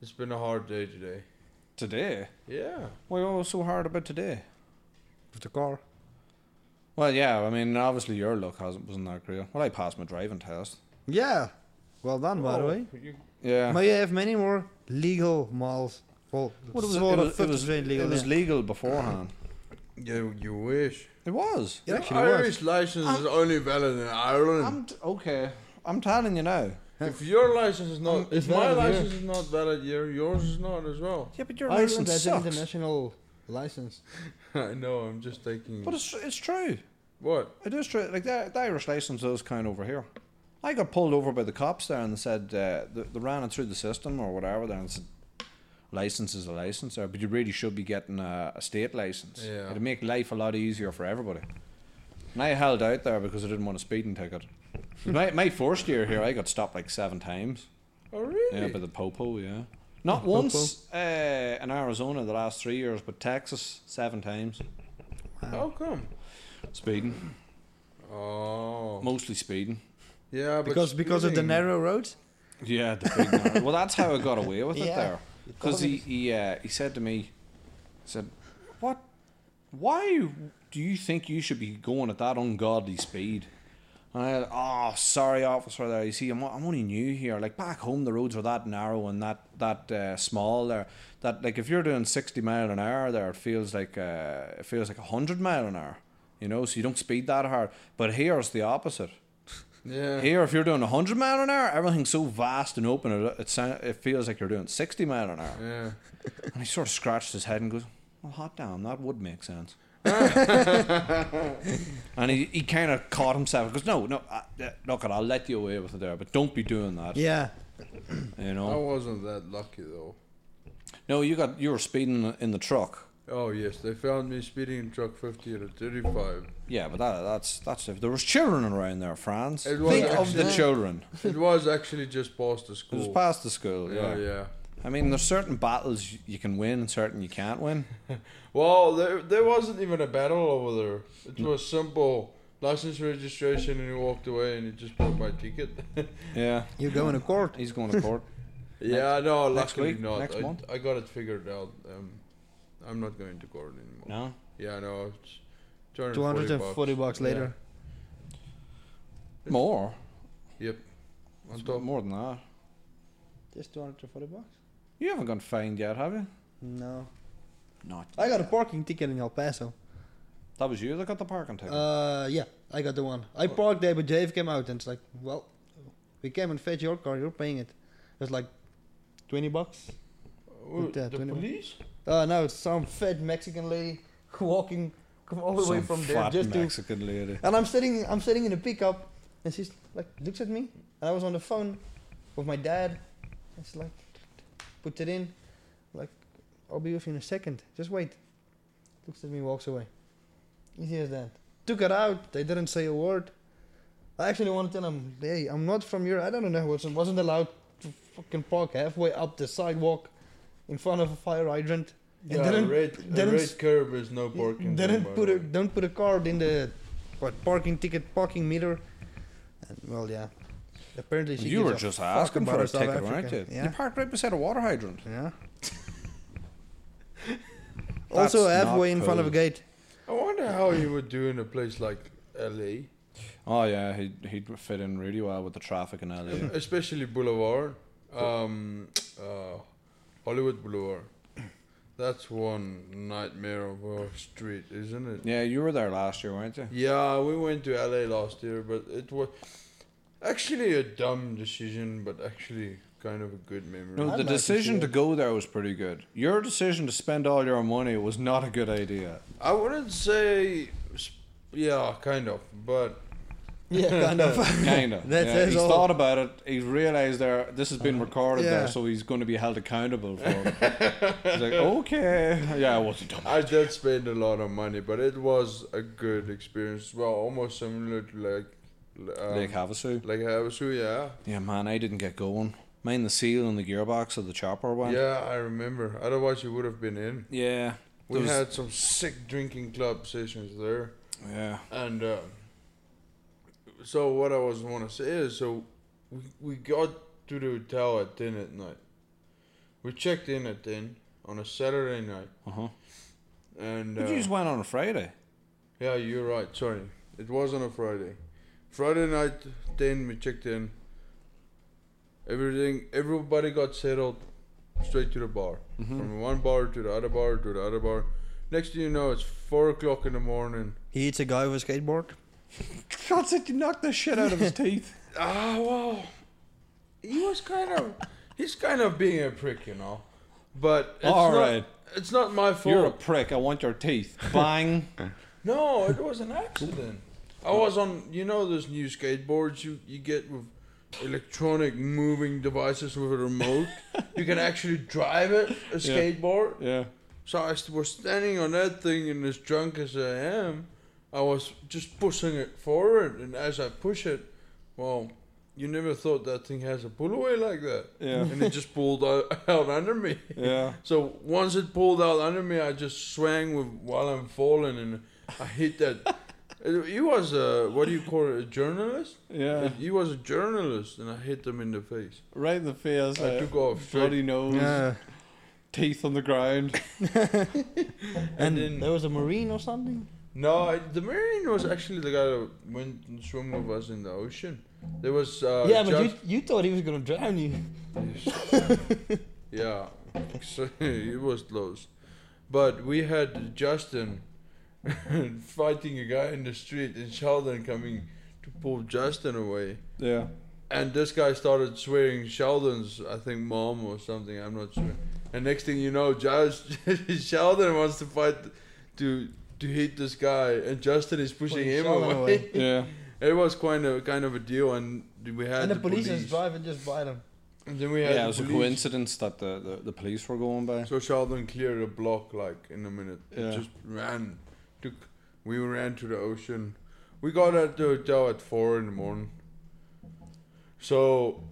Speaker 4: It's been a hard day today.
Speaker 2: Today?
Speaker 4: Yeah.
Speaker 2: Why are you so hard about today?
Speaker 3: With the car.
Speaker 2: Well, yeah. I mean, obviously your luck hasn't wasn't that great. Well, I passed my driving test.
Speaker 3: Yeah. Well done,
Speaker 2: Oh.
Speaker 3: by the way.
Speaker 4: Oh, You-
Speaker 2: Yeah.
Speaker 3: May you have many more legal malls? Well,
Speaker 2: Well, it was,
Speaker 3: sort of
Speaker 2: it was, it
Speaker 3: fucking
Speaker 2: was,
Speaker 3: strange
Speaker 2: legal,
Speaker 3: legal.
Speaker 2: it was
Speaker 3: yeah.
Speaker 2: legal beforehand.
Speaker 4: you, you wish.
Speaker 2: It was.
Speaker 3: It actually was.
Speaker 4: Irish license is only valid in Ireland.
Speaker 2: I'm t- okay. I'm telling you now.
Speaker 4: if your license is not,
Speaker 3: I'm- it's
Speaker 4: if my
Speaker 3: valid here.
Speaker 4: license is not valid here, yours is not as well.
Speaker 2: Yeah, but your
Speaker 3: Ireland
Speaker 2: license
Speaker 3: has an
Speaker 2: sucks.
Speaker 3: international license.
Speaker 4: I know. I'm just taking.
Speaker 2: But it's it's true.
Speaker 4: what?
Speaker 2: It is true. Like the, the Irish license does count over here. I got pulled over by the cops there and said uh, they, they ran it through the system or whatever there and said license is a license there, but you really should be getting a, a state license.
Speaker 4: Yeah.
Speaker 2: It'd make life a lot easier for everybody. And I held out there because I didn't want a speeding ticket. my my first year here, I got stopped like seven times.
Speaker 4: Oh really?
Speaker 2: Yeah, by the popo, yeah. Not once uh, in Arizona the last three years, but Texas seven times
Speaker 4: How come?
Speaker 2: speeding,
Speaker 4: Oh.
Speaker 2: mostly speeding.
Speaker 4: Yeah, but
Speaker 3: Because because of the
Speaker 4: speeding-
Speaker 3: narrow roads?
Speaker 2: Yeah, the big narrow- well, that's how I got away with it
Speaker 3: Yeah.
Speaker 2: there, because he he uh, he said to me, he said, "What? Why do you think you should be going at that ungodly speed?" And I, said, oh, sorry, officer. There, you see, I'm, I'm only new here. Like back home, the roads are that narrow and that that uh, small. There, that like if you're doing sixty mile an hour, there, it feels like uh, it feels like hundred mile an hour. You know, so you don't speed that hard. But here it's the opposite.
Speaker 4: Yeah.
Speaker 2: Here, if you're doing 100 mile an hour, everything's so vast and open, it, it, sound, it feels like you're doing 60 mile an hour.
Speaker 4: Yeah.
Speaker 2: And he sort of scratched his head and goes, Well, hot damn, that would make sense. and he, he kind of caught himself. He goes, No, no, I, uh, look, I'll let you away with it there, but don't be doing that.
Speaker 3: Yeah.
Speaker 2: You
Speaker 4: I
Speaker 2: know?
Speaker 4: wasn't that lucky though.
Speaker 2: No, you got you were speeding in the truck.
Speaker 4: Oh yes, they found me speeding in truck 50 at a 35.
Speaker 2: Yeah, but that, that's that's if there was children around there, Franz.
Speaker 4: It was
Speaker 2: Think of
Speaker 4: actually-
Speaker 2: the children.
Speaker 4: It was actually just past the
Speaker 2: It
Speaker 4: school.
Speaker 2: was past the school.
Speaker 4: yeah,
Speaker 2: Yeah,
Speaker 4: Oh, yeah.
Speaker 2: I mean, there's certain battles you can win and certain you can't win.
Speaker 4: Well, there there wasn't even a battle over there. It was simple license registration, and he walked away, and he just bought my ticket.
Speaker 2: Yeah.
Speaker 3: You're going to court.
Speaker 2: He's going to court.
Speaker 4: yeah, no,
Speaker 2: next
Speaker 4: luckily
Speaker 2: week?
Speaker 4: not.
Speaker 2: Next
Speaker 4: I,
Speaker 2: month?
Speaker 4: I got it figured out. Um, I'm not going to court anymore.
Speaker 2: no.
Speaker 4: Yeah, no. It's 240
Speaker 3: 240
Speaker 4: bucks.
Speaker 3: bucks later.
Speaker 2: More.
Speaker 4: Yep. On
Speaker 2: It's
Speaker 4: top.
Speaker 2: More than that.
Speaker 3: Just 240 bucks?
Speaker 2: You haven't gone fined yet, have you?
Speaker 3: No.
Speaker 2: Not.
Speaker 3: I got a parking ticket in El Paso.
Speaker 2: That was you that got the parking ticket.
Speaker 3: Uh, yeah, I got the one. I parked there, but Dave came out and it's like, well, we came and fetched your car. You're paying it. It's like twenty bucks.
Speaker 4: Oh,
Speaker 3: With that,
Speaker 4: the
Speaker 3: 21.
Speaker 4: police?
Speaker 3: Uh, no, it's some fat Mexican lady walking come all the way
Speaker 2: Some
Speaker 3: from there
Speaker 2: fat
Speaker 3: just to.
Speaker 2: Mexican lady.
Speaker 3: And I'm sitting, I'm sitting in a pickup, and she's like, looks at me, and I was on the phone with my dad, and she's like, put it in, like, I'll be with you in a second. Just wait. Looks at me, walks away. Easy as that. Took it out. They didn't say a word. I actually want to tell them, hey, I'm not from your. I don't know. Wasn't wasn't allowed to fucking park halfway up the sidewalk, in front of a fire hydrant. And
Speaker 4: Yeah,
Speaker 3: didn't-
Speaker 4: red, a
Speaker 3: didn't s-
Speaker 4: red curb is no parking. zone,
Speaker 3: Didn't
Speaker 4: by
Speaker 3: put
Speaker 4: the
Speaker 3: a
Speaker 4: way.
Speaker 3: don't put a card in the what parking ticket parking meter. And, well, yeah. Apparently she.
Speaker 2: You
Speaker 3: gives
Speaker 2: were
Speaker 3: a
Speaker 2: just
Speaker 3: fuck
Speaker 2: asking
Speaker 3: about
Speaker 2: for a
Speaker 3: her South
Speaker 2: ticket,
Speaker 3: Africa.
Speaker 2: weren't you? You
Speaker 3: Yeah.
Speaker 2: parked right beside a water hydrant.
Speaker 3: yeah.
Speaker 2: That's
Speaker 3: also
Speaker 2: not
Speaker 3: halfway in front of a
Speaker 2: cool.
Speaker 3: gate.
Speaker 4: I wonder how you would do in a place like LA,
Speaker 2: Oh yeah, he'd he'd fit in really well with the traffic in LA.
Speaker 4: especially Boulevard, um, uh, Hollywood Boulevard. That's one nightmare of a street, isn't it?
Speaker 2: yeah, you were there last year, weren't you?
Speaker 4: Yeah, we went to LA last year, but it was actually a dumb decision, but actually kind of a good memory.
Speaker 2: No,
Speaker 3: I'd
Speaker 2: the
Speaker 3: like to see
Speaker 2: decision to
Speaker 3: it.
Speaker 2: go there was pretty good. Your decision to spend all your money was not a good idea.
Speaker 4: I wouldn't say, sp- yeah, kind of, but
Speaker 3: Yeah, kind of.
Speaker 2: kind of.
Speaker 3: That
Speaker 2: yeah.
Speaker 3: says
Speaker 2: He's
Speaker 3: all.
Speaker 2: thought about it. He's realized there. This has
Speaker 4: Uh-huh.
Speaker 2: been recorded
Speaker 3: Yeah.
Speaker 2: there, so he's going to be held accountable for it. he's like, okay, yeah, I wasn't dumb.
Speaker 4: I did spend a lot of money, but it was a good experience. Well, almost similar to like um,
Speaker 2: Lake Havasu.
Speaker 4: Like Havasu, yeah.
Speaker 2: Yeah, man, I didn't get going. Mine, the seal and the gearbox of the chopper went.
Speaker 4: Yeah, I remember. Otherwise, you would have been in.
Speaker 2: Yeah.
Speaker 4: We
Speaker 2: There was-
Speaker 4: had some sick drinking club sessions there.
Speaker 2: yeah.
Speaker 4: And uh, so, what I was want to say is so we, we got to the hotel at 10 at night. We checked in at 10 on a Saturday night.
Speaker 2: Uh huh.
Speaker 4: And uh,
Speaker 2: But you just went on a Friday.
Speaker 4: Yeah, you're right. Sorry, it was on a Friday. Friday night, then we checked in. Everything, everybody got settled straight to the bar. From one bar to the other bar to the other bar. Next thing you know, it's four o'clock in the morning.
Speaker 3: He hits a guy with a skateboard.
Speaker 2: God said you knocked the shit out of his teeth.
Speaker 4: Ah, well, he was kind of, he's kind of being a prick, you know. But it's
Speaker 2: All
Speaker 4: not,
Speaker 2: right.
Speaker 4: it's not my fault.
Speaker 2: You're a prick. I want your teeth. Bang.
Speaker 4: No, it was an accident. I was on, you know, those new skateboards you, you get with electronic moving devices with a remote. you can actually drive it, a skateboard.
Speaker 2: yeah.
Speaker 4: So I st- was standing on that thing, and as drunk as I am, I was just pushing it forward. And as I push it, well, you never thought that thing has a pull away like that.
Speaker 2: Yeah.
Speaker 4: And it just pulled out, out under me.
Speaker 2: Yeah.
Speaker 4: So once it pulled out under me, I just swung with while I'm falling, and I hit that. It- he was a what do you call it? A journalist.
Speaker 2: Yeah.
Speaker 4: He was a journalist, and I hit him in the face.
Speaker 2: Right in the face.
Speaker 4: I
Speaker 2: uh,
Speaker 4: took off
Speaker 2: bloody
Speaker 4: straight,
Speaker 2: nose.
Speaker 3: Yeah.
Speaker 2: Teeth on the ground.
Speaker 3: And
Speaker 4: then-
Speaker 3: there was a marine or something.
Speaker 4: No, I- the marine was actually the guy that went and swam with us in the ocean. There was uh,
Speaker 3: yeah, but
Speaker 4: Jack-
Speaker 3: you, you thought he was gonna drown you.
Speaker 4: yeah, so it was close. But we had Justin fighting a guy in the street, and Sheldon coming to pull Justin away.
Speaker 2: Yeah.
Speaker 4: And this guy started swearing Sheldon's, I think, mom or something. I'm not sure. And next thing you know, Josh, Sheldon wants to fight to to hit this guy, and Justin is pushing
Speaker 3: Pulling
Speaker 4: him
Speaker 3: Sheldon
Speaker 4: away.
Speaker 3: away.
Speaker 2: Yeah.
Speaker 4: It was kind of kind of a deal, and we had
Speaker 3: and
Speaker 4: the,
Speaker 3: the police is
Speaker 4: police.
Speaker 3: driving just by them.
Speaker 4: And then we had
Speaker 2: Yeah, it
Speaker 4: the
Speaker 2: was a
Speaker 4: police.
Speaker 2: coincidence that the, the, the police were going by.
Speaker 4: So Sheldon cleared a block like in a minute. It
Speaker 2: Yeah.
Speaker 4: Just ran. Took. We ran to the ocean. We got at the hotel at four in the morning. So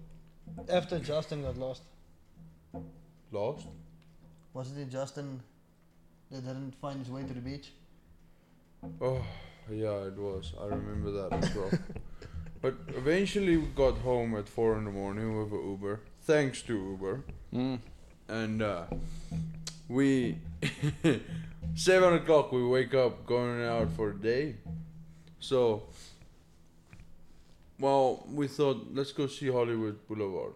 Speaker 3: After Justin got lost,
Speaker 4: lost.
Speaker 3: wasn't it Justin that didn't find his way to the beach?
Speaker 4: Oh, yeah, it was. I remember that as well. but eventually, we got home at four in the morning with a Uber, thanks to Uber,
Speaker 2: Mm.
Speaker 4: and uh, we seven o'clock we wake up going out for a day. So, well, we thought let's go see Hollywood Boulevard.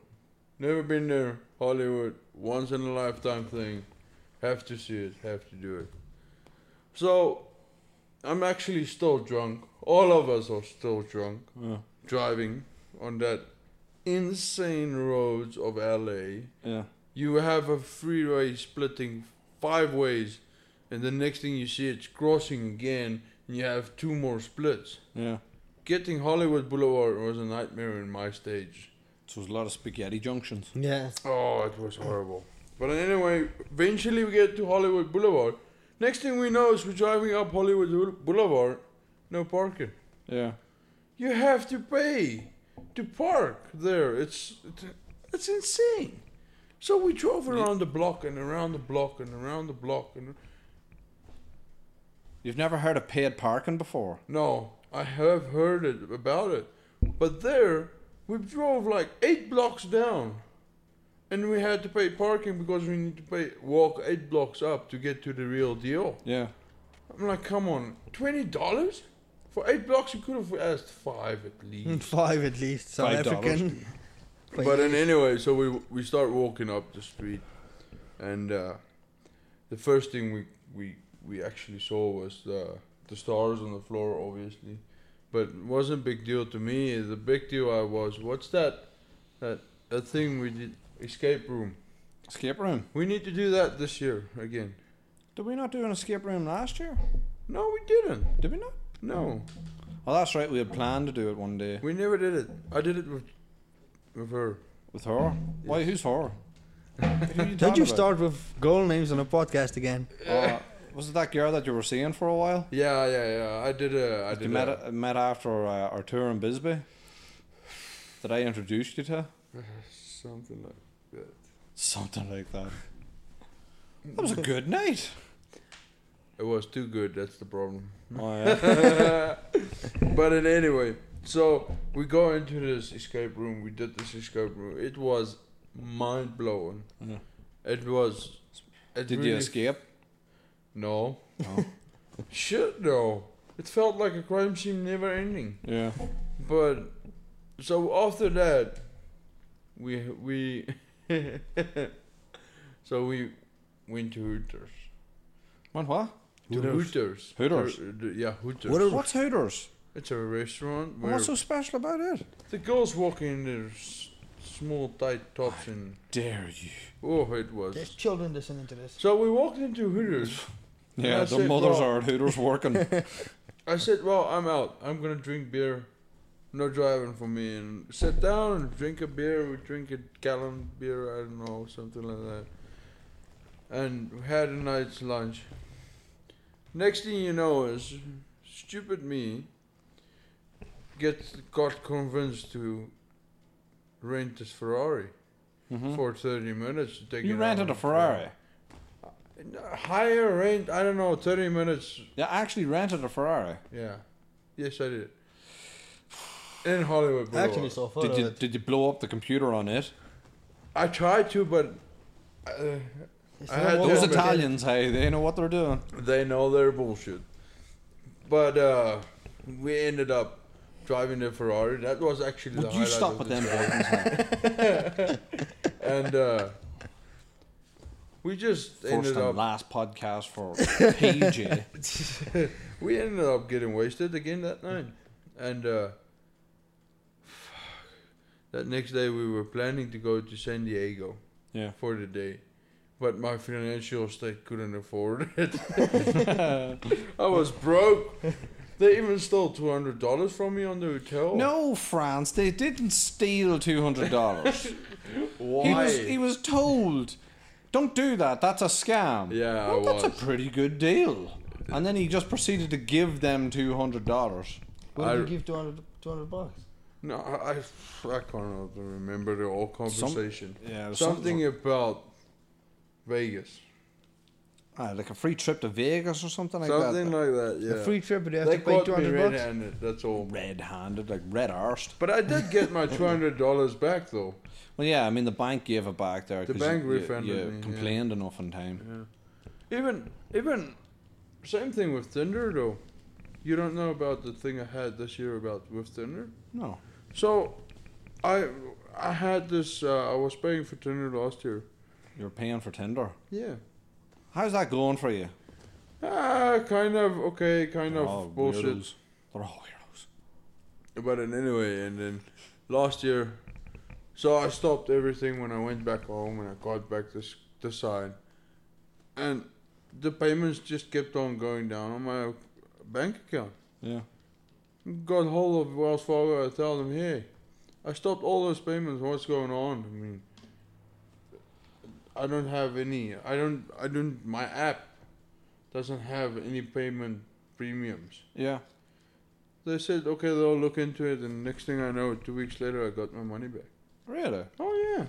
Speaker 4: Never been there. Hollywood, once in a lifetime thing. Have to see it. Have to do it. So I'm actually still drunk. All of us are still drunk
Speaker 2: Yeah.
Speaker 4: driving on that insane roads of LA.
Speaker 2: Yeah.
Speaker 4: You have a freeway splitting five ways, and the next thing you see, it's crossing again, and you have two more splits.
Speaker 2: Yeah.
Speaker 4: Getting Hollywood Boulevard was a nightmare in my stage.
Speaker 2: So there's a lot of spaghetti junctions.
Speaker 3: Yeah.
Speaker 4: Oh, it was horrible. But anyway, eventually we get to Hollywood Boulevard. Next thing we know is we're driving up Hollywood Boul- Boulevard, no parking.
Speaker 2: Yeah.
Speaker 4: You have to pay to park there. It's it's insane. So we drove around the block and around the block and around the block and
Speaker 2: You've never heard of paid parking before?
Speaker 4: no, I have heard it about it, but there we drove like eight blocks down, and we had to pay parking because we need to pay walk eight blocks up to get to the real deal.
Speaker 2: Yeah.
Speaker 4: I'm like, come on, twenty dollars for eight blocks? You could have asked five at least.
Speaker 3: Five at least. South
Speaker 2: Five dollars.
Speaker 3: African.
Speaker 4: But then anyway, so we we start walking up the street, and uh, the first thing we, we we actually saw was the the stars on the floor, obviously, but it wasn't big deal to me. The big deal I was, what's that, that that thing we did escape room.
Speaker 2: Escape room.
Speaker 4: We need to do that this year again.
Speaker 2: Did we not do an escape room last year?
Speaker 4: No, we didn't.
Speaker 2: Did we not?
Speaker 4: No,
Speaker 2: Oh, that's right. We had planned to do it one day
Speaker 4: we never did it. I did it with with her.
Speaker 2: with her. Why? Who's her? Who are you
Speaker 3: Don't
Speaker 2: talking
Speaker 3: you
Speaker 2: about?
Speaker 3: start with goal names on a podcast again?
Speaker 2: Uh, was it that girl that you were seeing for a while?
Speaker 4: Yeah, yeah, yeah. I did a. I
Speaker 2: You
Speaker 4: did
Speaker 2: met
Speaker 4: a,
Speaker 2: met after uh, our tour in Bisbee. That I introduced you to
Speaker 4: something like that.
Speaker 2: something like that. That was a good night.
Speaker 4: It was too good. That's the problem.
Speaker 2: Oh, yeah.
Speaker 4: but in anyway, so we go into this escape room. We did this escape room. It was mind blowing.
Speaker 2: Yeah.
Speaker 4: It was. It
Speaker 2: Did
Speaker 4: really-
Speaker 2: you escape?
Speaker 4: No.
Speaker 2: No.
Speaker 4: Shit, no. It felt like a crime scene never ending.
Speaker 2: Yeah.
Speaker 4: But so after that, we we so we went to Hooters.
Speaker 2: What? What?
Speaker 4: To Hooters.
Speaker 2: Hooters.
Speaker 4: Or, uh, the- yeah, Hooters.
Speaker 2: What What's Hooters?
Speaker 4: It's a restaurant where
Speaker 2: What's so special about it?
Speaker 4: the girls walk in their s- small tight tops and
Speaker 2: Dare you?
Speaker 4: oh, it was.
Speaker 3: There's children listening to this.
Speaker 4: So we walked into Hooters.
Speaker 2: Yeah,
Speaker 4: That's
Speaker 2: the
Speaker 4: it,
Speaker 2: mothers
Speaker 4: well-
Speaker 2: are at Hooters working.
Speaker 4: I said, "Well, I'm out. I'm gonna drink beer. No driving for me." And sat down and drink a beer. We drink a gallon beer. I don't know something like that. And we had a night's lunch. Next thing you know is, stupid me. Gets got convinced to rent this Ferrari
Speaker 2: Mhm.
Speaker 4: for thirty minutes to take.
Speaker 2: You
Speaker 4: it
Speaker 2: rented
Speaker 4: out.
Speaker 2: a Ferrari.
Speaker 4: Higher rent. I don't know. Thirty minutes
Speaker 2: You actually rented a Ferrari.
Speaker 4: Yeah. Yes, I did. In Hollywood
Speaker 3: I
Speaker 4: Boulevard.
Speaker 3: actually saw a photo
Speaker 2: Did you
Speaker 3: of it.
Speaker 2: did you blow up the computer on it?
Speaker 4: I tried to, but uh,
Speaker 3: It's
Speaker 4: I
Speaker 3: not
Speaker 4: had
Speaker 3: what
Speaker 4: those
Speaker 2: Those
Speaker 3: we did.
Speaker 2: Italians, hey, they know what they're doing.
Speaker 4: they know their bullshit. But uh, we ended up driving the Ferrari. That was actually the
Speaker 2: Would you
Speaker 4: highlight
Speaker 2: stop
Speaker 4: of
Speaker 2: with
Speaker 4: the
Speaker 2: them
Speaker 4: trip.
Speaker 2: buttons? hey?
Speaker 4: And uh, we just
Speaker 2: First
Speaker 4: ended
Speaker 2: and
Speaker 4: up.
Speaker 2: last podcast for PJ.
Speaker 4: we ended up getting wasted again that night, and uh, that next day we were planning to go to San Diego.
Speaker 2: Yeah.
Speaker 4: for the day, but my financial state couldn't afford it. I was broke. They even stole two hundred dollars from me on the hotel.
Speaker 2: No, France, they didn't steal two hundred dollars.
Speaker 4: why?
Speaker 2: He was he was told, "Don't do that. That's a scam."
Speaker 4: Yeah,
Speaker 2: well,
Speaker 4: I
Speaker 2: that's
Speaker 4: was.
Speaker 2: a pretty good deal. And then he just proceeded to give them two hundred dollars.
Speaker 3: What did
Speaker 4: I-
Speaker 3: you give 200, 200 bucks?
Speaker 4: no, I, I, I can't remember the whole conversation.
Speaker 2: Yeah,
Speaker 4: something about Vegas,
Speaker 2: Ah, like a free trip to Vegas or something like that.
Speaker 4: something like that.
Speaker 3: The
Speaker 4: Yeah,
Speaker 3: free trip, but you have
Speaker 4: they
Speaker 3: to pay
Speaker 4: caught me
Speaker 3: 200 bucks?
Speaker 4: red-handed. That's all.
Speaker 2: red-handed, like red arsed.
Speaker 4: But I did get my two hundred dollars back though.
Speaker 2: Well, yeah, I mean the bank gave it back there.
Speaker 4: The
Speaker 2: 'cause
Speaker 4: bank
Speaker 2: you,
Speaker 4: refunded
Speaker 2: you
Speaker 4: me, yeah.
Speaker 2: complained enough in time.
Speaker 4: Even even same thing with Tinder though. You don't know about the thing I had this year about with Tinder.
Speaker 2: No.
Speaker 4: So I I had this uh, I was paying for Tinder last year.
Speaker 2: You're paying for Tinder.
Speaker 4: Yeah.
Speaker 2: How's that going for you?
Speaker 4: Ah, kind of okay, kind
Speaker 2: They're all
Speaker 4: of bullshit.
Speaker 2: weirdos. They're all weirdos.
Speaker 4: But then anyway, and then last year, so I stopped everything when I went back home and I got back this this side, and the payments just kept on going down on my bank account.
Speaker 2: Yeah.
Speaker 4: got hold of Wells Fargo. I tell them, hey, I stopped all those payments. What's going on? I mean, I don't have any. I don't. I don't. My app doesn't have any payment premiums.
Speaker 2: Yeah.
Speaker 4: They said, okay, they'll look into it. And next thing I know, two weeks later, I got my money back.
Speaker 2: Really?
Speaker 4: Oh yeah.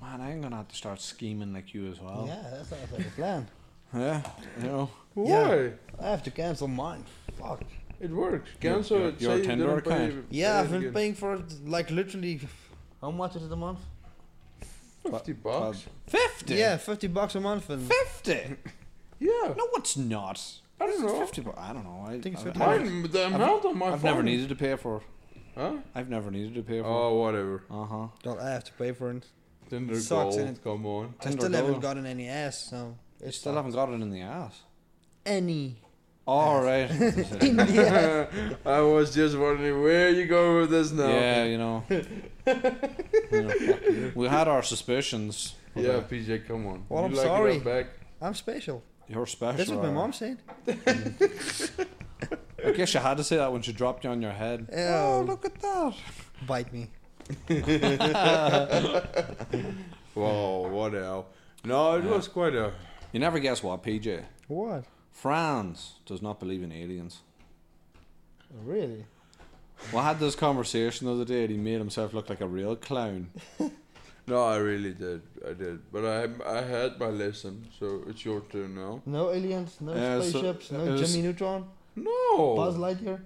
Speaker 2: Man, I'm gonna have to start scheming like you as well.
Speaker 3: Yeah, that sounds like a plan.
Speaker 2: Yeah, you know.
Speaker 4: Why?
Speaker 3: Yeah. I have to cancel mine. Fuck.
Speaker 4: It works.
Speaker 2: Your-
Speaker 4: Cancel
Speaker 2: your-
Speaker 4: it.
Speaker 2: your
Speaker 4: Say you
Speaker 2: Tinder
Speaker 4: didn't pay.
Speaker 2: account.
Speaker 3: Yeah, I've
Speaker 4: it
Speaker 3: been
Speaker 4: again.
Speaker 3: paying for it like literally. How much is it a month?
Speaker 4: fifty bucks.
Speaker 2: Fifty.
Speaker 3: Yeah, 50 bucks a month. And
Speaker 2: Fifty.
Speaker 4: Yeah.
Speaker 2: No, it's not.
Speaker 4: I don't know.
Speaker 2: Fifty. bu- I don't know. I,
Speaker 3: think it's
Speaker 2: I-
Speaker 3: 50
Speaker 2: I-
Speaker 4: Mine, the amount on my
Speaker 2: I've
Speaker 4: phone.
Speaker 2: never needed to pay for.
Speaker 4: Huh?
Speaker 2: I've never needed to pay for.
Speaker 4: Oh, whatever.
Speaker 2: Uh huh.
Speaker 3: Don't I have to pay for it.
Speaker 4: Tinder
Speaker 3: Sucks,
Speaker 4: gold.
Speaker 3: innit?
Speaker 4: Come on.
Speaker 3: I
Speaker 2: Tinder
Speaker 3: still haven't
Speaker 2: gold.
Speaker 3: gotten any ass, so. It's
Speaker 2: Still
Speaker 3: fucked.
Speaker 2: haven't got it in the ass.
Speaker 3: any.
Speaker 2: All right.
Speaker 4: I was just wondering where you going with this now.
Speaker 2: Yeah, you know. You know, We had our suspicions.
Speaker 4: Yeah, PJ, come on.
Speaker 3: Well,
Speaker 4: you
Speaker 3: I'm
Speaker 4: like it up
Speaker 3: sorry.
Speaker 4: back?
Speaker 3: I'm special.
Speaker 2: You're special.
Speaker 3: That's what my mom said.
Speaker 2: I guess you had to say that when she dropped you on your head. Oh,
Speaker 3: Ew.
Speaker 2: look at that.
Speaker 3: Bite me.
Speaker 4: Whoa, what the hell? No, it was quite a.
Speaker 2: You never guess what, PJ.
Speaker 3: What?
Speaker 2: France does not believe in aliens.
Speaker 3: Really?
Speaker 2: Well, I had this conversation the other day, and he made himself look like a real clown.
Speaker 4: No, I really did. I did, but I I had my lesson, so it's your turn now.
Speaker 3: No aliens, no
Speaker 2: Yeah, so-
Speaker 3: spaceships,
Speaker 2: it
Speaker 3: no
Speaker 2: was-
Speaker 3: Jimmy Neutron,
Speaker 4: No,
Speaker 3: Buzz Lightyear.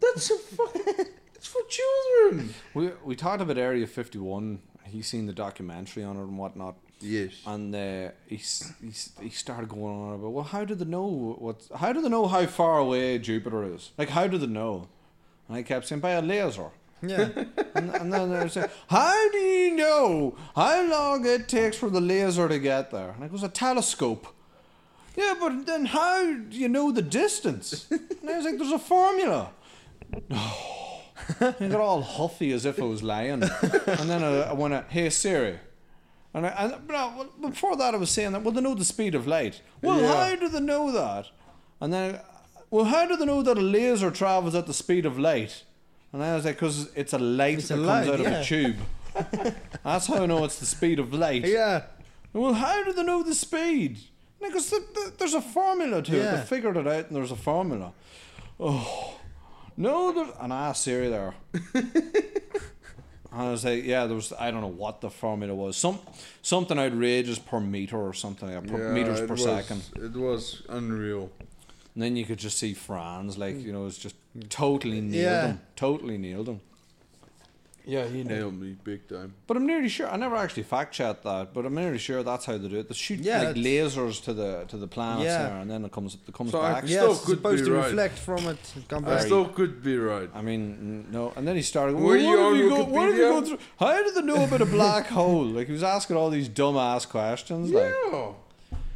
Speaker 4: that's a fucking. it's for children.
Speaker 2: We we talked about Area 51. He's seen the documentary on it and whatnot.
Speaker 4: Yes.
Speaker 2: and uh, he, s- he s- he started going on about well how do they know what how do they know how far away Jupiter is like how do they know and I kept saying by a laser
Speaker 3: Yeah.
Speaker 2: and, and then I said how do you know how long it takes for the laser to get there and it was a telescope yeah but then how do you know the distance and I was like there's a formula and got all huffy as if I was lying. and then I, I went, out, "Hey Siri," and I, and but I, well, before that I was saying that. Well, they know the speed of light. Well,
Speaker 4: Yeah.
Speaker 2: how do they know that? And then, well, how do they know that a laser travels at the speed of light? And I was like, "Cause it's a light
Speaker 3: a
Speaker 2: that comes
Speaker 3: light,
Speaker 2: out of
Speaker 3: yeah.
Speaker 2: a tube. That's how I know it's the speed of light."
Speaker 3: yeah.
Speaker 2: Well, how do they know the speed? Because th- th- there's a formula to it.
Speaker 3: Yeah.
Speaker 2: They figured it out, and there's a formula. Oh no! There's an ass Siri there. and I was like, yeah, there was. I don't know what the formula was. Some something outrageous per meter or something. Like that, per,
Speaker 4: Yeah,
Speaker 2: meters
Speaker 4: it
Speaker 2: per
Speaker 4: was-
Speaker 2: second.
Speaker 4: It was unreal.
Speaker 2: And then you could just see Franz, like you know, it's just totally nailed
Speaker 3: Mm. Yeah.
Speaker 2: him. Totally nailed him.
Speaker 4: Yeah, he nailed me big time.
Speaker 2: But I'm nearly sure I never actually fact checked that, but I'm nearly sure that's how they do it. They shoot
Speaker 3: Yeah,
Speaker 2: like
Speaker 3: that's-
Speaker 2: lasers to the to the planets
Speaker 3: Yeah.
Speaker 2: there, and then it comes it comes
Speaker 4: So I-
Speaker 2: back.
Speaker 4: yeah.
Speaker 3: Yeah,
Speaker 4: Still
Speaker 3: it's
Speaker 4: could
Speaker 3: supposed
Speaker 4: be
Speaker 3: to
Speaker 4: right.
Speaker 3: reflect from it and come
Speaker 4: I
Speaker 3: back.
Speaker 4: still could be right.
Speaker 2: I mean, n- no. And then he started. Well,
Speaker 4: Were
Speaker 2: what
Speaker 4: you
Speaker 2: if
Speaker 4: on
Speaker 2: you go, what if you go
Speaker 4: Wikipedia?
Speaker 2: through? How did they know about a black hole? Like he was asking all these dumbass questions. Like,
Speaker 4: Yeah.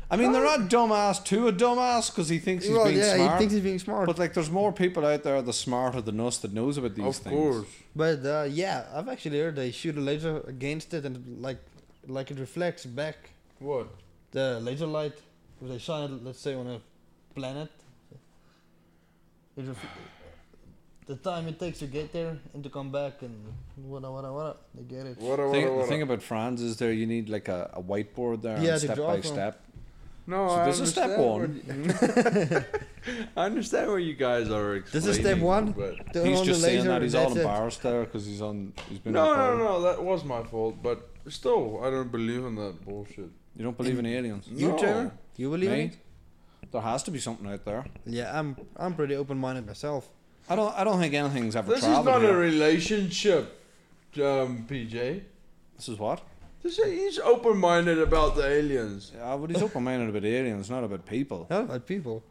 Speaker 2: I mean, they're not dumbass to a dumbass because he thinks he's
Speaker 3: well,
Speaker 2: being
Speaker 3: yeah,
Speaker 2: smart.
Speaker 3: he thinks he's being smart.
Speaker 2: but like, there's more people out there that's smarter than us that knows about these
Speaker 4: Of
Speaker 2: things.
Speaker 4: course.
Speaker 3: But uh, yeah, I've actually heard they shoot a laser against it and like like it reflects back
Speaker 4: What?
Speaker 3: the laser light. If they shine it, let's say, on a planet, it ref- the time it takes to get there and to come back and wada wada wada, they get it.
Speaker 4: What?
Speaker 2: The
Speaker 4: What?
Speaker 2: thing, the
Speaker 4: What?
Speaker 2: thing about Franz is there you need like a, a whiteboard there,
Speaker 3: Yeah,
Speaker 2: and
Speaker 3: to
Speaker 2: step
Speaker 3: draw
Speaker 2: by
Speaker 3: from.
Speaker 2: step.
Speaker 4: No,
Speaker 2: So
Speaker 4: I
Speaker 2: this is step
Speaker 4: understand where you- I understand where you guys are
Speaker 3: is
Speaker 4: explaining.
Speaker 3: step one.
Speaker 4: But
Speaker 3: The-
Speaker 2: he's
Speaker 3: on
Speaker 2: just
Speaker 3: the
Speaker 2: saying
Speaker 3: laser,
Speaker 2: that he's all
Speaker 3: that's it.
Speaker 2: embarrassed there because he's on. He's been.
Speaker 4: no, no,
Speaker 2: recorded.
Speaker 4: no, that was my fault. But still, I don't believe in that bullshit.
Speaker 2: You don't believe in aliens.
Speaker 4: You,
Speaker 2: no.
Speaker 4: Taylor?
Speaker 3: You believe in
Speaker 2: Me?
Speaker 3: it?
Speaker 2: There has to be something out there.
Speaker 3: Yeah, I'm I'm pretty open-minded myself.
Speaker 2: I don't. I don't think anything's ever
Speaker 4: This is
Speaker 2: traveled.
Speaker 4: not a
Speaker 2: here.
Speaker 4: relationship, um, PJ.
Speaker 2: This is what?
Speaker 4: This he's open-minded about the aliens.
Speaker 2: Uh, but he's open-minded about aliens, not about people.
Speaker 3: Not about people.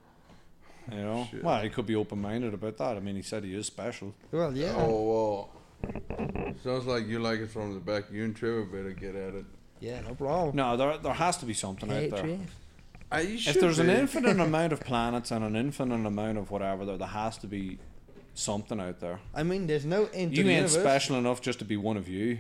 Speaker 2: You know.
Speaker 4: Shit.
Speaker 2: Well, he could be open-minded about that. I mean, he said he is special.
Speaker 3: Well, yeah,
Speaker 4: Oh well. Sounds like you like it from the back. You and Trevor better get at it.
Speaker 3: yeah, no problem.
Speaker 2: No, there there has to be something out there.
Speaker 4: Are you
Speaker 2: If there's an infinite amount of planets and an infinite amount of whatever, there there has to be something out there.
Speaker 3: I mean, there's no end to
Speaker 2: you
Speaker 3: the
Speaker 2: ain't
Speaker 3: universe.
Speaker 2: special enough just to be one of you.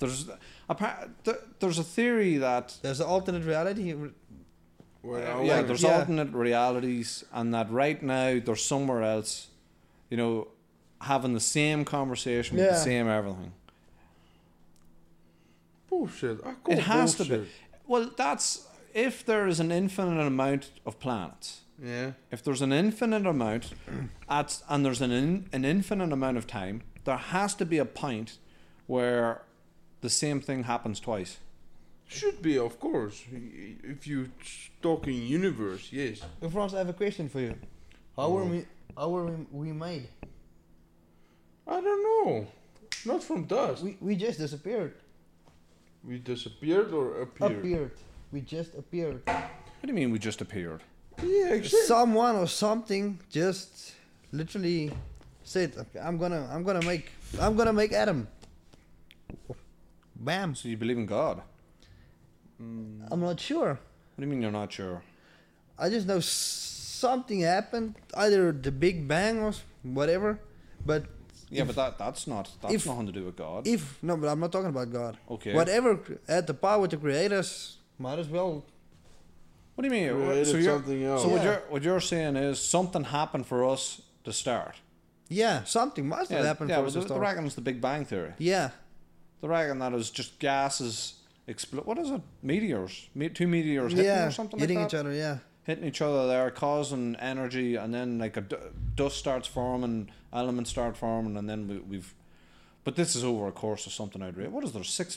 Speaker 2: There's appa- th- there's a theory that
Speaker 3: There's an alternate reality.
Speaker 4: well,
Speaker 2: yeah,
Speaker 3: Yeah,
Speaker 2: there's
Speaker 3: Oh, yeah.
Speaker 2: alternate realities, and that right now they're somewhere else, you know, having the same conversation with the
Speaker 3: Yeah.
Speaker 2: same everything.
Speaker 4: bullshit. I call
Speaker 2: It has to be.
Speaker 4: bullshit.
Speaker 2: Well, that's if there is an infinite amount of planets.
Speaker 4: Yeah.
Speaker 2: If there's an infinite amount, at, and there's an in, an infinite amount of time, there has to be a point where the same thing happens twice.
Speaker 4: Should be, of course. I- If you talking universe, yes.
Speaker 3: Uh, Franz, I have a question for you. How
Speaker 2: Mm-hmm.
Speaker 3: were we? How were we, we made?
Speaker 4: I don't know. Not from dust.
Speaker 3: We, we just disappeared.
Speaker 4: We disappeared or appeared?
Speaker 3: Appeared. We just appeared.
Speaker 2: What do you mean we just appeared?
Speaker 4: Yeah, exactly.
Speaker 3: Someone or something just literally said, "Okay, "I'm gonna, I'm gonna make, I'm gonna make Adam." Bam.
Speaker 2: So you believe in God? What
Speaker 3: I'm not sure.
Speaker 2: do you mean you're not sure?
Speaker 3: I just know s- something happened, either the Big Bang or s- whatever. But
Speaker 2: Yeah, but that that's not that's
Speaker 3: if-
Speaker 2: nothing to do with God.
Speaker 3: if no, but I'm not talking about God.
Speaker 2: Okay.
Speaker 3: Whatever cr- had the power to create us, might as well.
Speaker 2: What do you mean?
Speaker 4: Created
Speaker 2: so you're,
Speaker 4: something else.
Speaker 2: So what
Speaker 3: Yeah.
Speaker 2: you're what you're saying is something happened for us to start.
Speaker 3: Yeah, something must have happened
Speaker 2: yeah.
Speaker 3: for
Speaker 2: but
Speaker 3: us to
Speaker 2: they- They
Speaker 3: start.
Speaker 2: reckon it's the Big Bang theory.
Speaker 3: Yeah,
Speaker 2: They reckon that is just gases explode. What is it? Meteors. Me- two meteors hitting
Speaker 3: yeah,
Speaker 2: or something
Speaker 3: hitting
Speaker 2: like
Speaker 3: each
Speaker 2: that.
Speaker 3: other. Yeah,
Speaker 2: Hitting each other there, causing energy, and then like a d- dust starts forming, elements start forming, and then we, we've. But this is over a course of something outrageous. What is there? Six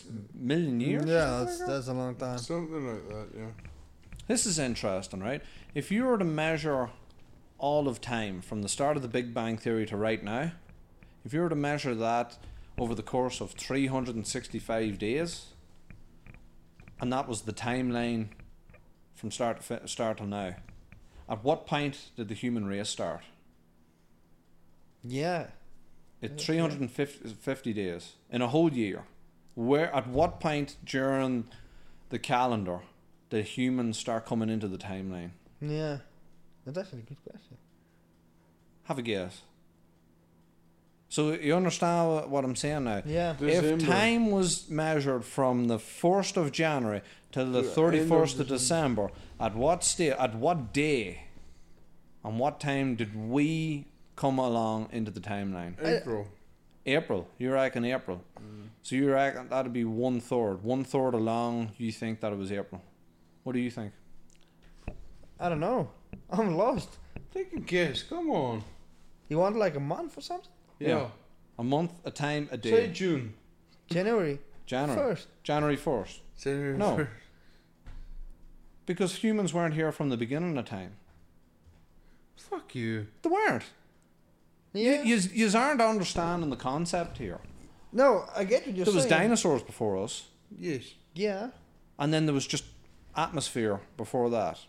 Speaker 2: million years? or
Speaker 3: yeah,
Speaker 2: something
Speaker 3: that's
Speaker 2: like that?
Speaker 3: that's a long time.
Speaker 4: Something like that, yeah.
Speaker 2: This is interesting, right? If you were to measure all of time from the start of the Big Bang Theory to right now, if you were to measure that over the course of 365 days, and that was the timeline from start to fi- start till now. At what point did the human race start?
Speaker 3: Yeah.
Speaker 2: It's 350 days in a whole year. Where at what point during the calendar did humans start coming into the timeline?
Speaker 3: Yeah. That's actually a good question.
Speaker 2: Have a guess. So you understand wha- what I'm saying now?
Speaker 3: Yeah.
Speaker 2: If
Speaker 4: December.
Speaker 2: time was measured from the first of January till the
Speaker 4: To the end
Speaker 2: thirty first of
Speaker 4: of
Speaker 2: December, at what state, at what day, and what time did we come along into the timeline?
Speaker 4: April.
Speaker 2: April. You reckon April? So you reckon that'd be one third, one third along. You think that it was April? What do you think?
Speaker 3: I don't know. I'm lost.
Speaker 4: Take a guess. Come on.
Speaker 3: You want like a month or something?
Speaker 2: Yeah.
Speaker 4: Yeah.
Speaker 2: A month, a time, a day.
Speaker 4: Say June.
Speaker 3: January
Speaker 2: January.
Speaker 3: first.
Speaker 2: January first.
Speaker 4: January
Speaker 2: No.
Speaker 4: first.
Speaker 2: Because humans weren't here from the beginning of time.
Speaker 4: Fuck you.
Speaker 2: They weren't.
Speaker 3: Yeah.
Speaker 2: You you aren't understanding the concept here.
Speaker 3: no, I get what you're
Speaker 2: there was
Speaker 3: saying.
Speaker 2: dinosaurs before us,
Speaker 4: Yes.
Speaker 3: Yeah.
Speaker 2: and then there was just atmosphere before that.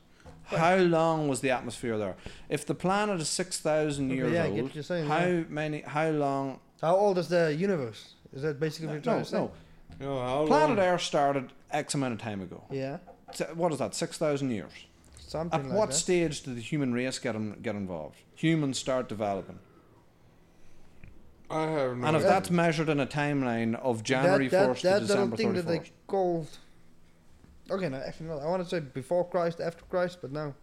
Speaker 2: How long was the atmosphere there? If the planet is six thousand
Speaker 3: Okay,
Speaker 2: years
Speaker 3: yeah, I get
Speaker 2: old,
Speaker 3: what you're saying,
Speaker 2: how
Speaker 3: yeah.
Speaker 2: many? How long?
Speaker 3: How old is the universe? Is that basically what
Speaker 2: No,
Speaker 3: you're trying
Speaker 2: no,
Speaker 3: to say?
Speaker 4: No, how
Speaker 2: Planet
Speaker 4: long?
Speaker 2: Earth started X amount of time ago.
Speaker 3: Yeah.
Speaker 2: T- What is that? Six thousand years.
Speaker 3: Something
Speaker 2: At
Speaker 3: like
Speaker 2: what
Speaker 3: that.
Speaker 2: stage did the human race get in, get involved? Humans start developing,
Speaker 4: I have no
Speaker 2: and if
Speaker 4: idea.
Speaker 2: that's measured in a timeline of January
Speaker 3: that,
Speaker 2: first
Speaker 3: that,
Speaker 2: to
Speaker 3: that little
Speaker 2: December
Speaker 3: thing
Speaker 2: thirty
Speaker 3: that they
Speaker 2: first.
Speaker 3: called. Okay, no, actually not. I want to say before Christ, after Christ, but no.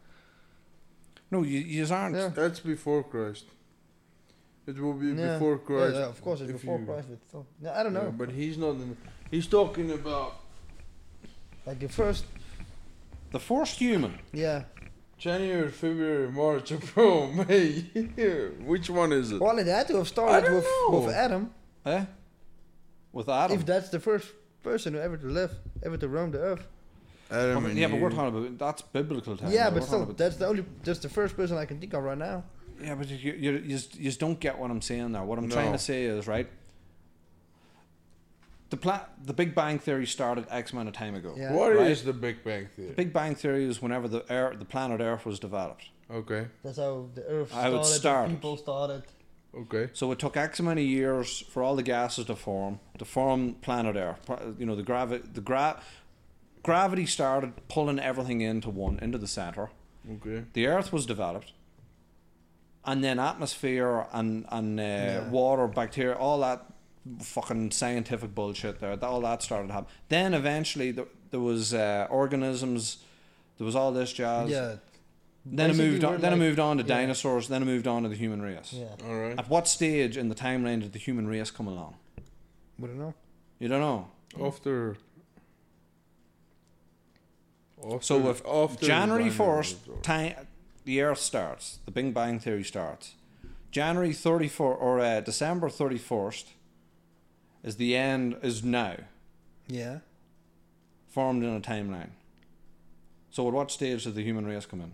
Speaker 2: No, you, you aren't.
Speaker 3: Yeah.
Speaker 4: That's before Christ. It will be
Speaker 3: yeah.
Speaker 4: before
Speaker 3: Yeah,
Speaker 4: Christ.
Speaker 3: yeah, of course, it's
Speaker 4: if
Speaker 3: before
Speaker 4: you-
Speaker 3: Christ. It's all- yeah, I don't
Speaker 4: Yeah,
Speaker 3: know.
Speaker 4: but he's not in. He's talking about
Speaker 3: Like the first,
Speaker 2: The first human
Speaker 3: yeah.
Speaker 4: January, February, March, April, May. Which one is it?
Speaker 3: Well, it had to have
Speaker 4: I
Speaker 3: started
Speaker 4: don't
Speaker 3: with,
Speaker 4: know.
Speaker 3: with Adam,
Speaker 2: Eh? With Adam.
Speaker 3: if that's the first person who ever to live, ever to roam the earth.
Speaker 2: I
Speaker 4: Adam
Speaker 2: mean,
Speaker 4: and
Speaker 2: yeah, but we're
Speaker 4: Eve.
Speaker 2: talking about that's biblical time.
Speaker 3: yeah,
Speaker 2: We're
Speaker 3: but
Speaker 2: talking
Speaker 3: still,
Speaker 2: about-
Speaker 3: that's the only, that's the first person I can think of right now.
Speaker 2: yeah, but you you, you, just, you just don't get what I'm saying there. What I'm trying
Speaker 4: No.
Speaker 2: to say is right. The pla- the Big Bang Theory started X amount of time ago.
Speaker 3: Yeah.
Speaker 4: What
Speaker 2: Right.
Speaker 4: is the Big Bang
Speaker 2: The
Speaker 4: Theory?
Speaker 2: Big Bang Theory is whenever the Earth, the planet Earth was developed.
Speaker 4: Okay,
Speaker 3: That's how the earth
Speaker 2: How it
Speaker 3: started.
Speaker 2: started.
Speaker 3: People started.
Speaker 4: okay.
Speaker 2: So it took X amount of years for all the gases to form to form planet Earth. Pro- You know the gravi- the gra- gravity started pulling everything into one into the center.
Speaker 4: Okay.
Speaker 2: the earth was developed and then atmosphere and and uh,
Speaker 3: Yeah.
Speaker 2: water bacteria all that fucking scientific bullshit there that, all that started to happen then eventually th there was uh, organisms there was all this jazz
Speaker 3: Yeah.
Speaker 2: then it
Speaker 3: Basically,
Speaker 2: moved on
Speaker 3: we're
Speaker 2: then it
Speaker 3: like-
Speaker 2: moved on to
Speaker 3: yeah.
Speaker 2: dinosaurs then it moved on to the human race
Speaker 3: Yeah.
Speaker 4: All right.
Speaker 2: at what stage in the timeline did the human race come along
Speaker 3: We don't know.
Speaker 2: you don't know
Speaker 4: After. after
Speaker 2: So if
Speaker 4: Hmm. after
Speaker 2: January
Speaker 4: the dinosaurs,
Speaker 2: first,
Speaker 4: or-
Speaker 2: time the Earth starts, the Big Bang theory starts. January thirty four or uh, December thirty first is the end is now
Speaker 3: Yeah.
Speaker 2: formed in a timeline. So at what stage did the human race come in?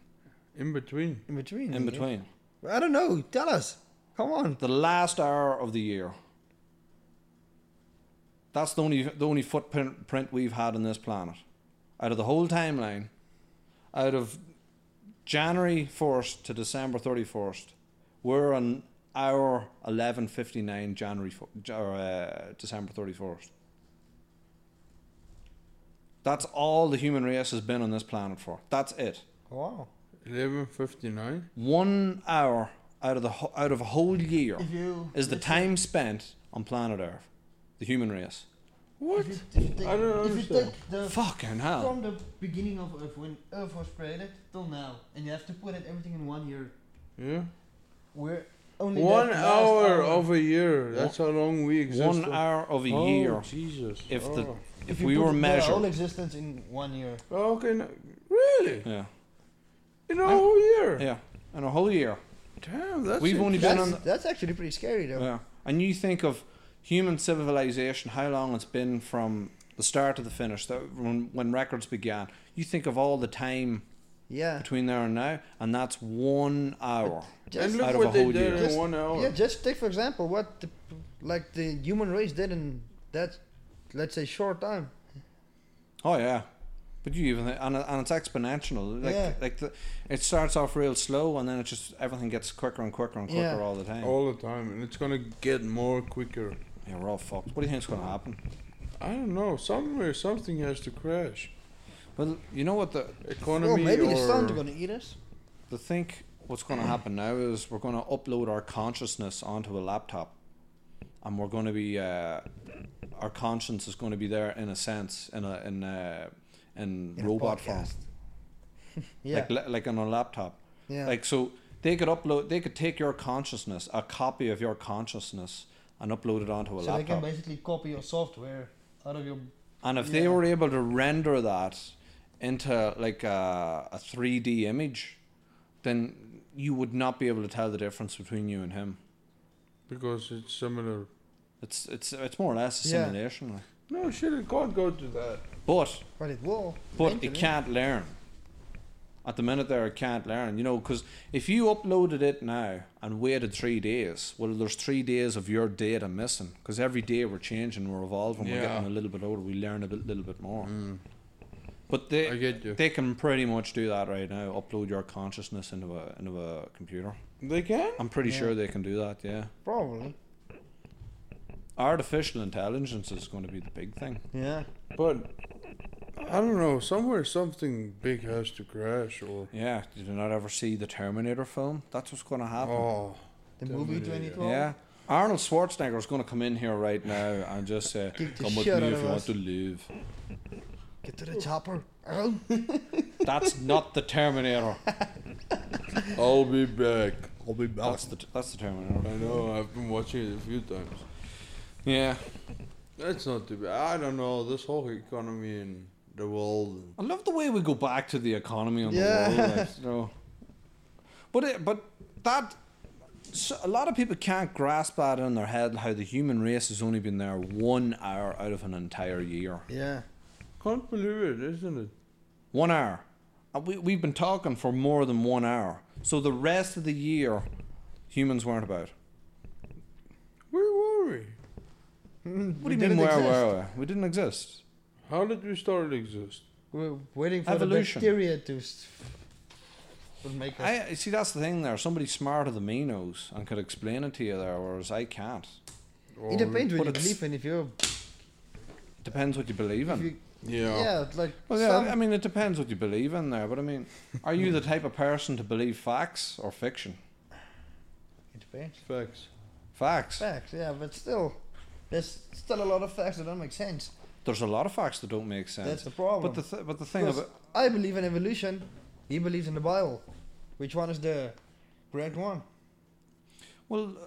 Speaker 4: in between.
Speaker 3: In between.
Speaker 2: In
Speaker 4: Mm-hmm.
Speaker 3: I guess.
Speaker 2: between
Speaker 3: I don't know. Tell us. Come on.
Speaker 2: the last hour of the year. That's the only the only footprint print we've had on this planet, out of the whole timeline, out of January first to December thirty first, we're on hour eleven fifty nine January fo- Ja- or, uh, December thirty first. That's all the human race has been on this planet for. That's it.
Speaker 3: Wow.
Speaker 4: Eleven fifty nine.
Speaker 2: One hour out of the ho- out of a whole year
Speaker 3: If you
Speaker 2: is the time spent on planet Earth, the human race.
Speaker 4: What?
Speaker 3: If you, if you take,
Speaker 4: I don't
Speaker 3: if you
Speaker 4: understand.
Speaker 3: take the
Speaker 2: Fucking hell.
Speaker 3: from the beginning of Earth when Earth was created till now, and you have to put it everything in one year,
Speaker 4: Yeah.
Speaker 3: we're only
Speaker 4: One
Speaker 3: that last
Speaker 4: hour of a year. That's how long we exist.
Speaker 2: One hour of a
Speaker 4: oh,
Speaker 2: year.
Speaker 4: Jesus.
Speaker 2: If
Speaker 4: oh.
Speaker 2: the if
Speaker 3: you
Speaker 2: we
Speaker 3: put
Speaker 2: were
Speaker 3: the whole
Speaker 2: measured.
Speaker 3: existence in one year.
Speaker 4: Oh, okay. No, really?
Speaker 2: Yeah,
Speaker 4: In a whole year?
Speaker 2: yeah, in a whole year.
Speaker 4: Damn. That's
Speaker 2: We've only been
Speaker 3: That's,
Speaker 2: on.
Speaker 3: that's actually pretty scary though.
Speaker 2: Yeah, and you think of human civilization, how long it's been from the start to the finish, that when when records began. You think of all the time
Speaker 3: Yeah.
Speaker 2: between there and now, and that's one hour.
Speaker 3: Just,
Speaker 4: and
Speaker 2: out
Speaker 4: look
Speaker 2: of a
Speaker 4: what they
Speaker 2: whole
Speaker 4: did
Speaker 2: year.
Speaker 4: in
Speaker 3: Just-
Speaker 4: one hour.
Speaker 3: yeah. Just take for example what, the, like the human race did in that, let's say, short time.
Speaker 2: Oh yeah, But you even and, it- and it's exponential. Like
Speaker 3: Yeah.
Speaker 2: like the, it starts off real slow and then it just everything gets quicker and quicker and quicker
Speaker 3: Yeah.
Speaker 2: all the time.
Speaker 4: all the time, and it's gonna get more quicker.
Speaker 2: Yeah, we're all fucked. What do you think's gonna happen?
Speaker 4: I don't know. Somewhere something has to crash.
Speaker 2: Well, you know what the
Speaker 4: Economy
Speaker 3: Well, Oh, maybe
Speaker 4: or
Speaker 3: the sun's gonna eat us.
Speaker 2: the think what's going to happen now is we're going to upload our consciousness onto a laptop and we're going to be uh, our conscience is going to be there in a sense in a in a, in
Speaker 3: In a
Speaker 2: robot form
Speaker 3: podcast. Yeah.
Speaker 2: like li- like on a laptop
Speaker 3: yeah.
Speaker 2: like so they could upload they could take your consciousness a copy of your consciousness and upload it onto a
Speaker 3: so they can
Speaker 2: laptop
Speaker 3: basically copy your software out of your.
Speaker 2: and if they
Speaker 3: Yeah.
Speaker 2: were able to render that into like a, a 3D image, then you would not be able to tell the difference between you and him.
Speaker 4: because it's similar.
Speaker 2: It's it's it's more or less a
Speaker 3: Yeah.
Speaker 2: simulation. like.
Speaker 4: No shit, it can't go to that.
Speaker 2: But
Speaker 3: But it will.
Speaker 2: but it
Speaker 3: eventually.
Speaker 2: can't learn. At the minute there, it can't learn. You know, because if you uploaded it now and waited three days, well, there's three days of your data missing. Because every day we're changing, we're evolving, we're
Speaker 4: Yeah.
Speaker 2: getting a little bit older, we learn a bit, little bit more.
Speaker 4: Mm.
Speaker 2: But they
Speaker 4: I get you.
Speaker 2: They can pretty much do that right now. Upload your consciousness into a into a computer.
Speaker 4: They can.
Speaker 2: I'm pretty
Speaker 3: Yeah.
Speaker 2: sure they can do that. Yeah,
Speaker 3: Probably.
Speaker 2: artificial intelligence is going to be the big thing.
Speaker 3: Yeah.
Speaker 4: But I don't know. Somewhere something big has to crash or
Speaker 2: Yeah, did you not ever see the Terminator film? That's what's going to happen.
Speaker 4: oh
Speaker 3: The
Speaker 4: Tell
Speaker 3: movie
Speaker 4: me, yeah.
Speaker 3: 2012.
Speaker 2: yeah, Arnold Schwarzenegger is going to come in here right now and just say,
Speaker 3: Kick the
Speaker 2: "Come with me
Speaker 3: shit out
Speaker 2: if
Speaker 3: of
Speaker 2: you want
Speaker 3: us."
Speaker 2: to live."
Speaker 3: Get to the chopper. Oh.
Speaker 2: That's not the Terminator.
Speaker 4: I'll be back.
Speaker 3: I'll be
Speaker 2: That's the that's the
Speaker 4: I
Speaker 2: Terminator.
Speaker 4: know. I've been watching it a few times.
Speaker 2: Yeah,
Speaker 4: That's not too bad. I don't know. This whole economy and the world. And
Speaker 2: I love the way we go back to the economy on the
Speaker 3: Yeah.
Speaker 2: world. Like, you know. But it, but that so a lot of people can't grasp that in their head how the human race has only been there one hour out of an entire year.
Speaker 3: Yeah.
Speaker 4: can't believe it, isn't it?
Speaker 2: One hour. And we we've been talking for more than one hour. So the rest of the year, humans weren't about.
Speaker 4: Where were we?
Speaker 2: What do you mean where were we? We didn't exist.
Speaker 4: How did we start to exist?
Speaker 3: We're waiting for
Speaker 2: Evolution.
Speaker 3: the bacteria to s- would make us.
Speaker 2: I I- see that's the thing there. Somebody smarter than me knows and could explain it to you there, whereas I can't.
Speaker 4: Or-
Speaker 3: it depends
Speaker 2: But
Speaker 3: what you
Speaker 2: it's-
Speaker 3: believe in. If you're,
Speaker 2: Depends what you believe
Speaker 3: if
Speaker 2: in.
Speaker 3: you,
Speaker 4: Yeah.
Speaker 3: yeah. like
Speaker 2: Well, yeah,
Speaker 3: some,
Speaker 2: I mean, it depends what you believe in there, but I mean, are you the type of person to believe facts or fiction?
Speaker 3: it depends.
Speaker 4: Facts.
Speaker 2: Facts.
Speaker 3: Facts, yeah, but still, there's still a lot of facts that don't make sense.
Speaker 2: There's a lot of facts that don't make
Speaker 3: That's
Speaker 2: sense.
Speaker 3: the problem.
Speaker 2: But the th- but the thing
Speaker 3: Because I
Speaker 2: about
Speaker 3: believe in evolution. He believes in the Bible. Which one is the correct one?
Speaker 2: well, uh,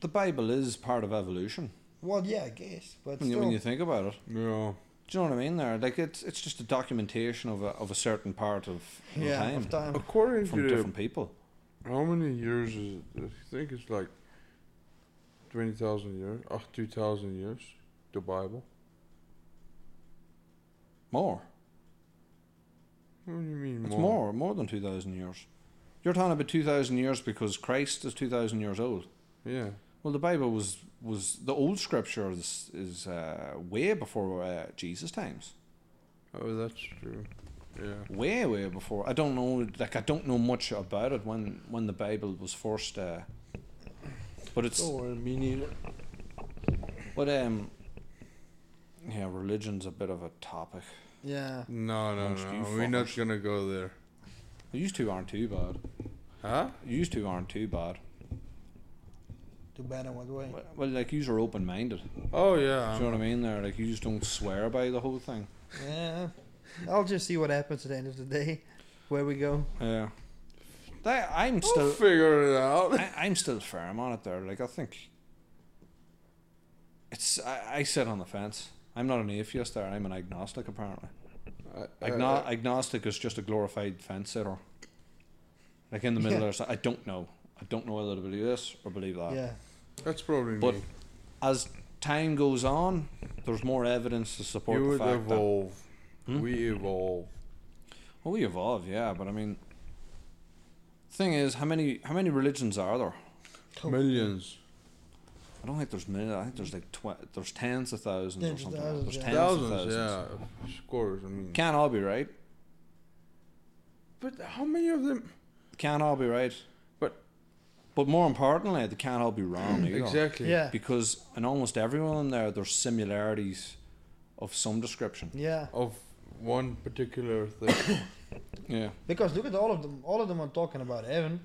Speaker 2: the Bible is part of evolution
Speaker 3: Well, yeah, I guess, but
Speaker 2: when you,
Speaker 3: still,
Speaker 2: when you think about it.
Speaker 4: Yeah.
Speaker 2: Do you know what I mean? There, like it's it's just a documentation of a of a certain part of, of
Speaker 3: yeah,
Speaker 2: time Oh.
Speaker 3: of time.
Speaker 4: According
Speaker 2: from
Speaker 4: to the-
Speaker 2: different people.
Speaker 4: how many years is it? I think it's like twenty thousand years. Ah, two thousand years. The Bible.
Speaker 2: More.
Speaker 4: What do you mean
Speaker 2: It's
Speaker 4: more?
Speaker 2: more more than two thousand years. You're talking about two thousand years because Christ is two thousand years old.
Speaker 4: Yeah.
Speaker 2: Well, the Bible was was the old scripture is, is uh, way before uh, Jesus times,
Speaker 4: Oh, that's true. Yeah.
Speaker 2: way way before. I don't know, like I don't know much about it when when the Bible was first. Uh, but it's
Speaker 4: worry, me neither.
Speaker 2: but um. Yeah, religion's a bit of a topic.
Speaker 3: Yeah,
Speaker 4: No, no,
Speaker 2: Amongst you
Speaker 4: no. We're not
Speaker 2: fuckers.
Speaker 4: gonna go there.
Speaker 2: These two aren't too bad.
Speaker 4: Huh?
Speaker 2: These two aren't too bad.
Speaker 3: too bad in what way?
Speaker 2: Well- Well, like yous are open minded.
Speaker 4: Oh
Speaker 2: Do
Speaker 4: yeah.
Speaker 2: you know what I mean? There, like you just don't swear by the whole thing.
Speaker 3: Yeah, I'll just see what happens at the end of the day, where we go.
Speaker 2: Yeah. That, I'm
Speaker 4: I'll
Speaker 2: still
Speaker 4: figure it out.
Speaker 2: I, I'm still firm on it there. Like I think it's I, I sit on the fence. I'm not an atheist there. I'm an agnostic apparently.
Speaker 4: I-
Speaker 2: Agno-
Speaker 4: I-
Speaker 2: agnostic is just a glorified fence sitter. Like in the middle there's I don't know. I don't know whether to believe this or believe that.
Speaker 3: Yeah,
Speaker 4: that's probably
Speaker 2: But
Speaker 4: me.
Speaker 2: as time goes on, there's more evidence to support
Speaker 4: You
Speaker 2: the
Speaker 4: would
Speaker 2: fact that
Speaker 4: evolve.
Speaker 2: Hmm?
Speaker 4: We evolve.
Speaker 2: well, we evolve, yeah. But I mean, thing is, how many how many religions are there?
Speaker 3: Oh.
Speaker 4: Millions.
Speaker 2: I don't think there's many. I think there's like tw- there's tens of thousands
Speaker 3: Tens
Speaker 2: or
Speaker 3: of
Speaker 2: something. like
Speaker 3: thousands, yeah.
Speaker 2: that. there's tens of
Speaker 4: Thousands,
Speaker 2: thousands.
Speaker 4: yeah, scores. I mean,
Speaker 2: Can't all be right.
Speaker 4: but how many of them?
Speaker 2: Can't all be right.
Speaker 4: But-
Speaker 2: but more importantly, they can't all be wrong either.
Speaker 4: Exactly.
Speaker 3: Yeah.
Speaker 2: Because in almost everyone in there, there's similarities of some description.
Speaker 3: Yeah.
Speaker 4: Of one particular thing.
Speaker 2: Yeah,
Speaker 3: Because look at all of them. All of them are talking about heaven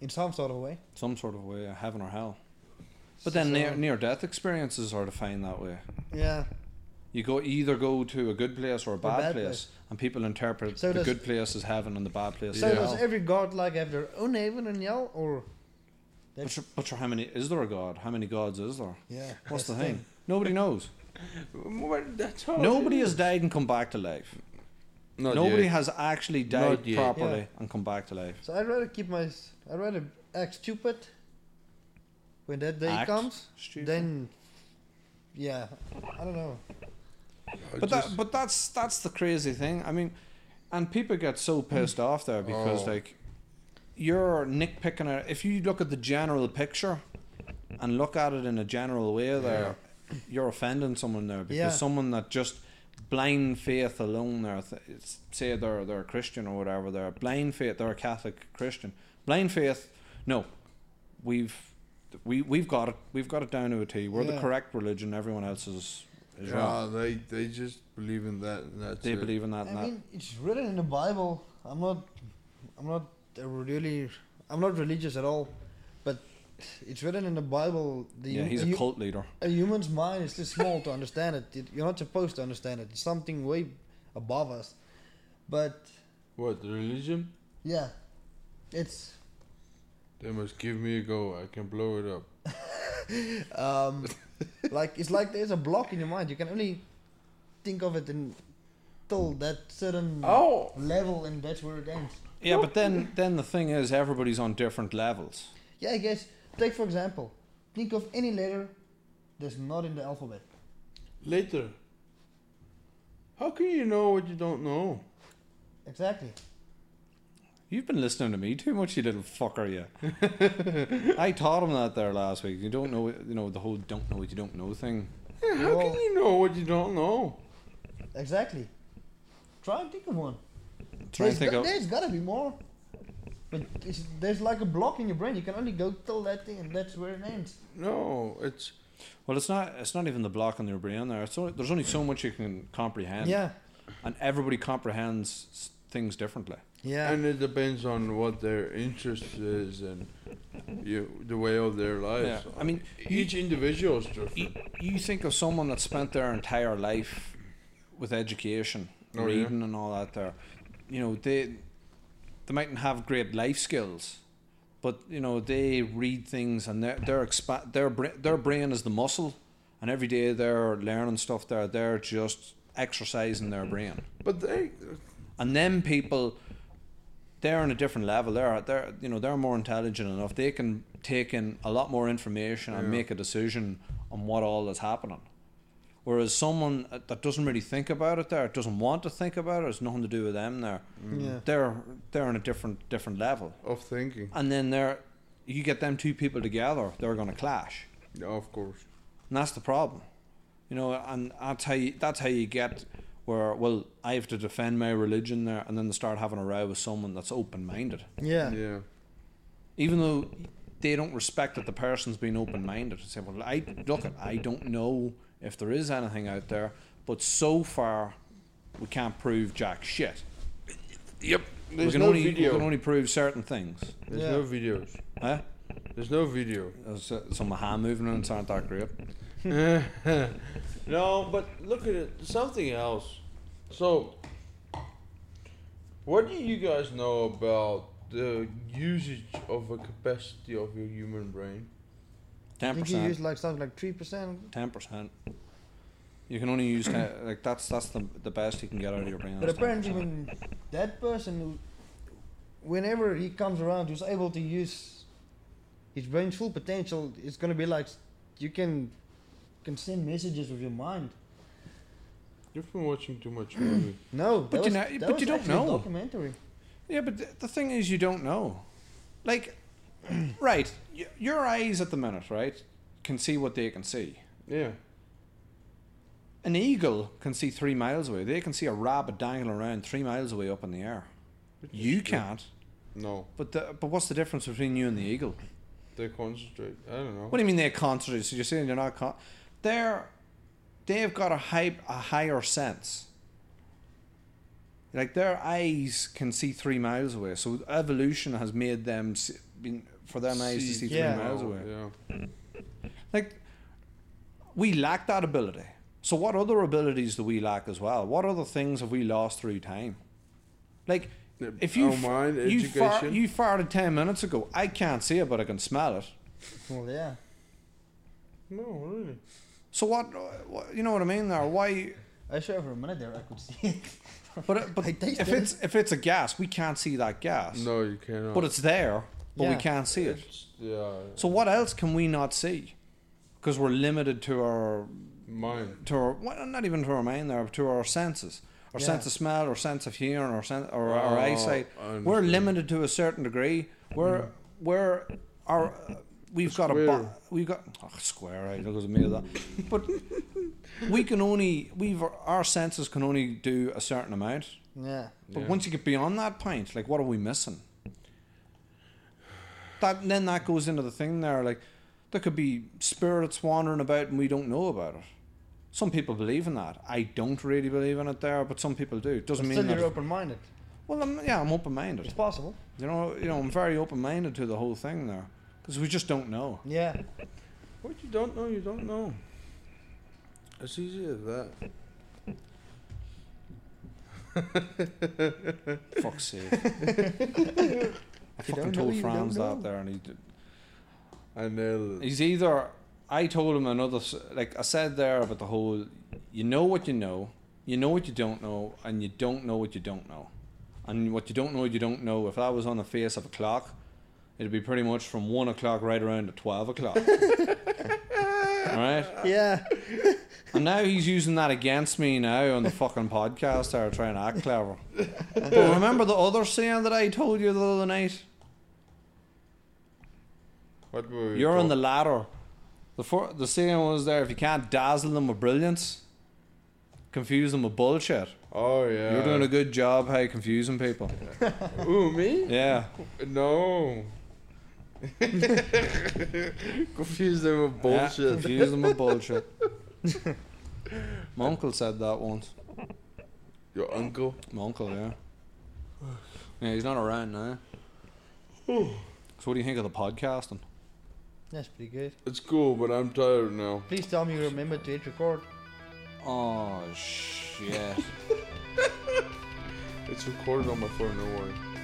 Speaker 3: in some sort of way.
Speaker 2: some sort of way, of heaven or hell. But then near near death experiences are defined that way.
Speaker 3: Yeah.
Speaker 2: You go either go to a good place or a bad,
Speaker 3: bad
Speaker 2: place,
Speaker 3: place.
Speaker 2: and people interpret
Speaker 3: So
Speaker 2: the
Speaker 3: does-
Speaker 2: good place as heaven and the bad place
Speaker 3: So
Speaker 2: as
Speaker 3: does
Speaker 2: hell.
Speaker 3: every god like have their own heaven and hell, or
Speaker 2: But sure, but sure, how many is there a god? How many gods is there?
Speaker 3: yeah?
Speaker 2: What's
Speaker 3: that's
Speaker 2: the thing? Nobody knows.
Speaker 4: What- That's how
Speaker 2: Nobody has died and come back to life.
Speaker 4: Not
Speaker 2: Nobody
Speaker 4: yet.
Speaker 2: has actually died
Speaker 4: Not yet.
Speaker 2: properly
Speaker 3: Yeah.
Speaker 2: and come back to life.
Speaker 3: So I'd rather keep my. s- I'd rather act stupid when that day
Speaker 2: Act
Speaker 3: comes.
Speaker 2: stupid.
Speaker 3: Then, yeah, I don't know.
Speaker 4: I
Speaker 2: But
Speaker 4: just-
Speaker 2: that, but that's that's the crazy thing. I mean, and people get so pissed off there because
Speaker 4: Oh.
Speaker 2: like you're nitpicking it. If you look at the general picture and look at it in a general way, there you're offending someone there because
Speaker 3: Yeah.
Speaker 2: someone that just blind faith alone there th- it's- say they're they're a Christian or whatever they're blind faith they're a Catholic Christian blind faith no we've we we've got it we've got it down to a T we're the
Speaker 3: Yeah.
Speaker 2: correct religion everyone else is is wrong
Speaker 4: yeah, they they just believe in that. And that's
Speaker 2: they
Speaker 4: it.
Speaker 2: believe in that
Speaker 3: I
Speaker 2: and that.
Speaker 3: mean, it's written in the Bible. I'm not. I'm not a really. I'm not religious at all, but it's written in the Bible. The
Speaker 2: yeah,
Speaker 3: hu-
Speaker 2: he's a
Speaker 3: hu-
Speaker 2: cult leader.
Speaker 3: a human's mind is too small to understand it. It- You're not supposed to understand it. It's something way above us. But
Speaker 4: What religion?
Speaker 3: yeah, it's
Speaker 4: They must give me a go. I can blow it up.
Speaker 3: um, like it's like there's a block in your mind. You can only think of it in till that certain
Speaker 4: Oh.
Speaker 3: level, and that's where it ends.
Speaker 2: Yeah, but then then the thing is, everybody's on different levels.
Speaker 3: Yeah, I guess. Take for example, think of any letter that's not in the alphabet.
Speaker 4: Later. How can you know what you don't know?
Speaker 3: Exactly.
Speaker 2: You've been listening to me too much, you little fucker. You. I taught him that there last week. You don't know, you know the whole "don't know what you don't know" thing.
Speaker 4: Yeah, how can
Speaker 3: Well-
Speaker 4: you know what you don't know?
Speaker 3: Exactly. Try and think of one.
Speaker 2: Try and
Speaker 3: There's
Speaker 2: think
Speaker 3: go-
Speaker 2: of
Speaker 3: There's gotta be more. But it's, there's like a block in your brain. You can only go till that thing, and that's where it ends.
Speaker 4: No, it's
Speaker 2: well, it's not it's not even the block on your brain there. It's only, there's only so much you can comprehend. and everybody comprehends s- things differently.
Speaker 3: yeah.
Speaker 4: and it depends on what their interest is and you, the way of their lives.
Speaker 2: Yeah, I mean,
Speaker 4: each individual is
Speaker 2: You,
Speaker 4: different.
Speaker 2: you think of someone that spent their entire life with education,
Speaker 4: Oh, yeah.
Speaker 2: reading, and all that. There, you know, they they mightn't have great life skills, but you know they read things and their their expa- their bra- their brain is the muscle, and every day they're learning stuff. There, they're just exercising their brain.
Speaker 4: But they,
Speaker 2: And them people, they're on a different level. They're they're you know they're more intelligent enough. They can take in a lot more information and make a decision on what all is happening. Whereas someone uh, that doesn't really think about it, there doesn't want to think about it. It's nothing to do with them. There,
Speaker 3: Yeah.
Speaker 2: they're they're on a different different level.
Speaker 4: of thinking,
Speaker 2: And then they're you get them two people together, they're going to clash.
Speaker 4: yeah, of course.
Speaker 2: And that's the problem. You know, and that's how you, that's how you get where well, I have to defend my religion there and then they start having a row with someone that's open minded.
Speaker 3: yeah.
Speaker 4: Yeah,
Speaker 2: Even though they don't respect that the person's being open minded and say, Well I look at I don't know if there is anything out there, but so far we can't prove jack shit.
Speaker 4: Yep.
Speaker 2: We
Speaker 4: There's
Speaker 2: can,
Speaker 4: no
Speaker 2: only, we
Speaker 4: video.
Speaker 2: can only prove certain things.
Speaker 4: There's
Speaker 3: Yeah.
Speaker 4: no videos.
Speaker 2: Huh?
Speaker 4: There's no video.
Speaker 2: There's uh, some hand movement aren't that great.
Speaker 4: no, but look at it. Something else. So, what do you guys know about the usage of a capacity of your human brain?
Speaker 3: I
Speaker 2: Ten
Speaker 3: think you
Speaker 2: percent.
Speaker 3: use like something like three percent.
Speaker 2: ten percent. You can only use ten, like that's that's the the best you can get out of your brain.
Speaker 3: But
Speaker 2: is 10%.
Speaker 3: apparently, when that person, who, whenever he comes around, who's able to use his brain's full potential, it's gonna be like you can can send messages with your mind.
Speaker 4: You've been watching too much movie.
Speaker 3: No,
Speaker 2: But
Speaker 3: that
Speaker 2: you
Speaker 3: was,
Speaker 2: know-
Speaker 3: that
Speaker 2: but
Speaker 3: was
Speaker 2: you don't
Speaker 3: actually a
Speaker 2: know.
Speaker 3: documentary.
Speaker 2: yeah, but th- the thing is, you don't know. Like, right, y- your eyes at the minute, right, can see what they can see.
Speaker 4: Yeah.
Speaker 2: An eagle can see three miles away. They can see a rabbit dangling around three miles away up in the air. You can't.
Speaker 4: No,
Speaker 2: But the, but what's the difference between you and the eagle?
Speaker 4: they concentrate. I don't know.
Speaker 2: What do you mean they concentrate? So you're saying they're not con- they're they've got a high a higher sense. Like their eyes can see three miles away, so evolution has made them s- been for their eyes to see
Speaker 5: yeah.
Speaker 2: three miles away.
Speaker 4: Yeah.
Speaker 2: Like we lack that ability. So what other abilities do we lack as well? What other things have we lost through time? Like
Speaker 4: Yeah,
Speaker 2: if you
Speaker 4: our
Speaker 2: f-
Speaker 4: mind,
Speaker 2: you, far,
Speaker 4: education.
Speaker 2: you farted ten minutes ago, I can't see it, but I can smell it.
Speaker 5: Well, yeah.
Speaker 4: No, really.
Speaker 2: So what, what you know what I mean there? Why?
Speaker 5: I sure for a minute there I could see it.
Speaker 2: But but
Speaker 5: I taste
Speaker 2: if
Speaker 5: it.
Speaker 2: it's if it's a gas, we can't see that gas.
Speaker 4: No, you cannot.
Speaker 2: But it's there, but we
Speaker 5: Yeah.
Speaker 2: can't see it.
Speaker 4: It's- yeah.
Speaker 2: So what else can we not see? Because we're limited to our
Speaker 4: Mine.
Speaker 2: to our well, not even to our mind there, but to our senses. Our
Speaker 5: Yeah.
Speaker 2: sense of smell, our sense of hearing, our sense, or our
Speaker 4: Oh,
Speaker 2: eyesight.
Speaker 4: I understand.
Speaker 2: We're limited to a certain degree. We're we're our we've got a bo-
Speaker 4: Square.
Speaker 2: we've got oh, square right look at me of that. But we can only we've our senses can only do a certain amount.
Speaker 5: Yeah.
Speaker 2: But
Speaker 4: Yeah.
Speaker 2: once you get beyond that point, like what are we missing? That then that goes into the thing there, like there could be spirits wandering about and we don't know about it. Some people believe in that. I don't really believe in it there, but some people do. It doesn't
Speaker 5: But
Speaker 2: mean
Speaker 5: still,
Speaker 2: that.
Speaker 5: you're open-minded.
Speaker 2: well, I'm, yeah, I'm open
Speaker 5: It's
Speaker 2: minded.
Speaker 5: possible.
Speaker 2: You know, you know, I'm very open minded to the whole thing there, because we just don't know.
Speaker 5: Yeah.
Speaker 4: What you don't know, you don't know. It's easy as that.
Speaker 2: Fuck's sake. I fucking
Speaker 5: don't know,
Speaker 2: told
Speaker 5: you
Speaker 2: Franz
Speaker 5: don't
Speaker 2: that
Speaker 5: know.
Speaker 2: there, and he did,
Speaker 4: I nailed it.
Speaker 2: He's either I told him another s- like I said there about the whole you know what you know, you know what you don't know, and you don't know what you don't know. And what you don't know, you don't know. If that was on the face of a clock, it'd be pretty much from one o'clock right around to twelve o'clock. Alright?
Speaker 5: Yeah.
Speaker 2: And now he's using that against me now on the fucking podcast there trying to act clever. But remember the other saying that I told you the other night?
Speaker 4: What were we
Speaker 2: You're on the
Speaker 4: talking-
Speaker 2: ladder. The for, the saying was there: if you can't dazzle them with brilliance, confuse them with bullshit.
Speaker 4: Oh yeah.
Speaker 2: You're doing a good job how you confusing people.
Speaker 4: Ooh me?
Speaker 2: Yeah,
Speaker 4: No. Confuse them with
Speaker 2: Yeah,
Speaker 4: bullshit.
Speaker 2: confuse them with bullshit. My uncle said that once.
Speaker 4: Your uncle.
Speaker 2: My uncle, yeah. Yeah, he's not around now. So, what do you think of the podcasting?
Speaker 5: That's pretty good.
Speaker 4: It's cool, but I'm tired now.
Speaker 5: Please tell me you remember to hit record.
Speaker 2: Oh shit.
Speaker 4: It's recorded on my phone. No worry.